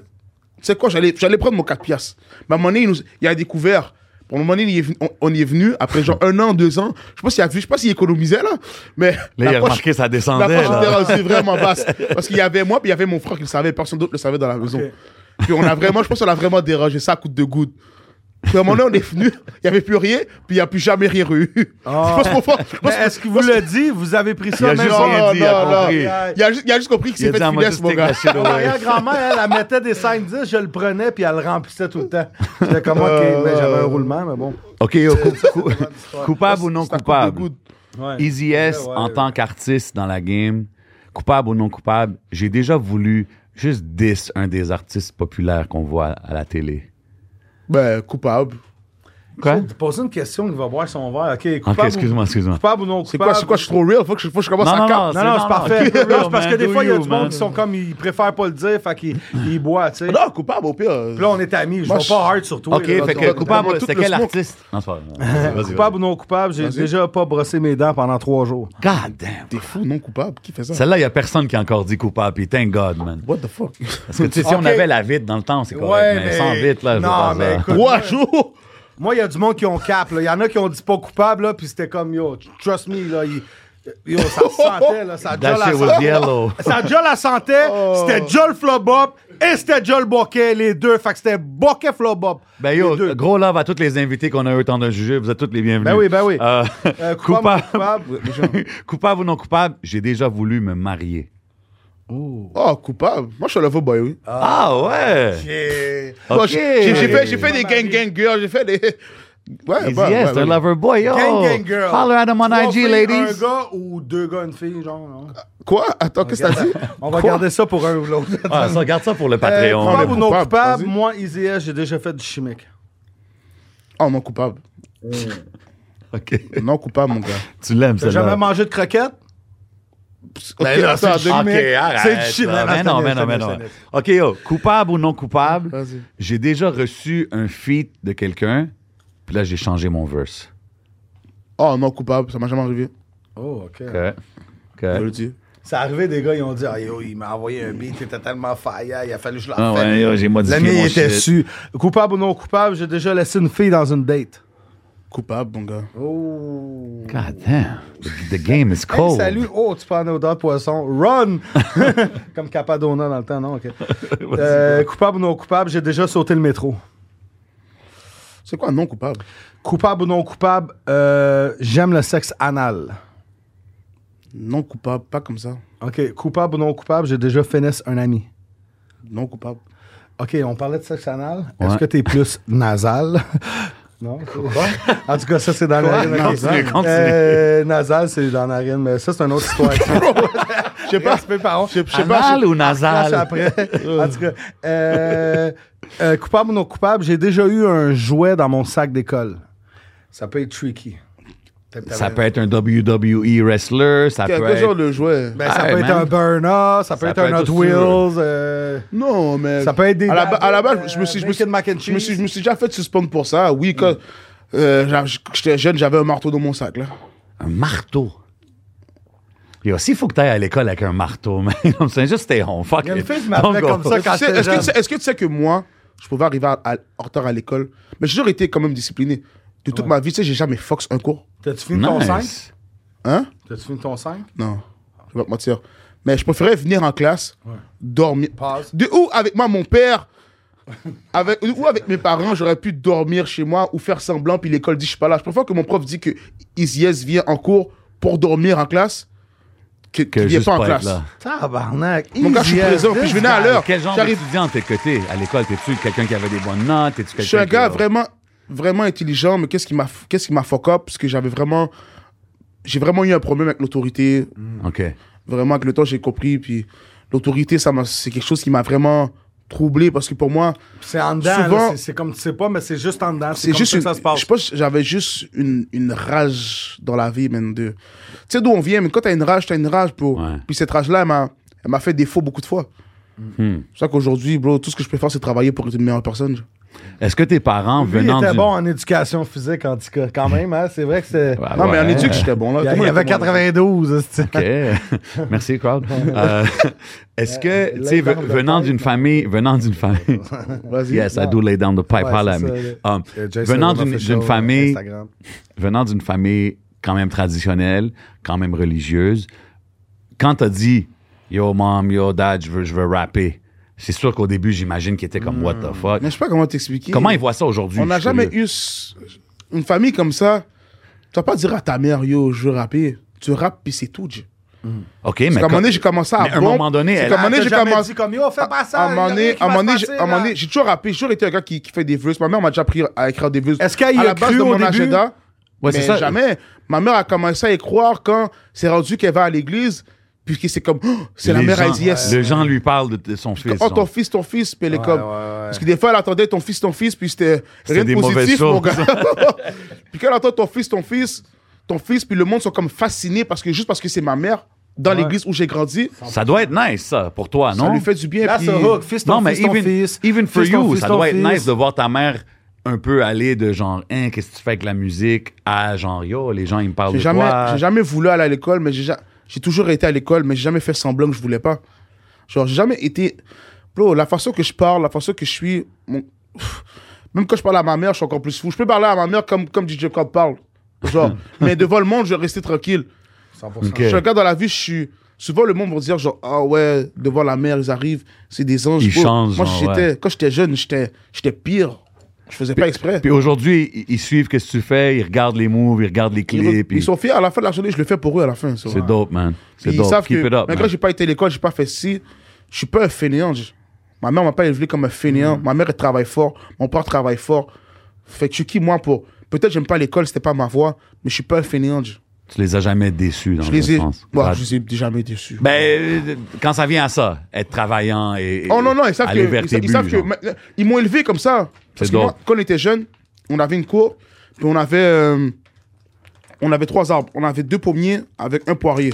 sais quoi, j'allais j'allais prendre mon 4 piastres. Mais à un moment donné, il, nous- il a découvert. Pour un moment donné, il est venu- on, on y est venu, après genre un an, deux ans, je pense qu'il a vu, je sais pas s'il économisait là, mais.
Là, il
la
a
poche-
remarqué, ça
la
descendait.
poche était
là.
rendue vraiment basse. Parce qu'il y avait moi, puis il y avait mon frère qui le savait, personne d'autre le savait dans la maison. Puis on a vraiment, je pense qu'on a vraiment dérangé ça à coup de gouttes. Puis à un moment donné, on est venu, il n'y avait plus rien, puis il n'y a plus jamais rien eu. Je pense qu'on frère. je pense
Ah. Mais
que-
est-ce que vous le dit? Vous avez pris
Il
ça
a
même
juste
pas?
Non, non,
rien dit, il a
non, non.
compris.
Il a, ju- il a juste compris qu'il
Il a
s'est fait
dit en mode
finesse, mon
stick
gars.
that shit
Mon
(laughs)
away.
arrière-grand-mère, elle, elle mettait des 5-10, je le prenais, puis elle le remplissait tout le temps. J'étais comme, OK,
Euh,
ben, j'avais un roulement, mais bon.
OK, yo, coup- coup- coupable ou non
C'est à coup de
coupable?
gouttes.
Easy S,
Ouais, ouais,
en
ouais.
tant qu'artiste dans la game, coupable ou non coupable, j'ai déjà voulu juste 10 un des artistes populaires qu'on voit à la télé.
Ben, coupable.
Quoi?
Tu poses une question, il va boire son verre. OK,
OK,
coupable, ou...
excuse-moi, excuse-moi.
coupable ou non
C'est quoi,
coupable?
c'est quoi, je suis trop real, faut que je, faut que je commence
Non,
à
non,
cap-
Non, non, c'est parfait.
Keep it
Non,
real,
c'est parce que
man.
des
Do
fois, il y a
you,
du monde
man.
qui sont comme, ils préfèrent pas le dire, fait qu'ils ils boivent, tu sais.
Non, coupable, au pire. euh,
Puis là, on est amis, je
Moi,
vais
je-
pas hard sur toi.
OK,
là.
fait
on va
que
tout le
coupable, c'est quel
smoke.
artiste? Non, c'est pas vrai. (laughs) Vas-y, vas-y.
Coupable ou non coupable, j'ai déjà pas brossé mes dents pendant trois jours.
God damn.
T'es fou, non coupable, qui fait ça?
Celle-là, il n'y a personne qui a encore dit coupable, puis thank God, man.
What the fuck?
Parce que, tu sais, si
Ok.
on avait la vite dans le temps, c'est correct,
Ouais,
mais,
mais-
sans vite, là, je
Non,
veux
mais
pas ça.
écoute-
Trois jours!
Moi, il y a du monde qui ont cap. là. Il y en a qui ont dit pas coupable, là, puis c'était comme, yo, trust me, là, il- yo, ça se sentait, là, ça a déjà
That
la
shit was yellow.
Ça a déjà la santé, c'était déjà le flop-up et c'était déjà le bokeh, les deux. Fait que c'était bokeh flop-up.
Ben
les
yo,
deux.
gros love à tous les invités qu'on a eu le temps de juger. Vous êtes tous les bienvenus.
Ben oui, ben oui.
Euh,
Euh, coupable,
coupable,
coupable.
(laughs) coupable ou non coupable, j'ai déjà voulu me marier.
Oh, coupable. Moi, je suis le faux boy, oui.
Ah, ouais!
Moi,
Ok.
J'ai j'ai fait, j'ai fait des gang gang girls, j'ai fait des. Ouais,
Easy
bah,
yes,
ouais,
the
ouais.
lover boy, yo!
Gang, gang, girl.
Oh. Holler at him on
Trois
IG,
filles,
ladies!
Un gars ou deux gars, une fille, genre. non?
Quoi Attends, qu'est-ce que t'as dit
On va garder ça pour un ou l'autre.
Ah, ça, garde ça pour le
Euh,
Patreon.
coupable ou non
coupable,
coupable,
vas-y.
moi, Easy S, j'ai déjà fait du chimique.
Oh, non coupable.
OK.
Non coupable,
(laughs)
mon gars.
Tu l'aimes,
T'as
celle-là.
jamais mangé de croquettes? Bah,
Eh,
Ok, attends,
du
attends,
chimique.
C'est
C'est
du
du
chimique.
Mais non, mais non, mais non. OK, yo, coupable ou non coupable,
Vas-y.
j'ai déjà reçu un feat de quelqu'un, puis là, j'ai changé mon verse.
Oh, non coupable, ça m'a jamais arrivé.
Oh, OK.
OK. OK.
Je le dis.
C'est arrivé, des gars, ils ont dit, ah, yo, il m'a envoyé un beat, t'étais tellement fire, il a fallu que je l'en
Ah
fasse.
ouais, yo, j'ai modifié
La mienne
mon
il était
shit.
su. Coupable ou non coupable, j'ai déjà laissé une fille dans une date.
Coupable, mon gars.
Oh.
God damn. The, the game is
Hey,
cold.
salut. Oh, tu prends un odeur de poisson.
(laughs)
Run! (laughs) Comme Capadona dans le temps, non? OK. Euh, coupable ou non coupable, j'ai déjà sauté le métro.
C'est quoi non coupable
Coupable ou non coupable, euh, j'aime le sexe anal.
Non coupable, pas comme ça.
OK. Coupable ou non coupable, j'ai déjà finesse un ami.
Non coupable.
Ah, OK, on parlait de sexe anal. Est-ce
Ouais.
que t'es plus nasal? (laughs) non? En tout cas, ça, c'est dans la narine.
Non,
ok.
continue, continue.
Euh, nasal, c'est dans la narine, mais ça, c'est une autre histoire.
Je sais pas.
Respect, pardon.
Je je sais pas.
Anal ou
Crache
nasal?
après. en tout cas, euh, euh, coupable ou non coupable, j'ai déjà eu un jouet dans mon sac d'école. Ça peut être tricky.
je-
Ça peut être un WWE wrestler, ça
Quel
peut
quel
être...
genre de jouet?
Ben, ça
Hey,
peut être
man.
un Burner, ça peut
Ça
être
peut
un
être
Hot
sûr.
Wheels. euh,
Non, mais.
Ça peut être des
À la, ba- à la
nuggets,
base, je me suis, je
euh,
me suis,
bacon, mac and
je me suis,
cheese.
je me suis déjà fait suspendre pour ça. Oui, quand euh, j'a- j'étais jeune, j'avais un marteau dans mon sac, là.
Un marteau. Yo, s'il faut que t'ailles à l'école avec un marteau, (laughs) man, comme ça, juste stay home, fuck
Il y a une
it.
fille qui
Don't
m'appelait
go.
comme ça
Est-ce que
quand
tu sais-
j'étais
Est-ce que, tu
jeune.
sais- est-ce que tu sais que moi, je pouvais arriver à- à- en retard à l'école, mais j'ai toujours été quand même discipliné. De toute ma vie, tu sais, j'ai jamais fox un cours.
T'as-tu fini ton 5?
Nice.
Hein?
T'as-tu fini ton 5?
Non, je vais pas te mentir. Mais je préférais venir en classe, dormir.
Pause.
De où avec moi, mon père, avec, ou avec mes parents, j'aurais pu dormir chez moi ou faire semblant, puis l'école dit je suis pas là. Je préfère que mon prof dit que Isiès vient en cours pour dormir en classe que,
Que
qu'il vient
juste
pas en
pas être
classe.
là.
Tabarnak.
Mon gars, je suis
easy as
présent,
this.
puis je venais à l'heure.
Quel genre
J'arrive-
d'étudiant t'es coté à l'école? T'es-tu quelqu'un qui avait des bonnes notes? T'es-tu quelqu'un
Je suis un
qui-
gars vraiment, vraiment intelligent, mais qu'est-ce qui m'a, qu'est-ce qui m'a fuck up, parce que j'avais vraiment, j'ai vraiment eu un problème avec l'autorité.
OK.
Vraiment, avec le temps, j'ai compris, puis l'autorité, ça m'a, c'est quelque chose qui m'a vraiment troublé, parce que pour moi,
C'est en dedans, là,
Souvent-
c'est- c'est comme tu sais pas, mais c'est juste en dedans.
c'est juste
ça
une,
que ça se passe.
je pense que j'avais juste une, une rage dans la vie man, de tu sais d'où on vient mais quand t'as une rage t'as une rage bro
Ouais.
puis cette rage là elle m'a elle m'a fait défaut beaucoup de fois
Hmm.
c'est pour ça qu'aujourd'hui bro tout ce que je peux faire c'est travailler pour être une meilleure personne
Est-ce que tes parents,
Lui, il
venant
était
du...
bon en éducation physique, en tout cas, quand même. Hein, c'est vrai que c'est...
Ouais,
non mais en
ouais.
éduque j'étais bon
Il
là
y
Tout
a-
le
il
monde
y avait
était bon, là.
92. tu sais.
OK. (laughs) Merci,
(laughs)
crowd. Euh, Est-ce que, tu sais,
Euh, lay down
ve-
the
venant
pipe.
d'une famille... Venant d'une
(laughs)
famille...
Vas-y.
yes, I do lay down the pipe.
Ouais,
Holla
c'est
at me.
ça, le-
Um,
Euh, Jason
venant
Roman
d'une
Official,
d'une famille...
Instagram.
venant d'une famille quand même traditionnelle, quand même religieuse, quand t'as dit Yo, mom, yo, dad, je veux, je veux rapper, c'est sûr qu'au début, j'imagine qu'il était comme What the fuck.
Hmm. mais je sais pas comment t'expliquer
Comment ils voient ça aujourd'hui?
on n'a
Je suis
jamais
curieux.
eu ce- une famille comme ça tu vas pas dire à ta mère yo je veux rapper tu rappes puis c'est tout Dieu.
OK,
Parce
mais.
qu'à un
quand-
moment donné j'ai commencé à
mais à un
bombe.
moment donné,
C'est
elle-
qu'à un moment donné,
T'as
j'ai
jamais
commencé
dit comme, yo, fais pas ça.
À un moment
y a rien
donné,
qui
à un
va
moment
se
donné, j'ai-
passer,
à un moment
là.
donné, j'ai toujours rappé, j'ai toujours été un gars qui, qui fait des verses. Ma mère m'a déjà appris à écrire des verses.
Est-ce qu'elle y
À
a
la base
cru
de
au
mon
début?
agenda,
Ouais,
mais
c'est ça.
jamais. Ma mère a commencé à y croire quand c'est rendu qu'elle va à l'église, puis que c'est comme, Oh, c'est la
les
mère à
gens-
ISIS.
Les gens lui parlent de, de son fils.
Oh,
son-
ton fils, ton fils, puis elle est comme.
ouais, ouais.
Parce que des fois, elle entendait ton fils, ton fils, puis c'était
C'était
rien de
des mauvaises
positif, mon
choses.
gars.
(laughs)
puis quand elle entend ton fils, ton fils, ton fils, puis le monde sont comme fascinés parce que juste parce que c'est ma mère dans l'église où j'ai grandi,
Ça doit être nice, ça, pour toi,
ça
Ah non?
lui fait du bien.
That's
puis-
a hook. Fils ton
non, mais
fils, ton
even,
fils.
even for
Fils ton
you,
fils,
ça
ton
doit être
fils.
nice de voir ta mère un peu aller de genre, hein, qu'est-ce que tu fais avec la musique à genre, yo, les gens, ils me parlent de
J'ai jamais,
toi.
j'ai jamais voulu aller à l'école, mais j'ai ja- j'ai toujours été à l'école, mais j'ai jamais fait semblant que je voulais pas. Genre, j'ai jamais été. Bro, la façon que je parle, la façon que je suis. mon- (sighs) Pff, Même quand je parle à ma mère, je suis encore plus fou. Je peux parler à ma mère comme, comme DJ Cobb parle. Genre,
(laughs)
mais devant le monde, je vais rester tranquille.
Ok.
Je regarde dans la vie, je suis. Souvent, le monde va dire genre, ah ouais, devant la mer, ils arrivent, c'est des anges.
Ils
Bro,
changent,
Moi,
genre,
j'étais, quand j'étais jeune, j'étais, j'étais pire. Je faisais pas exprès.
Puis aujourd'hui, ils- ils suivent ce que tu fais, ils regardent les moves, ils regardent les
Ils,
clips. puis
ils sont fiers à la fin de la journée, je le fais pour eux à la fin. so.
C'est dope, man. C'est
Puis
dope.
ils savent
Keep
que,
it up,
même
man.
quand j'ai pas été à l'école, j'ai pas fait ci, je suis pas un fainéant. je- Ma mère m'a pas élevé comme un fainéant.
Mm.
Ma mère, elle travaille fort. Mon père travaille fort. Fait que je suis qui, moi, pour. Peut-être j'aime pas l'école, c'était pas ma voie, mais je suis pas un fainéant. Je,
Tu les as jamais déçus, dans
je
le
les ai.
sens. Bah,
Moi,
Brad.
je les ai jamais déçus.
Ben, euh, quand ça vient à ça, être travaillant et. et
oh non, non, ils savent que.
aller vers
Ils, sa-
tes
ils savent
buts,
que
genre.
maintenant- ils m'ont élevé comme ça. Parce que
drôle.
moi, quand on était jeunes, on avait une cour, puis on avait. euh, on avait trois arbres. On avait deux pommiers avec un poirier.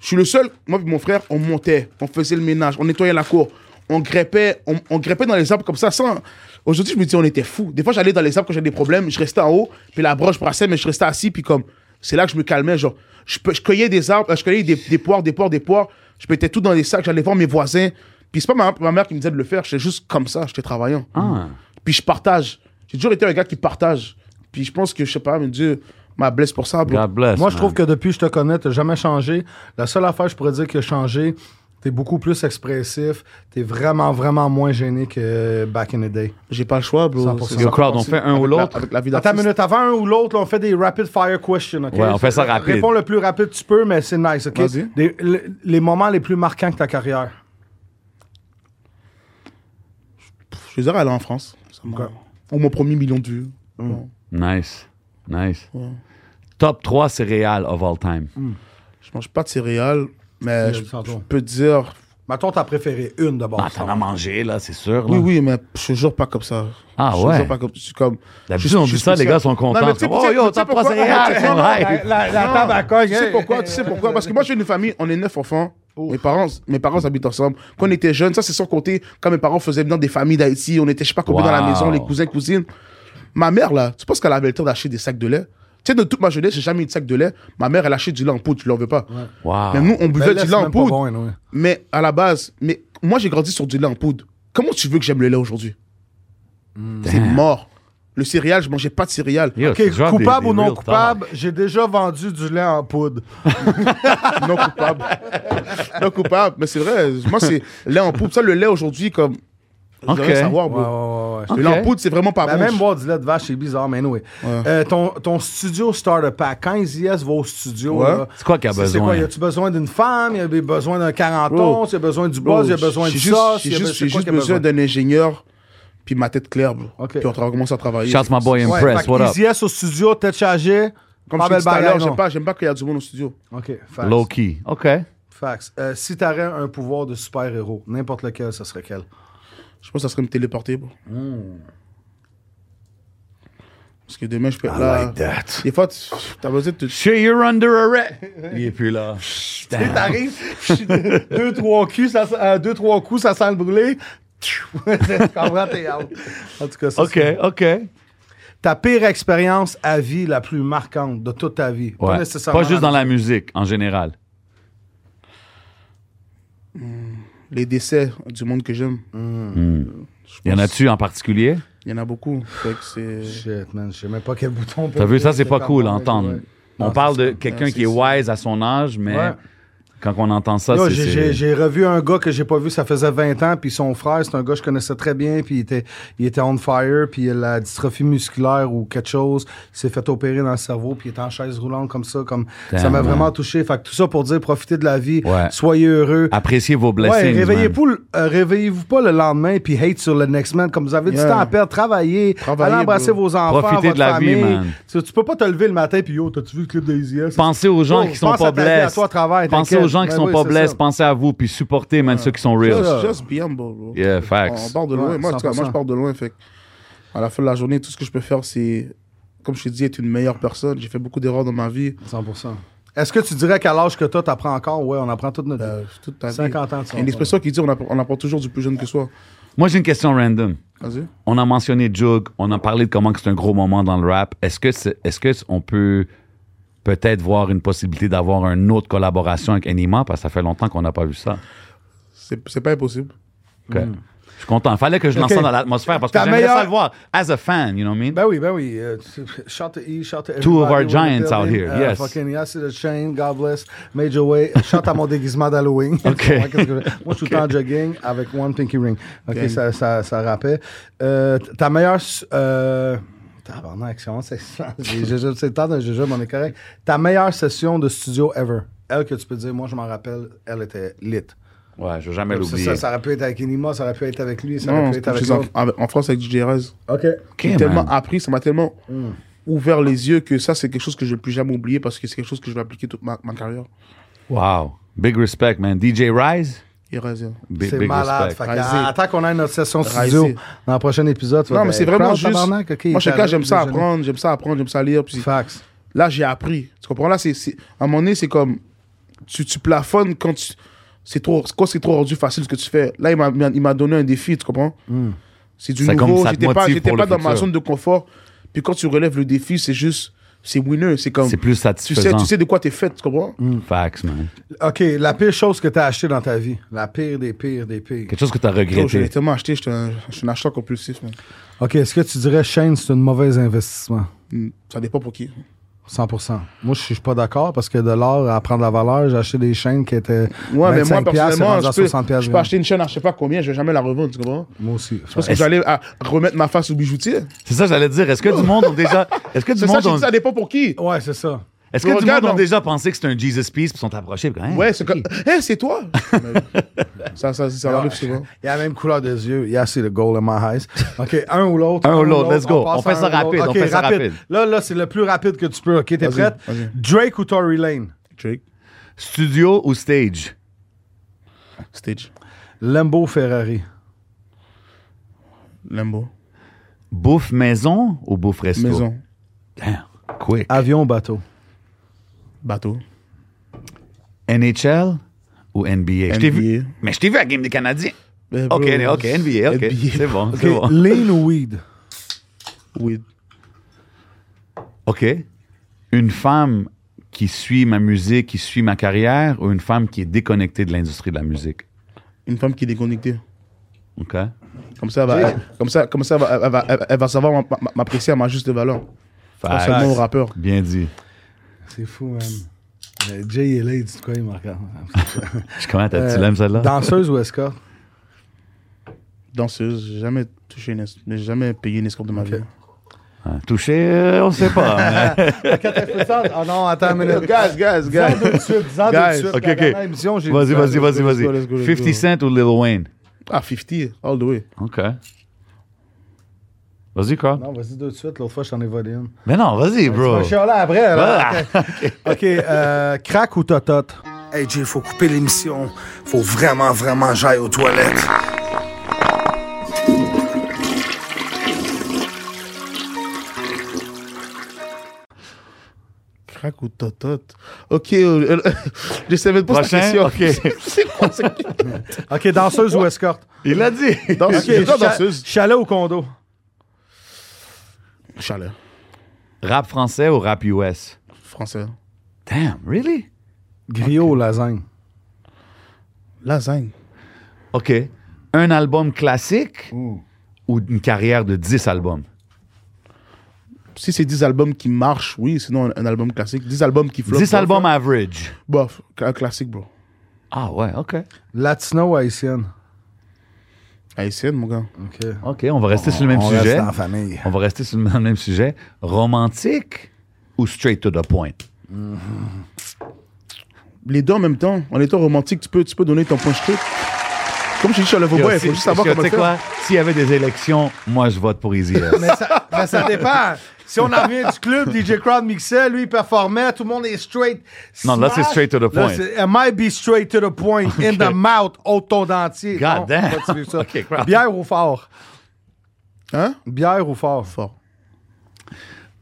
Je suis le seul, moi et mon frère, on montait, on faisait le ménage, on nettoyait la cour, on grimpait, on, on grimpait dans les arbres comme ça sans. Aujourd'hui, je me dis, on était fous. Des fois, j'allais dans les arbres quand j'avais des problèmes, je restais en haut, puis la broche brassait, mais je restais assis, puis comme. C'est là que je me calmais, genre. Je, pe- je cueillais des arbres, euh, je cueillais des, des poires, des poires, des poires. Je mettais tout dans les sacs, j'allais voir mes voisins. Puis c'est pas ma, ma mère qui me disait de le faire, j'étais juste comme ça, j'étais travaillant.
Ah.
Puis je partage. J'ai toujours été un gars qui partage. Puis je pense que, je sais pas, mais Dieu m'a blessé pour ça, bro.
God bless.
Moi, je trouve
man.
que depuis que je te connais, t'as jamais changé. La seule affaire que je pourrais dire qui a changé, t'es beaucoup plus expressif. T'es vraiment, vraiment moins gêné que back in the day.
J'ai pas le choix, bro.
100%.
C'est-
Yo, crowd, on fait un ou
avec la-
l'autre.
Avec la vie
Attends
d'artiste.
une minute, avant un ou l'autre, là, on fait des rapid fire questions, OK?
Ouais, on fait ça rapide.
Réponds le plus rapide que tu peux, mais c'est nice, OK?
Vas-y.
Des- le- les moments les plus marquants de ta carrière.
Je les aurais allés en France. Ça m'a- On m'a promis million de vues. Bon.
Nice. Nice. Top 3 céréales of all time.
Je mange pas de céréales, mais
Céréales
je,
sans
je
toi.
peux te dire
Mettons, t'as préféré une de base.
Ah, t'en as mangé, là, c'est sûr. là.
Oui, oui, mais je te jure pas comme ça.
Ah,
Je te
ouais.
jure pas comme ça. comme.
D'habitude,
je-
on
je
dit
suis
ça, les
spécial.
gars sont contents.
Non, mais tu sais-
Comme, oh,
tu sais-
yo,
tu sais
t'as
pourquoi-
passé
(laughs) tu sais-
La,
rien.
la, la
Non.
table à cogne,
Tu sais
hein.
pourquoi? Tu sais pourquoi? Parce que moi, j'ai une famille, on est neuf enfants. Mes parents, mes parents habitent ensemble. Quand on était jeunes, ça, c'est sans compter quand mes parents faisaient venir des familles d'Haïti. On était, je sais pas combien dans la
Wow.
maison, les cousins, cousines. Ma mère, là, tu penses qu'elle avait le temps d'acheter des sacs de lait? Tu sais, de toute ma jeunesse, j'ai jamais eu de sac de lait. Ma mère, elle achetait du lait en poudre, tu l'en veux pas.
Wow.
Mais nous, on
Ben
buvait
là,
du
c'est
lait en
même pas
poudre.
bon, anyway.
Mais à la base, mais moi j'ai grandi sur du lait en poudre. Comment tu veux que j'aime le lait aujourd'hui
Hmm.
C'est mort. Le céréal, je mangeais pas de céréal.
Yo,
Ok,
c'est genre des-
coupable
des
ou non
real
coupable, j'ai déjà vendu du lait en poudre.
Non coupable. non coupable. Mais c'est vrai, moi c'est lait en poudre. Ça, le lait aujourd'hui, comme. Je
Ok.
veux rien savoir,
Ouais,
bro.
ouais, ouais, ouais.
Le lait en poudre, c'est vraiment pas
Ben,
bon.
même boire du lait de vache, c'est bizarre, mais anyway. Euh, ton, ton studio Starter Pack, quand EZS va au studio,
Ouais.
là,
C'est quoi qu'il a
c'est- C'est
besoin?
quoi, y a-tu besoin d'une femme? Y a besoin d'un 40
Bro.
onces? Y a besoin du
Bro,
buzz? Y a besoin de
j'ai juste-
sauce?
J'ai
y a be-
juste,
c'est
j'ai
quoi
juste
qu'il y a
besoin d'un ingénieur, puis ma tête claire, bro.
Ok.
Puis on tra- commence à travailler.
Shout out to my boy hein.
Ouais,
Impress,
fait que
what up?
EZS au studio, tête chargée.
Comme
pas
je t'ai
belle
dit tout à
bagarre,
l'heure,
non.
j'aime pas, j'aime pas qu'il y a du monde au studio.
OK, facts.
Low key. OK.
Facts. Euh, si t'aurais un pouvoir de super-héros, n'importe lequel, ça serait quel?
Je pense que ça serait me téléporter, bro.
Hmm.
Parce que demain, je peux.
I
là,
like
(laughs)
that.
Des fois, tu- t'as besoin de te.
Shit, you're under arrest. Il est plus
(laughs)
là.
T'arrives, deux, trois culs, ça, sent- euh, deux, trois coups, ça sent le brûler. (laughs) Tu comprends, t'es out. En tout cas, ça,
OK,
c'est-
OK.
Ta pire expérience à vie la plus marquante de toute ta vie.
Ouais. Pas juste dans la musique, en général.
Les décès du monde que j'aime.
Y en a-tu en particulier?
Il y en a beaucoup. Fait que c'est.
Shit, man, je sais même pas quel bouton. on peut
T'as vu, ça,
appuyer,
c'est pas
quand
cool à
même,
entendre.
ouais.
On
Non,
parle
c'est
de
ça.
quelqu'un
Non,
qui est
c'est
wise à son âge, mais
Ouais.
quand on entend ça,
Yo,
c'est-
j'ai- j'ai
c'est...
j'ai revu un gars que j'ai pas vu, ça faisait 20 ans, puis son frère, c'est un gars que je connaissais très bien, puis il était, il était on fire, puis il a la dystrophie musculaire ou quelque chose, il s'est fait opérer dans le cerveau, puis il est en chaise roulante comme ça, comme ça
Damn,
m'a
man.
vraiment touché. Fait que tout ça pour dire, profitez de la vie,
Ouais.
soyez heureux.
Appréciez vos
Ouais,
blessings, man.
réveillez-vous réveillez pas le lendemain puis hate sur le next man. Comme vous avez du
Yeah.
temps à perdre, travaillez,
Travaillez,
allez embrasser
bro.
vos enfants,
Profitez
votre
de la vie,
famille.
man.
Tu, tu peux pas te lever le matin puis yo, t'as-tu vu le clip de Easy S?
Pensez aux gens
Yo,
qui sont
pense
pas
à ta vie, à
blesses.
toi, travail,
Pensez
t'inquiète.
aux gens qui
Ben
sont
oui,
pas
c'est
blesses.
ça.
Pensez à vous, puis supportez, même ceux qui sont
Just,
real.
just be humble, bro.
Yeah, facts.
On, on part de loin.
Ouais,
moi, en tout cas, moi,
100%.
je pars de loin. Fait que à la fin de la journée, tout ce que je peux faire, c'est. Comme je te dis, être une meilleure personne. J'ai fait beaucoup d'erreurs dans ma vie.
100%. Est-ce que tu dirais qu'à l'âge que toi, t'apprends encore? Ouais, on apprend toute notre
Euh,
vie.
toute ta vie.
50 ans, tu
Il y a une
vas
expression qui dit on apprend, on apprend toujours du plus jeune que soi.
Moi, j'ai une question random.
Vas-y.
On a mentionné Jug, on a parlé de comment que c'est un gros moment dans le rap. Est-ce que c'est- est-ce que on peut peut-être voir une possibilité d'avoir une autre collaboration avec Enima parce que ça fait longtemps qu'on n'a pas vu ça.
C'est c'est pas impossible.
Ok. Je suis content. Fallait que je lance
Ok.
ça dans l'atmosphère parce que
Ta
j'aimerais
meilleure-
ça le voir as a fan, you know what I mean?
Ben oui, ben oui. euh, shout to E, shout to everybody.
Two of our
We're in the
giants out
building.
here,
Uh,
yes.
Fucking yes to the chain, God bless. Major way. Shout à mon déguisement d'Halloween.
(laughs) Ok.
Tu vois, qu'est-ce que je- Moi, je suis tout le temps en jogging avec one pinky ring. OK,
Gang.
ça, ça, ça rappait. Euh, ta meilleure... su- Euh, tabarnak, comment c'est ça? (laughs) J'ai- j'ai- j'ai- C'est le temps d'un jujube, on est correct. Ta meilleure session de studio ever. Elle que tu peux dire, moi, je m'en rappelle, elle était lit.
Ouais, je vais jamais
Ça,
l'oublier.
ben, ça, ça aurait pu être avec Enima, ça aurait pu être avec lui, ça aurait
Non,
pu
c'est
être
comme je
avec
dis, en,
l'autre.
en France, avec DJ Rez.
OK.
J'ai tellement appris, ça m'a tellement
Hmm.
ouvert les yeux que ça, c'est quelque chose que je ne vais plus jamais oublier parce que c'est quelque chose que je vais appliquer toute ma, ma carrière.
Wow. Big respect, man. DJ Rise?
Et Rez, hein.
Big,
C'est
big
malade.
respect.
Fait que,
Raisé.
euh, attends qu'on ait notre session
Raisé.
studio dans le prochain épisode. tu vas
Non, mais
faire,
c'est vraiment
Crowd,
juste.
tabarnak, ok,
moi, chacun,
t'arrêtes
j'aime
de
ça
déjeuner.
apprendre, j'aime ça apprendre, j'aime ça lire. Puis
Facts.
là, j'ai appris. Tu comprends? Là, c'est- c'est- à un moment donné, c'est comme. Tu, tu plafonnes quand tu. C'est trop, quand c'est trop rendu facile ce que tu fais. Là, il m'a- il m'a donné un défi, tu comprends? C'est du
C'est comme
nouveau.
Hmm. ça te
J'étais pas,
motive
j'étais
pour
pas
le
dans ma
futur.
zone de confort. Puis quand tu relèves le défi, c'est juste. C'est winner. C'est comme.
C'est plus
tu sais,
satisfaisant. Hmm.
tu sais de quoi t'es fait, tu comprends?
Facts, man.
OK, la pire chose que t'as acheté dans ta vie. La pire des pires des pires.
Quelque chose que t'as
Yo, je l'ai
regretté.
tellement acheté, je suis un, je suis un acheteur compulsif. man.
OK, est-ce que tu dirais Shane, c'est un mauvais investissement?
Mm, Ça dépend pour qui.
100%. Moi, je suis pas d'accord parce que de l'or à prendre la valeur, j'ai acheté des chaînes qui étaient.
Ouais, mais
25 piastres,
moi,
c'est
personnellement,
rendu à
je peux,
60 piastres,
je peux
vraiment.
acheter une chaîne à je sais pas combien, je vais jamais la revendre, tu comprends?
Moi aussi.
Parce que j'allais à remettre ma face au bijoutier.
C'est ça, j'allais dire. Est-ce que du monde ont déjà. Est-ce que du
C'est ça,
monde
j'ai
ont.
dit, ça dépend pour qui.
Ouais, c'est ça.
Est-ce que du
Regarde,
monde ont
on-
déjà pensé que c'était un Jesus Piece puis sont approchés puis, hein,
Ouais, c'est (laughs) comme,
qui?
hé, c'est toi! Mais- ça, ça, ça
Ah,
arrive souvent.
Il y a la même couleur des yeux. Yeah, c'est le goal in my eyes. OK, un ou l'autre.
(laughs) Un ou l'autre, let's go.
passe
On fait
à
ça
un ou l'autre.
rapide, on
OK,
fait ça rapide.
Là, là, c'est le plus rapide que tu peux. OK, t'es
Vas-y,
prête?
vas-y.
Drake ou Tory Lane?
Drake.
Studio ou stage?
Stage.
Lambo Ferrari.
Lambo.
Bouffe maison ou bouffe resto?
Maison.
Damn, quick.
Avion, bateau.
Bateau.
NHL ou NBA? Je t'ai vu.
NBA.
Mais je t'ai vu à Game des Canadiens.
Ben,
OK,
bro,
OK, NBA, OK.
NBA.
C'est bon,
Ok,
c'est bon.
Lean ou weed?
Weed.
OK. Une femme qui suit ma musique, qui suit ma carrière ou une femme qui est déconnectée de l'industrie de la musique?
Une femme qui est déconnectée.
OK?
Comme ça, elle va, elle- comme ça, comme ça, elle va, elle va- elle- elle va savoir m'a- m'a- m'apprécier à ma juste valeur. Pas
Facts.
seulement au rappeur.
Bien dit.
C'est fou, man. Euh, Jay et Lay, dis quoi, il marque.
Je comment t'as-
Euh,
tu l'aimes celle-là?
Danseuse ou (laughs) escorte?
Danseuse, j'ai jamais touché une, es- j'ai jamais payé une escorte de ma vie.
Hein, Touché, euh, on sait
(laughs)
pas. mais-
Oh non, attends une minute.
Guys, guys, guys.
Dis-en deux de suite, dis-en deux de
Guys.
suite.
OK,
La
OK.
dernière émission, j'ai
Vas-y,
dit-
vas-y, vas-y,
let's go, let's go,
vas-y.
let's
50 Cent ou Lil Wayne?
Ah, 50, all the way.
OK. Vas-y, Carl.
Non, vas-y deux de suite. L'autre fois, je t'en ai volé une.
Mais non, vas-y, bro.
Je suis là après. alors.
Ah. (laughs)
OK, euh, crack ou totote?
Hey Jay, faut couper l'émission. Faut vraiment, vraiment j'aille aux toilettes.
Crack ou totote. Ok, euh, (laughs) euh, je savais pas cette
Prochain,
question.
ok.
(laughs) C'est quoi ça?
OK, danseuse ou escorte?
Il l'a dit.
Danseuse,
OK,
c'est quoi
cha-
danseuse?
chalet ou condo?
Chaleur,
Rap français ou rap US?
français.
Damn, really?
Griot ou lasagne?
Lasagne.
OK. Un album classique ou une carrière de 10 albums?
Si c'est 10 albums qui marchent, oui, sinon un, un album classique. 10 albums qui flopent.
10
bof,
albums hein. average.
Bof, un classique, bro.
Ah ouais, OK.
Latino ou haïtienne?
Haïtienne, mon gars.
OK.
OK, on va rester sur le même
On
sujet.
reste en famille.
On va rester sur le même sujet. Romantique ou straight to the point?
Les deux en même temps. En étant romantique, tu peux, tu peux donner ton point straight. Comme je dis, sur le Boy, il faut juste savoir
Parce que tu
comment le
sais
faire.
quoi? S'il y avait des élections, moi, je vote pour
(laughs)
Isis.
Mais ça, mais ça dépend. Si on en revient du club, DJ Crowd mixait, lui, il performait, tout le monde est straight.
Non, là, c'est
Smash.
straight to the
Là,
point.
c'est, It might be straight to the point, in the mouth, au ton dentier.
God
Non,
damn.
on va suivre ça.
(laughs) OK, Crowd.
Bière ou fort?
Hein?
Bière ou fort?
Fort.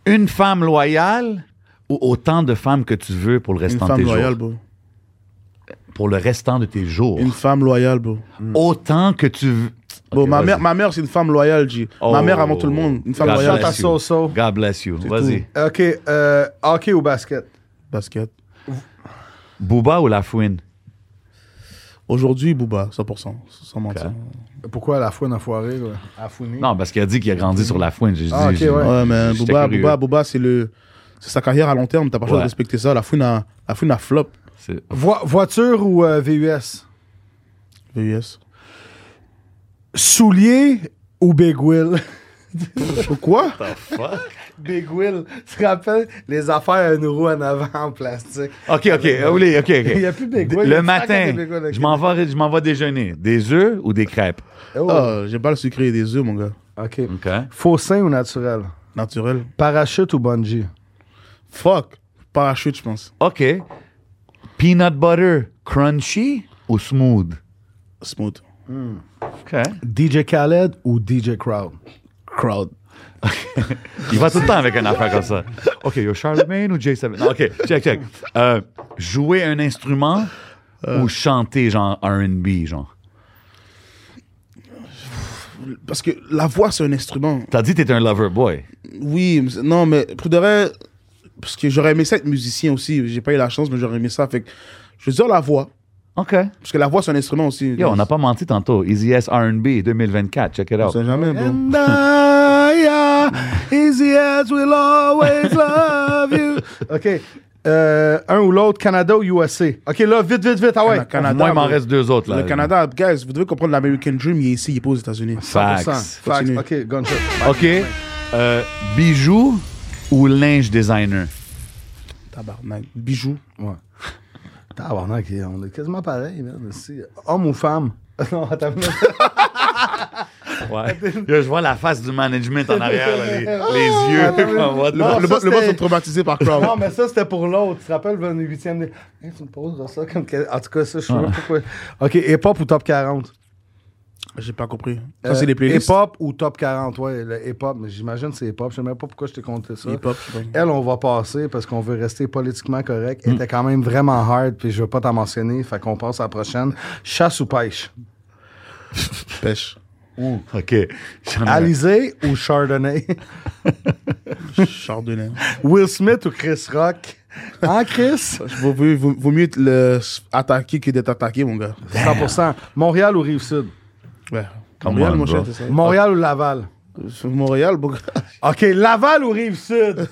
Une femme loyale ou autant de femmes que tu veux pour le
Une
restant de
femme
tes
loyale,
jours?
bro.
Pour le restant de tes jours. Mm.
Une femme loyale, bro.
Autant que tu veux.
Bon,
Ok,
ma,
vas-y.
mère, ma mère, c'est une femme loyale, G. Ma
Oh.
mère avant tout le monde. Une femme
God
loyale.
Chante à
bless you.
so-so.
God bless you. Vas-y.
OK, euh, hockey ou basket?
Basket.
Booba ou Lafouine?
Aujourd'hui, Booba, 100%. Sans mentir.
Pourquoi la fouine enfoirée? Là? À fouiner.
Non, parce qu'il a dit qu'il a grandi sur Lafouine. J'ai
Ah,
dit,
ok,
j'ai-
ouais.
Ouais, mais
j'étais
Booba,
curieux.
Booba, Booba, c'est le. C'est sa carrière à long terme, t'as pas le choix
Ouais.
de respecter ça. La fouine a, la fouine a flop,
C'est-
Voi- voiture ou euh, VUS?
VUS.
Soulier ou Big (laughs) Will?
Quoi?
Big Will, tu te rappelles les affaires à une roue en avant en plastique?
OK, OK. Oublie, OK, OK.
Il y a plus de Big Wheel, il y a
Le
du
matin,
paquet de Big Wheel, ok.
je m'en vais, je m'en vais déjeuner. Des œufs ou des crêpes?
Oh.
Ah, j'ai pas le sucré et des œufs, mon gars.
OK. hein.
OK.
Faux sein ou naturel?
Naturel.
Parachute ou bungee?
Fuck. Parachute, je pense.
OK. Peanut butter, crunchy ou smooth?
Smooth.
OK.
DJ Khaled ou DJ Crowd?
Crowd.
Il va tout le temps avec une affaire comme ça. OK, yo, Charlemagne ou J7? Non, OK, check, check. Euh, jouer un instrument
Euh.
ou chanter, genre, R&B, genre?
Parce que la voix, c'est un instrument.
T'as dit que t'étais un lover boy.
Oui, mais c'est- non, mais pour de vrai, parce que j'aurais aimé ça être musicien aussi. J'ai pas eu la chance, mais j'aurais aimé ça. Fait que je veux dire la voix.
OK.
Parce que la voix, c'est un instrument aussi.
Yo, on n'a pas menti tantôt. Easy S R&B 2024, check it
On
out.
sait jamais, bro.
And I, yeah, easy as we'll
(laughs)
always love you. OK. Euh, un ou l'autre, Canada ou USA? OK, là, vite, vite, vite. Ah ouais.
Cana- Canada,
Moi, il m'en
bro.
reste deux autres, là.
Le Canada, guys, vous devez comprendre, l'American Dream, il est ici, il est pas aux États-Unis.
Facts.
Facts.
Continue.
OK, gunshot.
OK. Euh, bijoux ou linge designer?
Tabarnak. Bijoux.
Tabarnak,
(laughs)
on est quasiment pareil, man. ici. Homme ou femme? non, attends. une minute.
Ouais. Yo, je vois la face du management en arrière, là, les, les yeux.
Attends,
comme, what the-
Le,
Non,
le
ça,
boss le boss
c'était-
est traumatisé par
(laughs)
Crowd.
Non, mais ça, c'était pour l'autre. Tu te rappelles, 28e. de- Hey, tu me poses dans ça comme. que- En tout cas, ça, je sais pas pourquoi. OK, hip-hop ou top 40?
J'ai pas compris.
Euh,
Ça, c'est les playlists.
Hip-hop ou top 40? Ouais, le hip-hop, mais j'imagine que c'est hip-hop. Je sais même pas pourquoi je t'ai compté ça.
Hip-hop, je sais pas. Hmm.
Elle, on va passer parce qu'on veut rester politiquement correct. Elle était quand même vraiment hard, puis je veux pas t'en mentionner. Fait qu'on passe à la prochaine. Chasse ou pêche?
Pêche.
OK. J'en ai-
Alizé ou
(laughs)
Chardonnay?
Chardonnay.
Will Smith ou Chris Rock? Hein, Chris?
Vaut, vaut, vaut- vaut mieux être le attaquer que d'être attaqué, mon gars.
100%. Montréal ou Rive-Sud?
Ouais.
Come
Montréal,
on,
mon
bro.
cher, c'est ça.
Montréal ou Laval?
Sur Montréal, mon gars.
OK, Laval ou (laughs) Rive-Sud?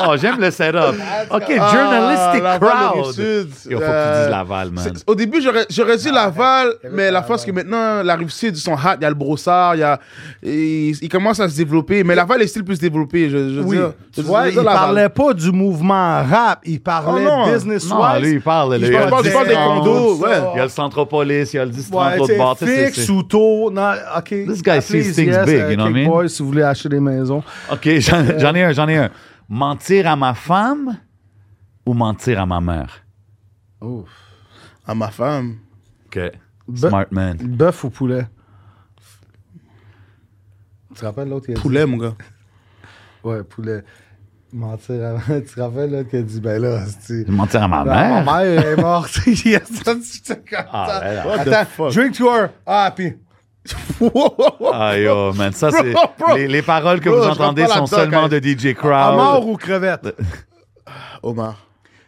Oh, j'aime le setup. OK,
Ah,
journalistic
Laval, le
crowd.
Rive-Sud.
Yo, faut que tu
Euh,
dises Laval, man.
C'est- Au début, j'aurais j'aurais dit Laval, mais la force que maintenant, la Rive-Sud, ils sont hot, il y a le brossard, il y a... Ils, ils commencent à se développer. Mais Laval est still plus développé, je, je veux
Oui.
dire.
Tu vois, il parlait pas du mouvement rap, il parlait
Oh non.
Non, lui,
business-wise.
il parle. là,
Je
il y a
parle-
le
je parle des
10,
condos,
ça.
ouais.
Il y a le Centropolis, il y a le 10 30
Ouais,
l'autre bord. tu sais,
t'sais,
c'est-
fixe ou tôt. Non, OK.
This guy sees
Please,
things
yes,
big,
euh,
you know what I mean?
Kickboy, si vous voulez acheter des maisons.
OK, j'en j'en ai un, j'en ai un. Mentir à ma femme ou mentir à ma mère?
À Ah, ma femme.
OK. Smart man.
Bœuf ou poulet? Tu te rappelles l'autre qui a dit-
Poulet, mon gars.
Ouais, poulet. Mentir avant. (laughs) Tu te rappelles l'autre qui a dit, ben là, c'est...
Mentir à ma
Ben,
mère?
Ma mère elle est morte. (laughs) Il a sorti ça comme
Ah,
ça.
ben là.
Attends, drink to her. Ah, puis...
(laughs) Ah yo, man, ça c'est.
Bro, bro.
Les, les paroles que
Bro,
vous
je
entendez
rentre pas
sont
là-dedans,
seulement de DJ
À mort
Crowd.
ou
(laughs)
crevette?
Omar,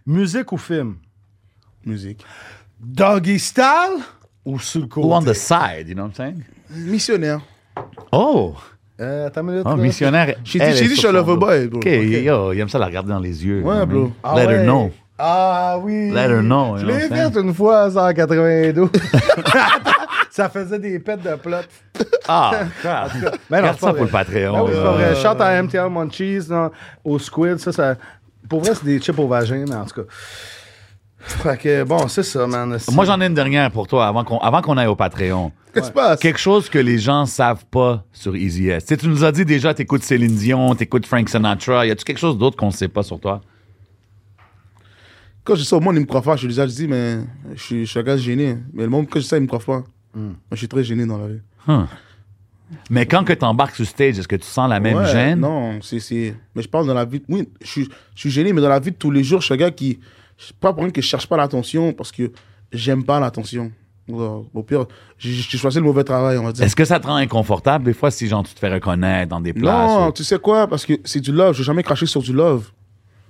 Musique ou film?
musique.
Doggy style ou sur le côté?
Ou on the side, you know what I'm saying?
Missionnaire.
Oh!
Euh, attends une minute.
Oh,
là.
missionnaire.
J'ai
elle
dit, j'ai
est
dit, je
sur
suis un
son
lover
dos.
boy, bro.
OK, yo, il aime ça la regarder dans les yeux.
Ouais,
you know
bro.
what I mean? Let
ouais.
her
(laughs)
know.
Ah oui.
Let her know,
Je
you know
l'ai
what I'm
fait une fois à 192. (laughs) ça faisait des pètes de plot.
Ben
Ah, crap.
Mais
Garde
c'est pas
ça pour le
vrai.
Patreon.
Ah oui, c'est
là.
pas vrai. Chante à MTL Munchies, non, au Squid, ça, ça. Pour vrai, c'est des chips au vagin, mais en tout cas. Fait que, bon, c'est ça, man.
Moi, j'en ai une dernière pour toi avant qu'on avant qu'on aille au Patreon.
Qu'est-ce qui se passe?
Quelque chose que les gens savent pas sur Easy S. Tu, sais, tu nous as dit déjà, t'écoutes Céline Dion, t'écoutes Frank Sinatra. Y a-tu quelque chose d'autre qu'on sait pas sur toi?
Quand je dis ça au monde, ils me croient pas. Je dis, je dis mais je suis, je suis un gars gêné. Mais le monde, quand je dis ça, ils me croient pas. Moi, je suis très gêné dans la vie.
Huh. Hein. Mais quand que t'embarques sur stage, est-ce que tu sens la même
Ouais,
gêne?
Non, c'est, c'est... Mais je parle dans la vie... Oui, je suis, je suis gêné, mais dans la vie de tous les jours, je suis un gars qui... C'est pas pour rien que je cherche pas l'attention, parce que j'aime pas l'attention. Alors, Au pire, j'ai, j'ai choisi le mauvais travail, on va dire.
Est-ce que ça te rend inconfortable des fois si genre tu te fais reconnaître dans des places?
Non,
ou-
tu sais quoi? Parce que c'est du love. Je vais jamais cracher sur du love.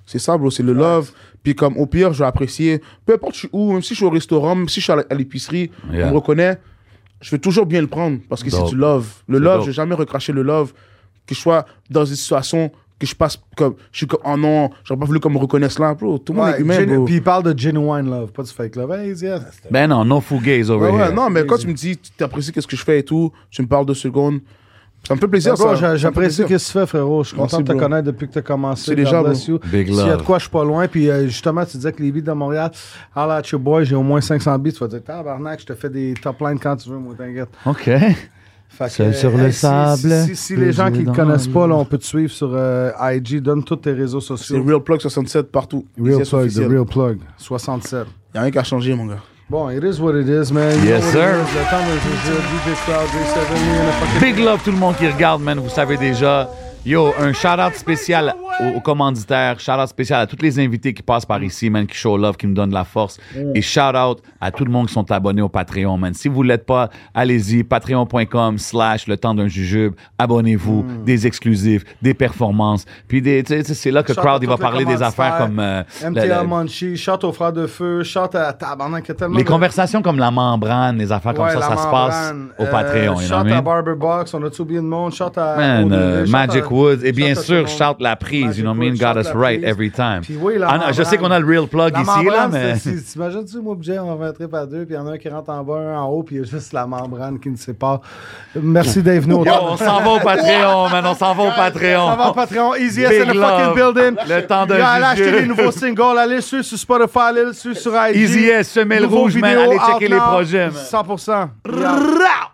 C'est ça, bro. C'est le love. Puis comme au pire, je vais apprécier. Peu importe je suis où, même si je suis au restaurant, même si je suis à la- à l'épicerie,
Yeah.
on me reconnaît. Je vais toujours bien le prendre parce que c'est
Dope.
du love. Le
C'est
love,
dope.
je vais jamais recracher le love. Que je sois dans une situation que je passe comme... Je suis comme, oh non, j'aurais pas voulu qu'on me reconnaisse là, bro. Tout le monde est
Ouais,
humain,
genu-
bro.
Puis il parle de genuine love, pas du fake love. Hey, yes.
Ben non, no fugaze over
Ouais, ouais,
here.
non, mais quand tu me dis, tu apprécies qu'est-ce que je fais et tout, tu me parles deux secondes, ça me fait plaisir,
Bro,
ça. Ça me
j'a-
fait
J'apprécie
plaisir.
ce que tu fais, frérot. Je suis content de
Merci,
te
bro.
connaître depuis que tu as commencé.
C'est déjà,
God
bro.
bless you.
Big
S'il y a de
love.
quoi, je suis pas loin. Puis euh, justement, tu disais que les beats de Montréal, holla at your boy, j'ai au moins 500 beats. Tu vas dire, tabarnak, je te fais des top lines quand tu veux, moi, t'inquiète.
OK.
Fait que,
Seul
euh,
sur le
si-
sable,
Si, si- si les gens qui ne
dans
connaissent
le-
pas, là, on peut te suivre sur euh, IG, donne tous tes réseaux
C'est
sociaux.
Real Plug 67 partout.
Real
Yes,
Plug,
officiel.
The Real Plug, 67.
Il a rien qu'à changer, mon gars.
Bon, it is what it is, man. You
Yes,
know what it
sir.
is. Le temps de Jésus, DJ Crowd, J7, me and the fucking-
Big love tout le monde qui regarde, man, vous savez déjà. Yo, un shout-out spécial aux, aux commanditaires, shout-out spécial à tous les invités qui passent par ici, man, qui show love, qui me donnent de la force.
Mm.
Et shout-out à tout le monde qui sont abonnés au Patreon, man. Si vous l'êtes pas, allez-y, patreon.com slash le temps d'un jujube. Abonnez-vous,
Mm.
des exclusifs, des performances. Puis des, tu sais, tu sais, c'est là que
Shout
Crowd,
à
il va
tous les
parler des affaires comme... euh, le-
MTA
le-
Munchie, chante aux frères de feu, chante à Tabarnak, il y a tellement
les
de-
conversations comme la membrane, les affaires Ah, comme
Ouais,
ça,
la
ça se passe
membrane,
au
euh,
Patreon. you know what I
Chante
mean?
à Barber Box, on a-tu oublié de monde? Chante à.
Man,
Audrey,
euh,
chante
Magic
à-
Woods. Et bien
chante à
sûr,
tout le monde.
shout la prise. You know what I mean?
Magic
Got
Woods,
us
chante la
right
prise.
every time.
Puis oui, la
Ah non, je
membrane.
sais qu'on a le real plug
La
ici, là,
membrane,
(laughs) mais.
c'est- c'est- T'imagines-tu, moi, pis Jay, on va rentrer par deux, puis il y en a un qui rentre en bas, un en haut, puis il y a juste la membrane qui nous sépare. Merci d'être venu au
Yo,
temps.
on s'en
(laughs)
va au Patreon, man. On s'en va au
Ça va,
Patreon.
Patreon. Easy
Big
in the fucking
love.
building.
Le temps d'un
Yo, Allez acheter
jugeux.
les nouveaux singles. Allez le suivre sur Spotify. Allez le suivre sur IG.
Easy S, semelle
Nouveaux
rouge, man.
vidéos,
Allez checker les
Outlaw,
projets, man.
100%. Yeah.
Rah!